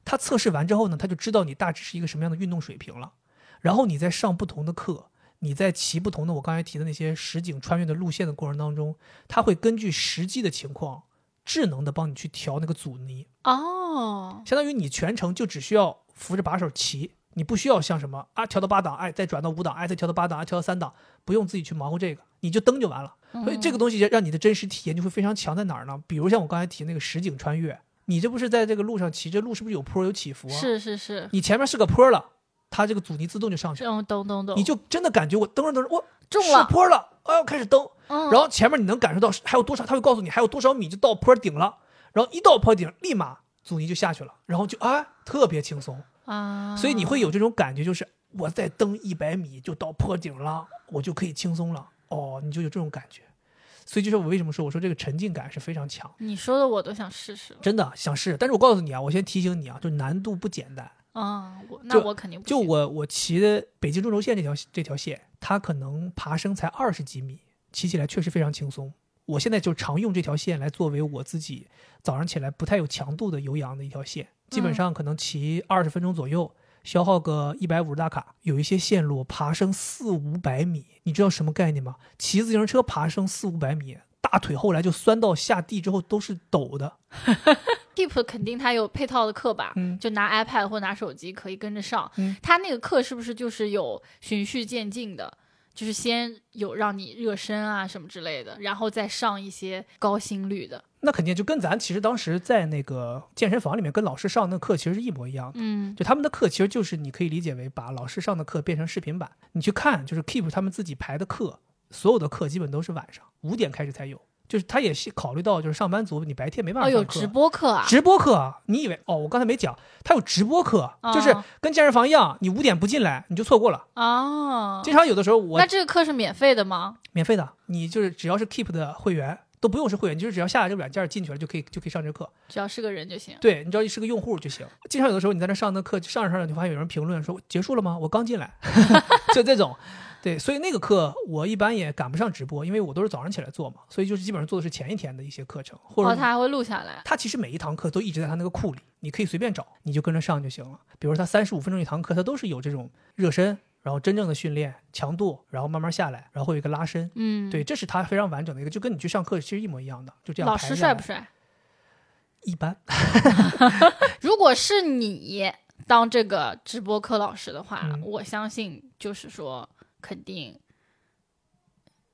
Speaker 1: 它测试完之后呢，它就知道你大致是一个什么样的运动水平了。然后你在上不同的课，你在骑不同的我刚才提的那些实景穿越的路线的过程当中，它会根据实际的情况，智能的帮你去调那个阻尼。
Speaker 2: 哦，
Speaker 1: 相当于你全程就只需要扶着把手骑，你不需要像什么啊调到八档，哎再转到五档，哎再调到八档，哎调到三档，不用自己去忙活这个，你就蹬就完了。所以这
Speaker 2: 嗯
Speaker 1: 个东西让你的真实体验就会非常强，在哪儿呢？比如像我刚才提那个实景穿越，你这不是在这个路上骑，这路是不是有坡有起伏啊？，
Speaker 2: 是是是，
Speaker 1: 你前面是个坡了，它这个阻尼自动就上去
Speaker 2: 这
Speaker 1: 了，
Speaker 2: 种懂懂懂，
Speaker 1: 嗯你就真的感觉我蹬着蹬着，我
Speaker 2: 中
Speaker 1: 是
Speaker 2: 了，
Speaker 1: 坡了，哎呦开始蹬，
Speaker 2: 嗯，
Speaker 1: 然后前面你能感受到是还有多少，他会告诉你还有多少米就到坡顶了，然后一到坡顶，立马阻尼就下去了，然后就啊、特别轻松，
Speaker 2: 啊，
Speaker 1: 所以你会有这种感觉，就是我再蹬一百米就到坡顶了，我就可以轻松了，哦，你就有这种感觉，所以就是我为什么说我说这个沉浸感是非常强，
Speaker 2: 你说的我都想试试了，
Speaker 1: 真的想试，但是我告诉你啊，我先提醒你啊，就难度不简单，
Speaker 2: 啊，我那
Speaker 1: 就
Speaker 2: 我肯定不
Speaker 1: 就
Speaker 2: 行
Speaker 1: 我我骑的北京中轴线这条这条线，它可能爬升才二十几米，骑起来确实非常轻松。我现在就常用这条线来作为我自己早上起来不太有强度的有氧的一条线，基本上可能骑二十分钟左右，消耗个一百五十大卡。有一些线路爬升四五百米，你知道什么概念吗？骑自行车爬升四五百米，大腿后来就酸到下地之后都是抖的。
Speaker 2: Keep 肯定它有配套的课吧，
Speaker 1: 嗯
Speaker 2: 就拿 iPad 或拿手机可以跟着上。
Speaker 1: 嗯
Speaker 2: 它那个课是不是就是有循序渐进的？就是先有让你热身啊什么之类的，然后再上一些高心率的。
Speaker 1: 那肯定就跟咱其实当时在那个健身房里面跟老师上那课其实是一模一样的。
Speaker 2: 嗯
Speaker 1: 就他们的课其实就是你可以理解为把老师上的课变成视频版，你去看就是 Keep 他们自己排的课，所有的课基本都是晚上五点开始才有，就是他也是考虑到就是上班族你白天没办
Speaker 2: 哦，
Speaker 1: 法
Speaker 2: 有
Speaker 1: 上课。
Speaker 2: 直播课啊？
Speaker 1: 直播课啊，你以为哦？我刚才没讲，他有直播课，就是
Speaker 2: 哦
Speaker 1: 跟健身房一样，你五点不进来你就错过了。
Speaker 2: 哦，
Speaker 1: 经常有的时候我
Speaker 2: 那这个课是免费的吗？
Speaker 1: 免费的，你就是只要是 Keep 的会员都不用是会员，你就是只要下载这个软件进去了就可以就可以上这课。
Speaker 2: 只要是个人就行。
Speaker 1: 对，你只要是个用户就行。经常有的时候你在那上那课，上着上着你就发现有人评论说结束了吗？我刚进来， 就这种。对，所以那个课我一般也赶不上直播，因为我都是早上起来做嘛，所以就是基本上做的是前一天的一些课程，或
Speaker 2: 哦，
Speaker 1: 者
Speaker 2: 它还会录下来。
Speaker 1: 他其实每一堂课都一直在他那个库里，你可以随便找，你就跟着上就行了。比如说他三十五分钟一堂课，他都是有这种热身，然后真正的训练强度，然后慢慢下来，然后会有一个拉伸。
Speaker 2: 嗯，
Speaker 1: 对，这是他非常完整的一个，就跟你去上课其实一模一样的，就这样
Speaker 2: 老
Speaker 1: 排
Speaker 2: 师
Speaker 1: 下
Speaker 2: 帅
Speaker 1: 来。
Speaker 2: 不帅？
Speaker 1: 一般，
Speaker 2: 如果是你当这个直播课老师的话，
Speaker 1: 嗯
Speaker 2: 我相信就是说肯定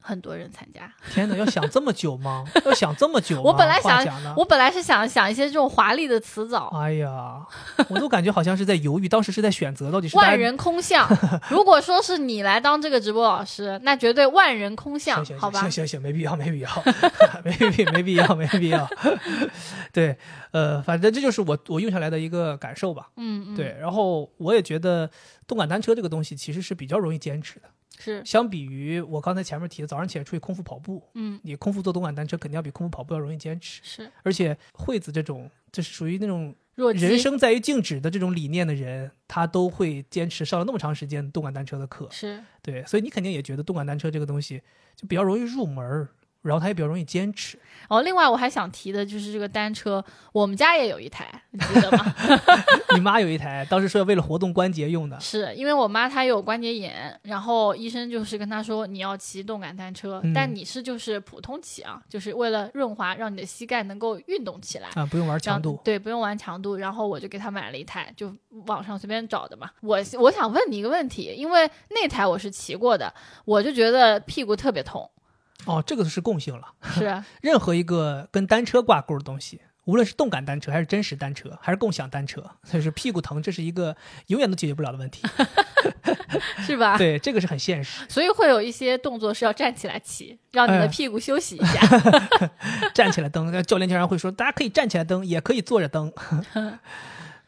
Speaker 2: 很多人参加。
Speaker 1: 天哪，要想这么久 吗？要想这么久吗？
Speaker 2: 我本来
Speaker 1: 话
Speaker 2: 想
Speaker 1: 讲呢，
Speaker 2: 我本来是想想一些这种华丽的词藻，
Speaker 1: 哎呀，我都感觉好像是在犹豫，当时是在选择到底是大
Speaker 2: 万
Speaker 1: 家
Speaker 2: 人空 巷。如果说是你来当这个直播老师，那绝对万人空
Speaker 1: 行，
Speaker 2: 巷
Speaker 1: 行
Speaker 2: 好吧？
Speaker 1: 行行行，没必要，没必要， 没必没必要，没必要。 对，呃，反正这就是我我用下来的一个感受吧。
Speaker 2: 嗯，嗯，
Speaker 1: 对，然后我也觉得动感单车这个东西其实是比较容易坚持的，
Speaker 2: 是，
Speaker 1: 相比于我刚才前面提的早上起来出去空腹跑步，
Speaker 2: 嗯
Speaker 1: 你空腹做动感单车肯定要比空腹跑步要容易坚持，
Speaker 2: 是
Speaker 1: 而且惠子这种。就是属于那种
Speaker 2: 弱鸡
Speaker 1: 人生在于静止的这种理念的人，他都会坚持上了那么长时间动感单车的课。
Speaker 2: 是
Speaker 1: 对，所以你肯定也觉得动感单车这个东西就比较容易入门儿，然后它也比较容易坚持。
Speaker 2: 哦，另外我还想提的就是这个单车，我们家也有一台，你记得吗？
Speaker 1: 你妈有一台，当时说为了活动关节用的，
Speaker 2: 是因为我妈她有关节炎，然后医生就是跟她说你要骑动感单车，
Speaker 1: 嗯
Speaker 2: 但你是就是普通骑啊，就是为了润滑，让你的膝盖能够运动起来。
Speaker 1: 啊，不用玩
Speaker 2: 然
Speaker 1: 强
Speaker 2: 后
Speaker 1: 度。
Speaker 2: 对，不用玩强度，然后我就给她买了一台，就网上随便找的嘛。我我想问你一个问题，因为那台我是骑过的，我就觉得屁股特别痛，
Speaker 1: 哦，这个是共性了。
Speaker 2: 是啊
Speaker 1: 任何一个跟单车挂钩的东西，无论是动感单车还是真实单车，还是共享单车，所以说屁股疼，这是一个永远都解决不了的问题。
Speaker 2: 是吧？
Speaker 1: 对，这个是很现实。
Speaker 2: 所以会有一些动作是要站起来骑，让你
Speaker 1: 哎
Speaker 2: 的
Speaker 1: 呀
Speaker 2: 屁股休息一下。
Speaker 1: 站起来蹬，呃教练经常会说，大家可以站起来蹬，也可以坐着蹬。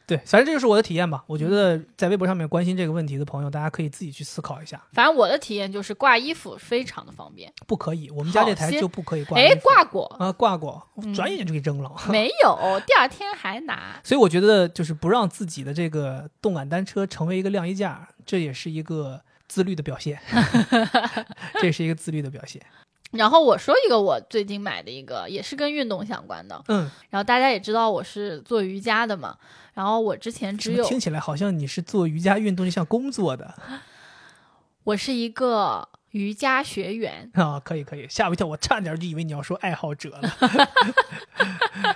Speaker 1: 对，反正这就是我的体验吧。我觉得在微博上面关心这个问题的朋友，大家可以自己去思考一下。
Speaker 2: 反正我的体验就是挂衣服非常的方便。
Speaker 1: 不可以，我们家
Speaker 2: 好
Speaker 1: 这台
Speaker 2: 些
Speaker 1: 就不可以挂衣
Speaker 2: 哎，
Speaker 1: 服。
Speaker 2: 挂过、
Speaker 1: 啊，挂过
Speaker 2: 嗯，
Speaker 1: 转眼就给扔了。
Speaker 2: 没有？第二天还拿。
Speaker 1: 所以我觉得，就是不让自己的这个动感单车成为一个晾衣架，这也是一个自律的表 现，这也是一个自律的表现。
Speaker 2: 然后我说一个我最近买的一个，也是跟运动相关的。
Speaker 1: 嗯，
Speaker 2: 然后大家也知道我是做瑜伽的嘛，然后我之前只
Speaker 1: 怎么
Speaker 2: 有
Speaker 1: 听起来好像你是做瑜伽运动就像工作的
Speaker 2: 我是一个瑜伽学员，
Speaker 1: 啊？可以可以，吓我一跳，我差点就以为你要说爱好者了。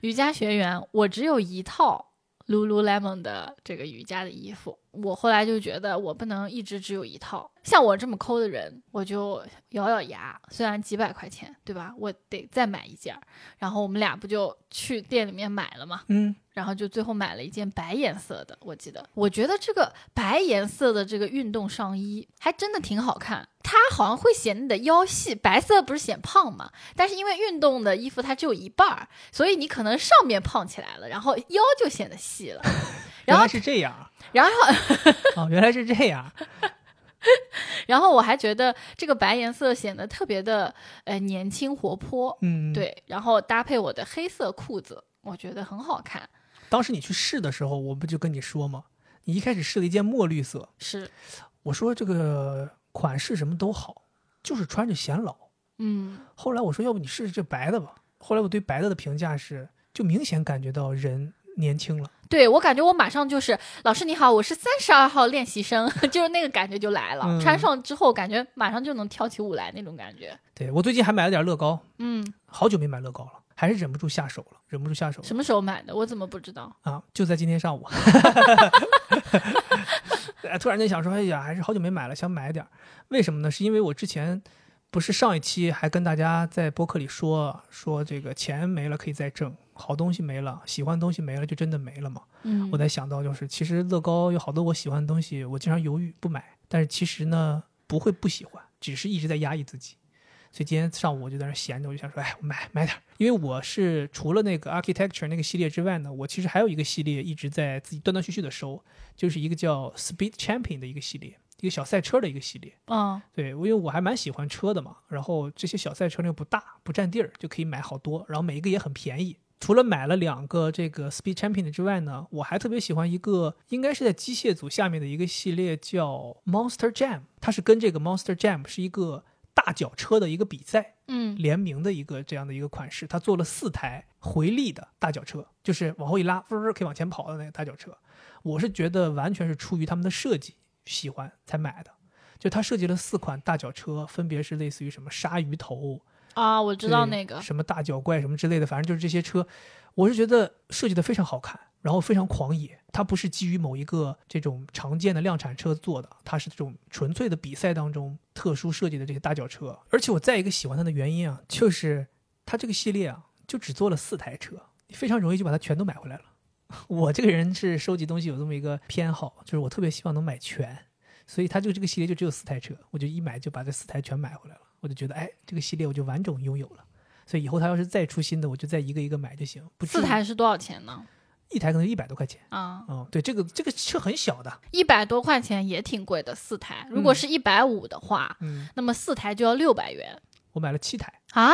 Speaker 2: 瑜伽学员，我只有一套 Lululemon 的这个瑜伽的衣服。我后来就觉得我不能一直只有一套，像我这么抠的人，我就咬咬牙，虽然几百块钱，对吧？我得再买一件儿。然后我们俩不就去店里面买了嘛，
Speaker 1: 嗯，
Speaker 2: 然后就最后买了一件白颜色的，我记得。我觉得这个白颜色的这个运动上衣还真的挺好看，它好像会显你的腰细，白色不是显胖嘛？但是因为运动的衣服它只有一半儿，所以你可能上面胖起来了，然后腰就显得细了。
Speaker 1: 原
Speaker 2: 然后
Speaker 1: 来，是这样
Speaker 2: 然后，
Speaker 1: 啊，原来是这样。
Speaker 2: 然后我还觉得这个白颜色显得特别的呃年轻活泼，
Speaker 1: 嗯，。
Speaker 2: 对。然后搭配我的黑色裤子，我觉得很好看。
Speaker 1: 当时你去试的时候，我不就跟你说吗？你一开始试了一件墨绿色，
Speaker 2: 是，
Speaker 1: 我说这个款式什么都好，就是穿着显老。
Speaker 2: 嗯，
Speaker 1: 后来我说，要不你试试这白的吧。后来我对白的的评价是，就明显感觉到人年轻了。
Speaker 2: 对我感觉我马上就是老师你好，我是三十二号练习生， 就是那个感觉就来了。
Speaker 1: 嗯
Speaker 2: 穿上之后，感觉马上就能跳起舞来那种感觉。
Speaker 1: 对我最近还买了点乐高，
Speaker 2: 嗯，
Speaker 1: 好久没买乐高了，还是忍不住下手了，忍不住下手了
Speaker 2: 什么时候买的？我怎么不知道？
Speaker 1: 啊！就在今天上午， 哎突然间想说，哎呀，还是好久没买了，想买点儿。为什么呢？是因为我之前不是上一期还跟大家在播客里说说这个钱没了可以再挣，好东西没了，喜欢东西没了就真的没了嘛。
Speaker 2: 嗯
Speaker 1: 我才想到，就是其实乐高有好多我喜欢的东西，我经常犹豫不买，但是其实呢不会不喜欢，只是一直在压抑自己。所以今天上午我就在那儿闲着，我就想说，哎，我买买点儿，因为我是除了那个 architecture 那个系列之外呢，我其实还有一个系列一直在自己断断续续的收，就是一个叫 Speed Champion 的一个系列，一个小赛车的一个系列。
Speaker 2: 嗯
Speaker 1: 对，我因为我还蛮喜欢车的嘛，然后这些小赛车呢又不大，不占地儿，就可以买好多，然后每一个也很便宜。除了买了两个这个 Speed Champion 之外呢，我还特别喜欢一个，应该是在机械组下面的一个系列叫 Monster Jam，它是跟这个 Monster Jam 是一个大脚车的一个比赛
Speaker 2: 嗯
Speaker 1: 联名的一个这样的一个款式，它做了四台回力的大脚车，就是往后一拉，嗡嗡可以往前跑的那个大脚车。我是觉得完全是出于他们的设计，喜欢才买的。就它设计了四款大脚车，分别是类似于什么鲨鱼头、
Speaker 2: 啊，我知道那
Speaker 1: 对
Speaker 2: 个，
Speaker 1: 什么大脚怪什么之类的，反正就是这些车，我是觉得设计的非常好看，然后非常狂野。它不是基于某一个这种常见的量产车做的，它是这种纯粹的比赛当中特殊设计的这些大脚车。而且我再一个喜欢它的原因啊，就是它这个系列啊，就只做了四台车，你非常容易就把它全都买回来了。 我这个人是收集东西有这么一个偏好，就是我特别希望能买全，所以它就这个系列就只有四台车，我就一买就把这四台全买回来了，我就觉得哎，这个系列我就完整拥有了。所以以后他要是再出新的，我就再一个一个买就行。不至于
Speaker 2: 四台是多少钱呢？
Speaker 1: 一台可能一百多块钱。
Speaker 2: 啊，
Speaker 1: 嗯，对，这个这个车很小的，
Speaker 2: 一百多块钱也挺贵的，四台。如果
Speaker 1: 嗯
Speaker 2: 是一百五的话，
Speaker 1: 嗯，
Speaker 2: 那么四台就要六百元
Speaker 1: 我买了七台，
Speaker 2: 啊！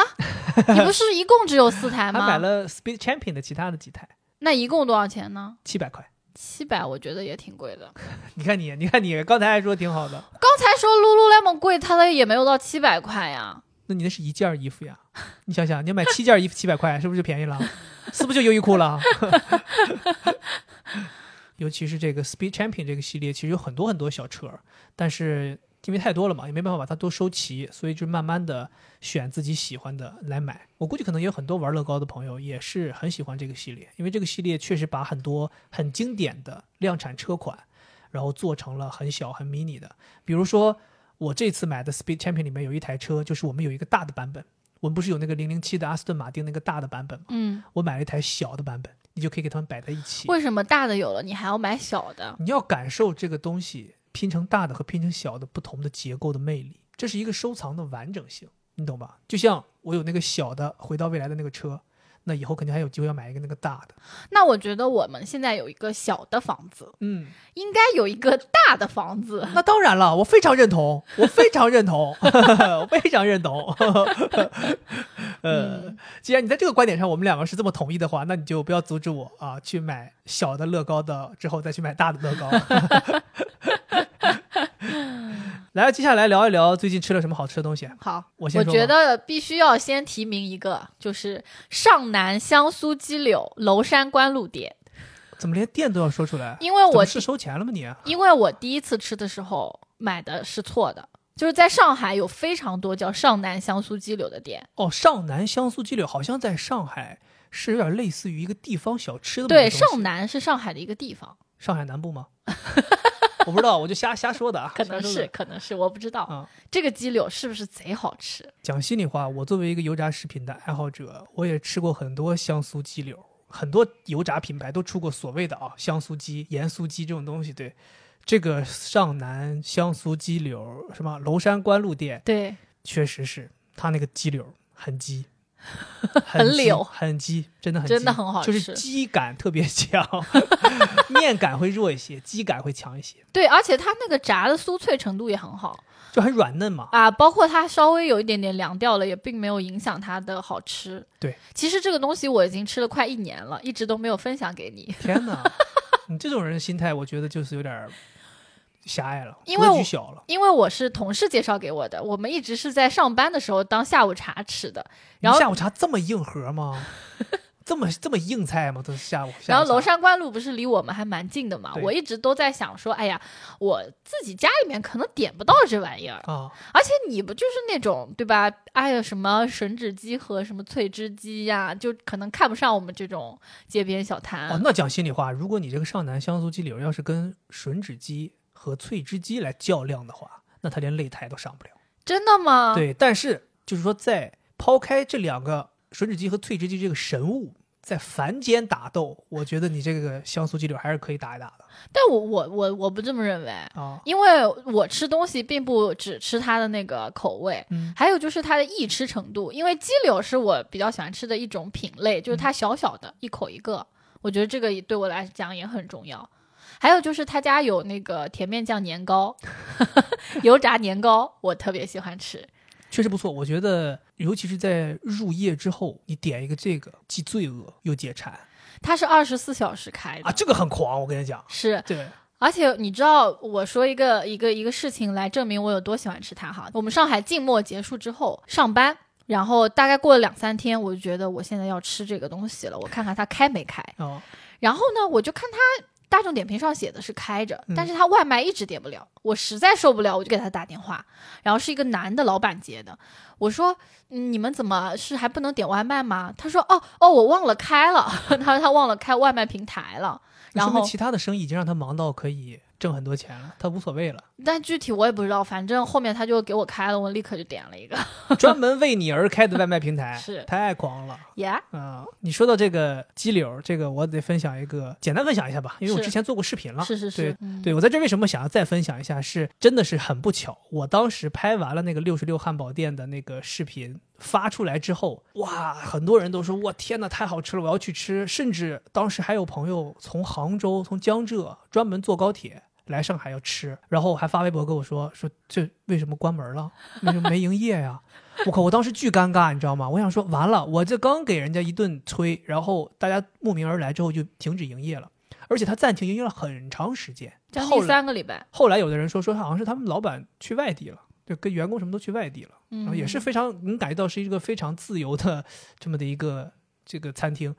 Speaker 2: 你不是一共只有四台
Speaker 1: 还
Speaker 2: 吗？
Speaker 1: 买了 Speed Champion 的其他的几台，
Speaker 2: 那一共多少钱呢？
Speaker 1: 七百块。
Speaker 2: 七百，我觉得也挺贵的。
Speaker 1: 你看你，你看你，刚才还说挺好的，
Speaker 2: 刚才说 Lululemon 贵，它的也没有到七百块呀。
Speaker 1: 那你那是一件衣服呀？你想想，你买七件衣服七百块，是不是就便宜了？是不是就优衣库了？ 尤其是这个 Speed Champion 这个系列，其实有很多很多小车，但是因为太多了嘛，也没办法把它都收齐，所以就慢慢的选自己喜欢的来买。我估计可能也有很多玩乐高的朋友也是很喜欢这个系列，因为这个系列确实把很多很经典的量产车款，然后做成了很小很 mini 的，比如说。我这次买的 Speed Champion 里面有一台车，就是我们有一个大的版本，我们不是有那个零零七的阿斯顿马丁那个大的版本吗？
Speaker 2: 嗯，
Speaker 1: 我买了一台小的版本，你就可以给它们摆在一起。
Speaker 2: 为什么大的有了，你还要买小的？
Speaker 1: 你要感受这个东西拼成大的和拼成小的不同的结构的魅力，这是一个收藏的完整性，你懂吧？就像我有那个小的回到未来的那个车，那以后肯定还有机会要买一个那个大的。
Speaker 2: 那我觉得我们现在有一个小的房子，
Speaker 1: 嗯，
Speaker 2: 应该有一个大的房子。
Speaker 1: 那当然了，我非常认同，我非常认同， 我非常认同。 呃，
Speaker 2: 嗯
Speaker 1: 既然你在这个观点上我们两个是这么同意的话，那你就不要阻止我啊，去买小的乐高的，之后再去买大的乐高。 来，接下来聊一聊最近吃了什么好吃的东西。啊
Speaker 2: 好，
Speaker 1: 我先
Speaker 2: 我
Speaker 1: 说
Speaker 2: 觉
Speaker 1: 吧
Speaker 2: 得必须要先提名一个，就是上南香酥鸡柳娄山关路店，
Speaker 1: 怎么连店都要说出来？啊
Speaker 2: 因为
Speaker 1: 怎么
Speaker 2: 我
Speaker 1: 是收钱了吗你？啊
Speaker 2: 因为我第一次吃的时候买的是错的，就是在上海有非常多叫上南香酥鸡柳的店，
Speaker 1: 哦，上南香酥鸡柳好像在上海是有点类似于一个地方小吃的
Speaker 2: 对，
Speaker 1: 某种东西
Speaker 2: 上南是上海的一个地方，
Speaker 1: 上海南部吗？ 我不知道，我就瞎瞎说的啊，
Speaker 2: 可能
Speaker 1: 瞎说
Speaker 2: 是
Speaker 1: 的
Speaker 2: 可能是我不知道、
Speaker 1: 啊。
Speaker 2: 这个鸡柳是不是贼好吃，
Speaker 1: 讲心里话，我作为一个油炸食品的爱好者，我也吃过很多香酥鸡柳，很多油炸品牌都出过所谓的啊香酥鸡、盐酥鸡这种东西。对，这个上南香酥鸡柳什么娄山关路店，
Speaker 2: 对，
Speaker 1: 确实是它那个鸡柳很 鸡。
Speaker 2: 很
Speaker 1: 鸡
Speaker 2: 柳
Speaker 1: 很鸡，真的很
Speaker 2: 真的
Speaker 1: 鸡
Speaker 2: 很好
Speaker 1: 就是
Speaker 2: 吃
Speaker 1: 鸡感特别强， 面感会弱一些，鸡感会强一些，
Speaker 2: 对，而且它那个炸的酥脆程度也很好
Speaker 1: 就很软嫩嘛。
Speaker 2: 啊，包括它稍微有一点点凉掉了，也并没有影响它的好吃。
Speaker 1: 对，
Speaker 2: 其实这个东西我已经吃了快一年了，一直都没有分享给你。
Speaker 1: 天哪，你这种人的心态，我觉得就是有点儿狭隘了，
Speaker 2: 因为
Speaker 1: 格局
Speaker 2: 我
Speaker 1: 小了。
Speaker 2: 因为我是同事介绍给我的，我们一直是在上班的时候当下午茶吃的。然后
Speaker 1: 你下午茶这么硬核 吗？这么这么硬菜吗？都是下午。下
Speaker 2: 然后
Speaker 1: 午茶
Speaker 2: 娄山关路不是离我们还蛮近的嘛，
Speaker 1: 对
Speaker 2: 我一直都在想说，哎呀，我自己家里面可能点不到这玩意儿，
Speaker 1: 啊，
Speaker 2: 而且你不就是那种对吧？哎呀，什么吮指鸡和什么脆汁鸡呀、就可能看不上我们这种街边小摊。
Speaker 1: 哦，那讲心里话，如果你这个上南香酥鸡柳要是跟吮指鸡和脆汁鸡来较量的话，那它连擂台都上不了。
Speaker 2: 真的吗？，
Speaker 1: 对，但是就是说，在抛开这两个吮指鸡和脆汁鸡这个神物。在凡间打斗，我觉得你这个香酥鸡柳还是可以打一打的
Speaker 2: 但我我我我不这么认为，
Speaker 1: 啊。
Speaker 2: 因为我吃东西并不只吃它的那个口味，
Speaker 1: 嗯
Speaker 2: 还有就是它的易吃程度，因为鸡柳是我比较喜欢吃的一种品类，就
Speaker 1: 嗯
Speaker 2: 是它小小的，一口一个，我觉得这个也对我来讲也很重要。还有就是他家有那个甜面酱年糕， 油炸年糕，我特别喜欢吃。
Speaker 1: 确实不错，我觉得，尤其是在入夜之后，你点一个这个，既罪恶又解馋
Speaker 2: 它是二十四小时开的，
Speaker 1: 啊，这个很狂，我跟你讲，
Speaker 2: 是，
Speaker 1: 对，啊
Speaker 2: 而且你知道，我说一个一个一个事情来证明我有多喜欢吃它哈。我们上海静默结束之后上班，然后大概过了两三天，我就觉得我现在要吃这个东西了，我看看它开没开。
Speaker 1: 哦，
Speaker 2: 然后呢，我就看它大众点评上写的是开着
Speaker 1: 嗯，
Speaker 2: 但是他外卖一直点不了，我实在受不了，我就给他打电话，然后是一个男的老板接的，我说、嗯你们怎么是还不能点外卖吗？他说哦哦，我忘了开了， 他说他忘了开外卖平台了，
Speaker 1: 那
Speaker 2: 然
Speaker 1: 说明
Speaker 2: 后
Speaker 1: 其他的生意已经让他忙到可以挣很多钱了，他无所谓了，
Speaker 2: 但具体我也不知道，反正后面他就给我开了，我立刻就点了一个，
Speaker 1: 专门为你而开的外卖平台，
Speaker 2: 是
Speaker 1: 太狂了。
Speaker 2: 耶、
Speaker 1: 啊、你说到这个激流，这个我得分享一个，简单分享一下吧，因为我
Speaker 2: 是
Speaker 1: 之前做过视频了。
Speaker 2: 是是是，嗯
Speaker 1: 对，我在这为什么想要再分享一下，是真的是很不巧，我当时拍完了那个六十六汉堡店的那个视频发出来之后，哇，很多人都说哇天呐，太好吃了，我要去吃。甚至当时还有朋友从杭州、从江浙专门坐高铁来上海要吃，然后还发微博跟我说说这为什么关门了，为什么没营业呀、我靠！我当时巨尴尬，你知道吗？我想说，完了，我这刚给人家一顿催，然后大家慕名而来之后就停止营业了，而且他暂停营业了很长时间，
Speaker 2: 将
Speaker 1: 后
Speaker 2: 近
Speaker 1: 来
Speaker 2: 三个礼拜，
Speaker 1: 后来有的人说说他好像是他们老板去外地了，就跟员工什么都去外地了，然后
Speaker 2: 嗯，
Speaker 1: 也是非常能感觉到是一个非常自由的这么的一个这个餐厅。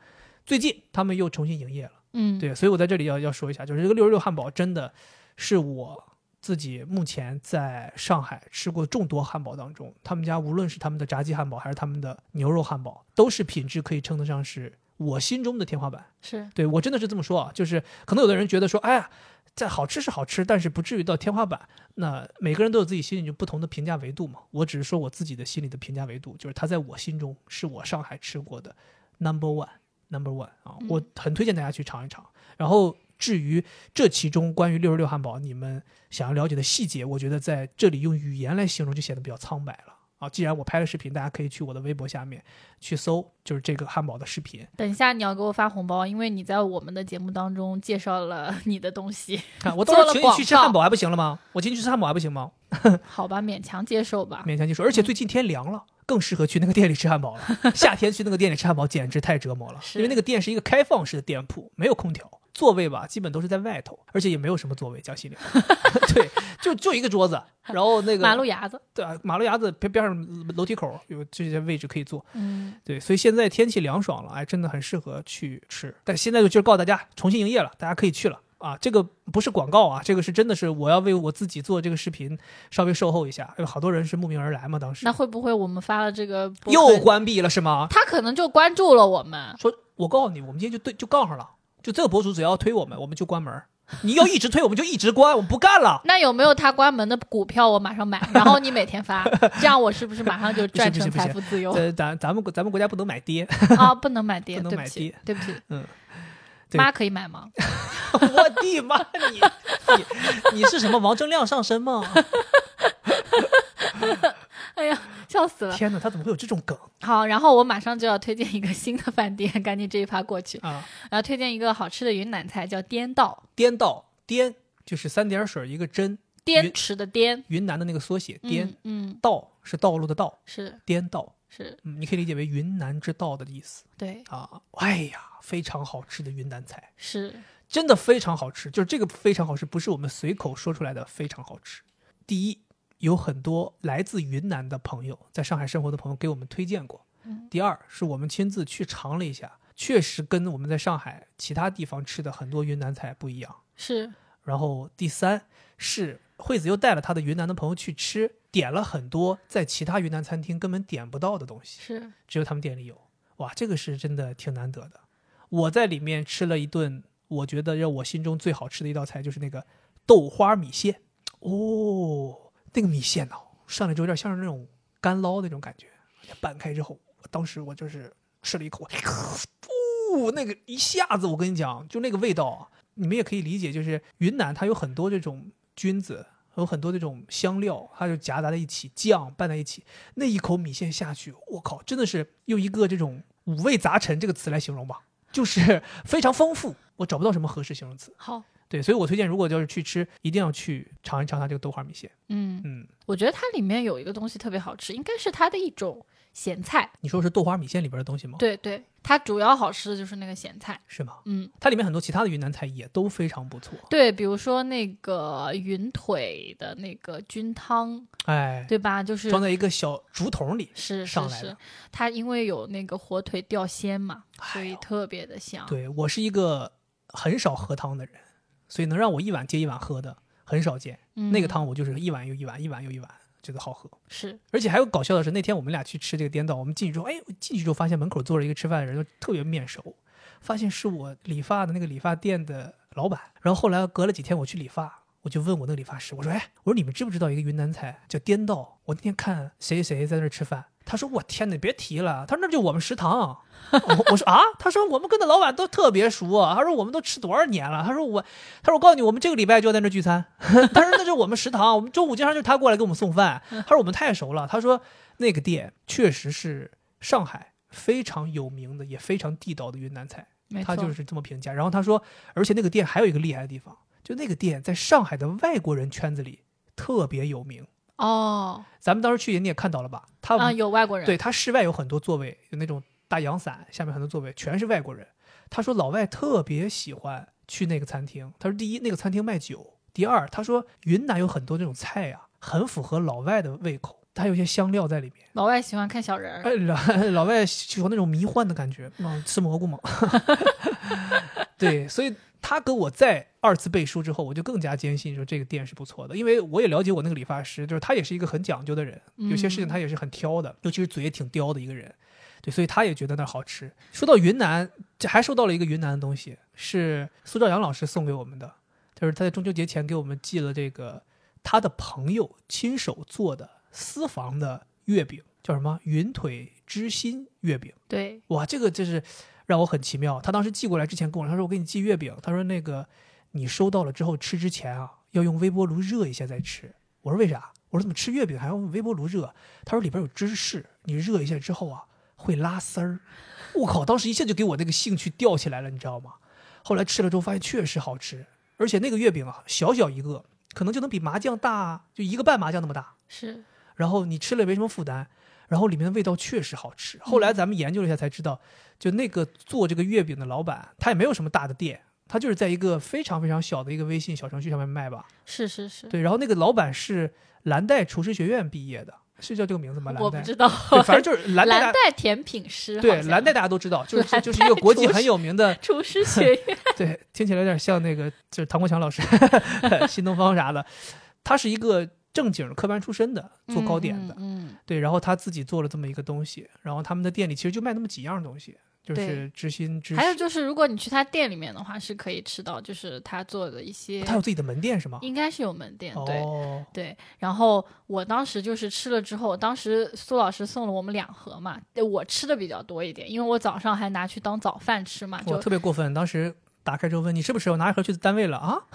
Speaker 1: 最近他们又重新营业了，
Speaker 2: 嗯，
Speaker 1: 对，所以我在这里要要说一下，就是这个六十六汉堡真的是我自己目前在上海吃过众多汉堡当中，他们家无论是他们的炸鸡汉堡还是他们的牛肉汉堡，都是品质可以称得上是我心中的天花板。
Speaker 2: 是
Speaker 1: 对我真的是这么说啊，就是可能有的人觉得说，哎呀，这好吃是好吃，但是不至于到天花板。那每个人都有自己心里就不同的评价维度嘛。我只是说我自己的心里的评价维度，就是它在我心中是我上海吃过的 number one number one 啊，我很推荐大家去尝一尝。然后至于这其中关于六十六汉堡你们想要了解的细节，我觉得在这里用语言来形容就显得比较苍白了。啊，既然我拍了视频，大家可以去我的微博下面去搜，就是这个汉堡的视频。
Speaker 2: 等一下你要给我发红包，因为你在我们的节目当中介绍了 你的 东西，
Speaker 1: 看我到时候
Speaker 2: 做了
Speaker 1: 请你去吃
Speaker 2: 广告
Speaker 1: 汉堡还不行了吗？我请你去吃汉堡还不行吗？
Speaker 2: 好吧，勉强接受吧。
Speaker 1: 勉强接受，而且最近天凉了。更适合去那个店里吃汉堡 了。夏天去那个店里吃汉堡简直太折磨了，
Speaker 2: 是
Speaker 1: 因为那个店是一个开放式的店铺，没有空调，座位吧基本都是在外头，而且也没有什么座位。讲心里话， 对，就就一个桌子，然后那个
Speaker 2: 马路牙子，
Speaker 1: 对啊马路牙子边边上楼梯口有这些位置可以坐，
Speaker 2: 嗯，
Speaker 1: 对，所以现在天气凉爽了，哎，真的很适合去吃。但现在就就是告诉大家，重新营业了，大家可以去了啊！这个不是广告啊，这个是真的是我要为我自己做这个视频稍微售后一下，因为好多人是慕名而来嘛，当时
Speaker 2: 那会不会我们发了这个博客
Speaker 1: 又关闭了是吗？
Speaker 2: 他可能就关注了我们，
Speaker 1: 说我告诉你，我们今天就对就杠上了，就这个博主只要推我们，我们就关门儿。你要一直推，我们就一直关，我们不干了。
Speaker 2: 那有没有他关门的股票？我马上买，然后你每 天发，这样我是不是马上就赚
Speaker 1: 不行
Speaker 2: 成
Speaker 1: 不行
Speaker 2: 财富自由
Speaker 1: 咱呃咱咱们国咱们国家不能买跌，
Speaker 2: 啊？不能买跌，
Speaker 1: 不能
Speaker 2: 对
Speaker 1: 买
Speaker 2: 不起
Speaker 1: 跌，
Speaker 2: 对不起，
Speaker 1: 嗯，对
Speaker 2: 妈可以买吗？
Speaker 1: 我的妈！你你你是什么王铮亮上身吗？
Speaker 2: 哎呀，笑死了。
Speaker 1: 天哪，他怎么会有这种梗
Speaker 2: 好，然后我马上就要推荐一个新的饭店， 赶紧这一趴过去。
Speaker 1: 啊？
Speaker 2: 然后推荐一个好吃的云南菜，叫颠倒，
Speaker 1: 颠倒颠就是三点水一个真，
Speaker 2: 滇池的滇，
Speaker 1: 云南的那个缩写颠、
Speaker 2: 嗯，嗯，
Speaker 1: 道是道路的道，
Speaker 2: 是
Speaker 1: 颠道，
Speaker 2: 是，
Speaker 1: 嗯，你可以理解为云南之道的意思
Speaker 2: 对，
Speaker 1: 啊。哎呀，非常好吃的云南菜，
Speaker 2: 是
Speaker 1: 真的非常好吃，就是这个非常好吃，不是我们随口说出来的非常好吃。第一，有很多来自云南的朋友，在上海生活的朋友给我们推荐过。
Speaker 2: 嗯
Speaker 1: 第二，是我们亲自去尝了一下，确实跟我们在上海其他地方吃的很多云南菜不一样。
Speaker 2: 是，
Speaker 1: 然后第三是惠子又带了她的云南的朋友去吃，点了很多在其他云南餐厅根本点不到的东西，
Speaker 2: 是
Speaker 1: 只有他们店里有。哇，这个是真的挺难得的。我在里面吃了一顿，我觉得让我心中最好吃的一道菜就是那个豆花米线。哦，那个米线呢、上来之后有点像是那种干捞那种感觉，拌开之后，当时我就是吃了一口，哦，那个一下子我跟你讲，就那个味道啊，你们也可以理解，就是云南它有很多这种菌子，有很多这种香料，它就夹杂在一起，酱拌在一起，那一口米线下去，我靠，真的是用一个这种五味杂陈这个词来形容吧，就是 非常丰富，我找不到什么合适形容词。
Speaker 2: 好，
Speaker 1: 对，所以我推荐，如果就是去吃，一定要去尝一尝它这个豆花米线。
Speaker 2: 嗯，
Speaker 1: 嗯，
Speaker 2: 我觉得它里面有一个东西特别好吃，应该是它的一种咸菜，
Speaker 1: 你说是豆花米线里边的东西吗？
Speaker 2: 对对，它主要好吃的就是那个咸菜，
Speaker 1: 是吗？
Speaker 2: 嗯，
Speaker 1: 它里面很多其他的云南菜也都非常不错。
Speaker 2: 对，比如说那个云腿的那个菌汤，
Speaker 1: 哎，
Speaker 2: 对吧？就是
Speaker 1: 装在一个小竹筒里。
Speaker 2: 是
Speaker 1: 上
Speaker 2: 是
Speaker 1: 来的
Speaker 2: 是，它因为有那个火腿吊鲜嘛，所
Speaker 1: 哎
Speaker 2: 以
Speaker 1: 呦
Speaker 2: 特别的香。
Speaker 1: 对我是一个很少喝汤的人，所以能让我一碗接一碗喝的很少见。
Speaker 2: 嗯
Speaker 1: 那个汤我就是一碗又一碗，一碗又一碗，觉得好喝。
Speaker 2: 是
Speaker 1: 而且还有搞笑的是，那天我们俩去吃这个颠倒，我们进去之后，哎，我进去之后发现门口坐着一个吃饭的人，就特别面熟，发现是我理发的那个理发店的老板。然后后来隔了几天我去理发，我就问我那个理发师，我说，哎，我说你们知不知道一个云南菜叫颠倒？我那天看谁谁谁在那儿吃饭。他说：“我天哪，别提了。”他说：“那就我们食堂。 我”我说：“啊？”他说：“我们跟那老板都特别熟。”啊他说：“我们都吃多少年了？”他说：“我，他说我告诉你，我们这个礼拜就要在那儿聚餐。” 他说：“那就是我们食堂，我们周五经常就是他过来给我们送饭。”他说：“我们太熟了。”他说：“那个店确实是上海非常有名的，也非常地道的云南菜。”
Speaker 2: 没
Speaker 1: 他
Speaker 2: 错，
Speaker 1: 就是这么评价。然后他说：“而且那个店还有一个厉害的地方，就那个店在上海的外国人圈子里特别有名。
Speaker 2: 哦
Speaker 1: 咱们当时去你也看到了吧？他
Speaker 2: 啊，有外国人
Speaker 1: 对他室外有很多座位，有那种大阳伞，下面很多座位全是外国人。他说老外特别喜欢去那个餐厅。他说第一，那个餐厅卖酒；第二，他说云南有很多这种菜呀、很符合老外的胃口，它有一些香料在里面。
Speaker 2: 老外喜欢看小人儿，
Speaker 1: 哎，老 老外喜欢那种迷幻的感觉，嗯，吃蘑菇嘛。 对，所以他跟我再二次背书之后，我就更加坚信说这个店是不错的，因为我也了解我那个理发师，就是他也是一个很讲究的人，有些事
Speaker 2: 嗯
Speaker 1: 情他也是很挑的，尤其是嘴也挺刁的一个人。对，所以他也觉得那儿好吃。说到云南，这还收到了一个云南的东西，是苏兆阳老师送给我们的，就是他在中秋节前给我们寄了这个他的朋友亲手做的私房的月饼，叫什么云腿之心月饼。
Speaker 2: 对，
Speaker 1: 哇，这个就是让我很奇妙。他当时寄过来之前跟我说，他说我给你寄月饼，他说那个你收到了之后吃之前啊，要用微波炉热一下再吃。我说为啥？我说怎么吃月饼还要用微波炉热？他说里边有芝士，你热一下之后啊会拉丝儿。我靠，当时一下就给我那个兴趣吊起来了，你知道吗？后来吃了之后发现确实好吃，而且那个月饼啊小小一个，可能就能比麻将大，就一个半麻将那么大。
Speaker 2: 是
Speaker 1: 然后你吃了也没什么负担，然后里面的味道确实好吃。后
Speaker 2: 嗯
Speaker 1: 来咱们研究了一下才知道，就那个做这个月饼的老板，他也没有什么大的店，他就是在一个非常非常小的一个微信小程序上面卖吧。
Speaker 2: 是是是，
Speaker 1: 对，然后那个老板是蓝带厨师学院毕业的，是叫这个名字吗？蓝
Speaker 2: 我不
Speaker 1: 带，
Speaker 2: 知道，
Speaker 1: 对，反正就是蓝带大
Speaker 2: 蓝。带甜品师，
Speaker 1: 对，
Speaker 2: 好像
Speaker 1: 蓝带大家都知道，就是
Speaker 2: 蓝带
Speaker 1: 就是一个国际
Speaker 2: 厨师
Speaker 1: 很有名 的
Speaker 2: 厨师学院，
Speaker 1: 对，听起来有点像那个，就是唐国强 老师、新东方啥的。他是一个正经科班出身的， 做糕点的。
Speaker 2: 嗯，嗯嗯
Speaker 1: 对，然后他自己做了这么一个东西，然后他们的店里其实就卖那么几样东西，就是
Speaker 2: 对
Speaker 1: 知心知识
Speaker 2: 还有就是，如果你去他店里面的话，是可以吃到，就是他做的一些，
Speaker 1: 他有自己的门店是吗？
Speaker 2: 应该是有门店，对，
Speaker 1: 哦，
Speaker 2: 对，然后我当时就是吃了之后，当时苏老师送了我们两盒嘛，对我吃的比较多一点，因为我早上还拿去当早饭吃嘛，
Speaker 1: 我
Speaker 2: 就
Speaker 1: 特别过分，当时打开之后问你吃不吃，我拿一盒去单位了啊，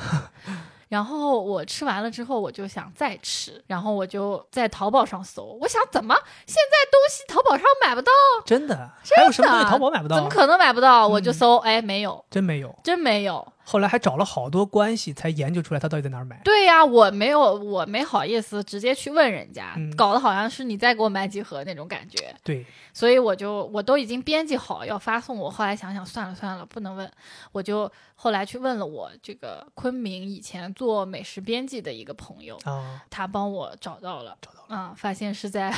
Speaker 2: 然后我吃完了之后，我就想再吃，然后我就在淘宝上搜，我想怎么现在东西淘宝上买不到，
Speaker 1: 真的，还有什么东西
Speaker 2: 的
Speaker 1: 淘宝买不到
Speaker 2: 怎
Speaker 1: 啊
Speaker 2: 么？可能买不到？我
Speaker 1: 嗯
Speaker 2: 就搜，哎，没有，
Speaker 1: 真没有。
Speaker 2: 真没有。
Speaker 1: 后来还找了好多关系才研究出来他到底在哪儿买。
Speaker 2: 对呀、我没有，我没好意思直接去问人家，
Speaker 1: 嗯
Speaker 2: 搞得好像是你再给我买几盒那种感觉。
Speaker 1: 对，
Speaker 2: 所以我就我都已经编辑好要发送我，后来想想算了算了，不能问，我就后来去问了我这个昆明以前做美食编辑的一个朋友，
Speaker 1: 啊，
Speaker 2: 他帮我找到了，找到了，啊、发现是在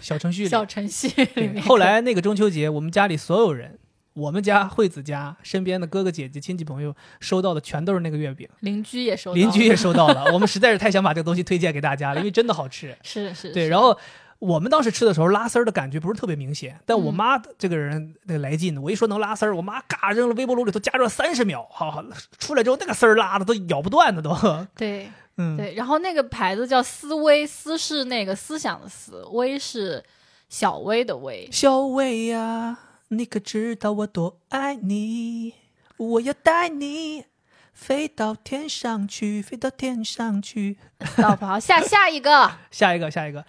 Speaker 1: 小程序里
Speaker 2: 小程序里
Speaker 1: 对，
Speaker 2: 面。
Speaker 1: 后来那个中秋节，我们家里所有人，我们家惠子家身边的哥哥姐姐、亲戚朋友收到的全都是那个月饼，
Speaker 2: 邻居也收到了，
Speaker 1: 邻居也收到了。我 们实在是太想把这个东西推荐给大家了，因为真的好吃。
Speaker 2: 是是，
Speaker 1: 对，
Speaker 2: 是
Speaker 1: 然后我们当时吃的时候拉丝儿的感觉不是特别明显，但我
Speaker 2: 嗯
Speaker 1: 妈这个人那个来劲，我一说能拉丝儿，我妈嘎扔了微波炉里头加热三十秒，好好出来之后那个丝儿拉的都咬不断的都，
Speaker 2: 对
Speaker 1: 嗯，
Speaker 2: 对，然后那个牌子叫思威，思是那个思想的思，威是小薇的薇，
Speaker 1: 小薇呀，你可知道我多爱你？我要带你飞到天上去，飞到天上去。
Speaker 2: 好不好？下下一个，
Speaker 1: 下一个，下一个，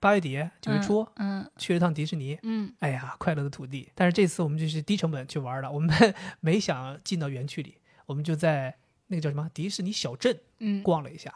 Speaker 1: 八月底九月
Speaker 2: 嗯
Speaker 1: 初、
Speaker 2: 嗯
Speaker 1: 去了趟迪士尼，
Speaker 2: 嗯，
Speaker 1: 哎呀，快乐的土地！但是这次我们就是低成本去玩了，我们 没想进到园区里，我们就在那个叫什么迪士尼小镇
Speaker 2: 嗯
Speaker 1: 逛了一下。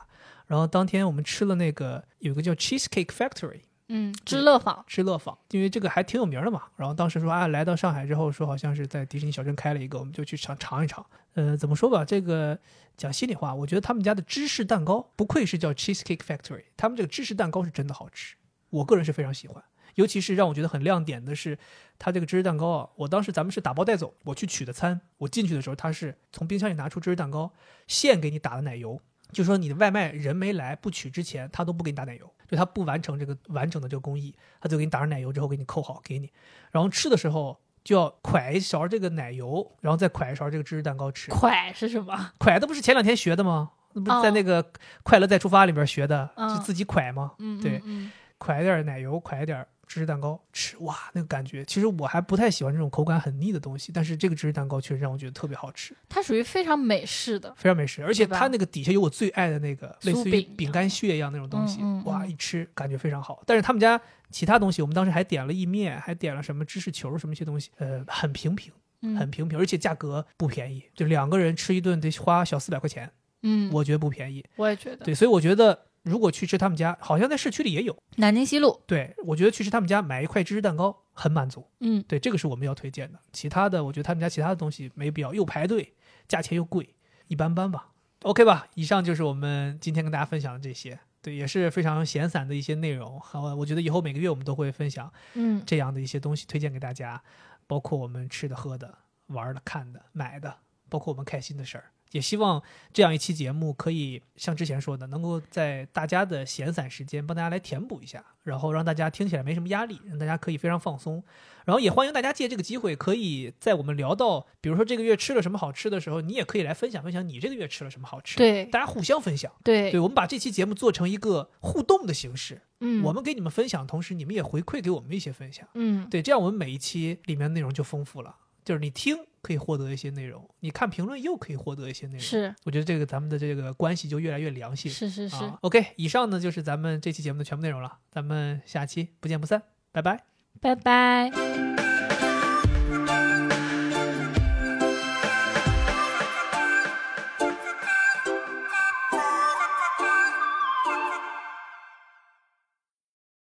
Speaker 1: 然后当天我们吃了那个有个叫 Cheesecake Factory
Speaker 2: 嗯，知乐坊，
Speaker 1: 吃乐坊，因为这个还挺有名的嘛。然后当时说啊，来到上海之后说好像是在迪士尼小镇开了一个，我们就去尝尝一尝。呃，怎么说吧，这个讲心里话，我觉得他们家的芝士蛋糕不愧是叫 Cheesecake Factory，他们这个芝士蛋糕是真的好吃，我个人是非常喜欢。尤其是让我觉得很亮点的是，它这个芝士蛋糕啊，我当时咱们是打包带走，我去取的餐，我进去的时候他是从冰箱里拿出芝士蛋糕，现给你打的奶油，就说你的外卖人没来不取之前，他都不给你打奶油，就他不完成这个完整的这个工艺，他就给你打上奶油之后给你扣好给你，然后吃的时候。就要㧟一勺这个奶油，然后再㧟一勺这个芝士蛋糕吃。
Speaker 2: 快是什么？
Speaker 1: 蒯的不是前两天学的吗？那不是在那个《快乐再出发》里边学的，
Speaker 2: 嗯
Speaker 1: 就自己蒯吗？
Speaker 2: 嗯，
Speaker 1: 对
Speaker 2: 嗯嗯
Speaker 1: 蒯点奶油，蒯点芝士蛋糕，吃哇，那个感觉。其实我还不太喜欢这种口感很腻的东西，但是这个芝士蛋糕确实让我觉得特别好吃，
Speaker 2: 它属于非常美式的，
Speaker 1: 非常美食。而且
Speaker 2: 对吧
Speaker 1: 它那个底下有我最爱的那个类似
Speaker 2: 酥
Speaker 1: 于
Speaker 2: 饼一样
Speaker 1: 饼干屑一样那种东西，
Speaker 2: 嗯嗯嗯
Speaker 1: 哇，一吃感觉非常好。但是他们家其他东西，我们当时还点了意面，还点了什么芝士球什么一些东西，呃，很平平，很
Speaker 2: 嗯
Speaker 1: 平平，而且价格不便宜，就两个人吃一顿得花小四百块钱，
Speaker 2: 嗯，
Speaker 1: 我觉得不便宜。
Speaker 2: 我也觉得
Speaker 1: 对，所以我觉得如果去吃他们家，好像在市区里也有。
Speaker 2: 南京西路，
Speaker 1: 对，我觉得去吃他们家买一块芝士蛋糕很满足。
Speaker 2: 嗯，
Speaker 1: 对，这个是我们要推荐的。其他的，我觉得他们家其他的东西没必要，又排队，价钱又贵，一般般吧。OK 吧，以上就是我们今天跟大家分享的这些。对，也是非常闲散的一些内容。好，我觉得以后每个月我们都会分享
Speaker 2: 嗯，
Speaker 1: 这样的一些东西推荐给大家，包括我们吃的、喝的、玩的、看的、买的，包括我们开心的事儿。也希望这样一期节目可以像之前说的，能够在大家的闲散时间帮大家来填补一下，然后让大家听起来没什么压力，让大家可以非常放松。然后也欢迎大家借这个机会，可以在我们聊到比如说这个月吃了什么好吃的时候，你也可以来分享分享你这个月吃了什么好吃，
Speaker 2: 对
Speaker 1: 大家互相分享。对，
Speaker 2: 对，
Speaker 1: 我们把这期节目做成一个互动的形式，
Speaker 2: 嗯，
Speaker 1: 我们给你们分享，同时你们也回馈给我们一些分享。
Speaker 2: 嗯，
Speaker 1: 对，这样我们每一期里面内容就丰富了，就是你听可以获得一些内容，你看评论又可以获得一些内容。，
Speaker 2: 是
Speaker 1: 我觉得这个咱们的这个关系就越来越良性。
Speaker 2: 是是是，
Speaker 1: 啊、OK，以上呢就是咱们这期节目的全部内容了，咱们下期不见不散，拜拜。
Speaker 2: 拜拜。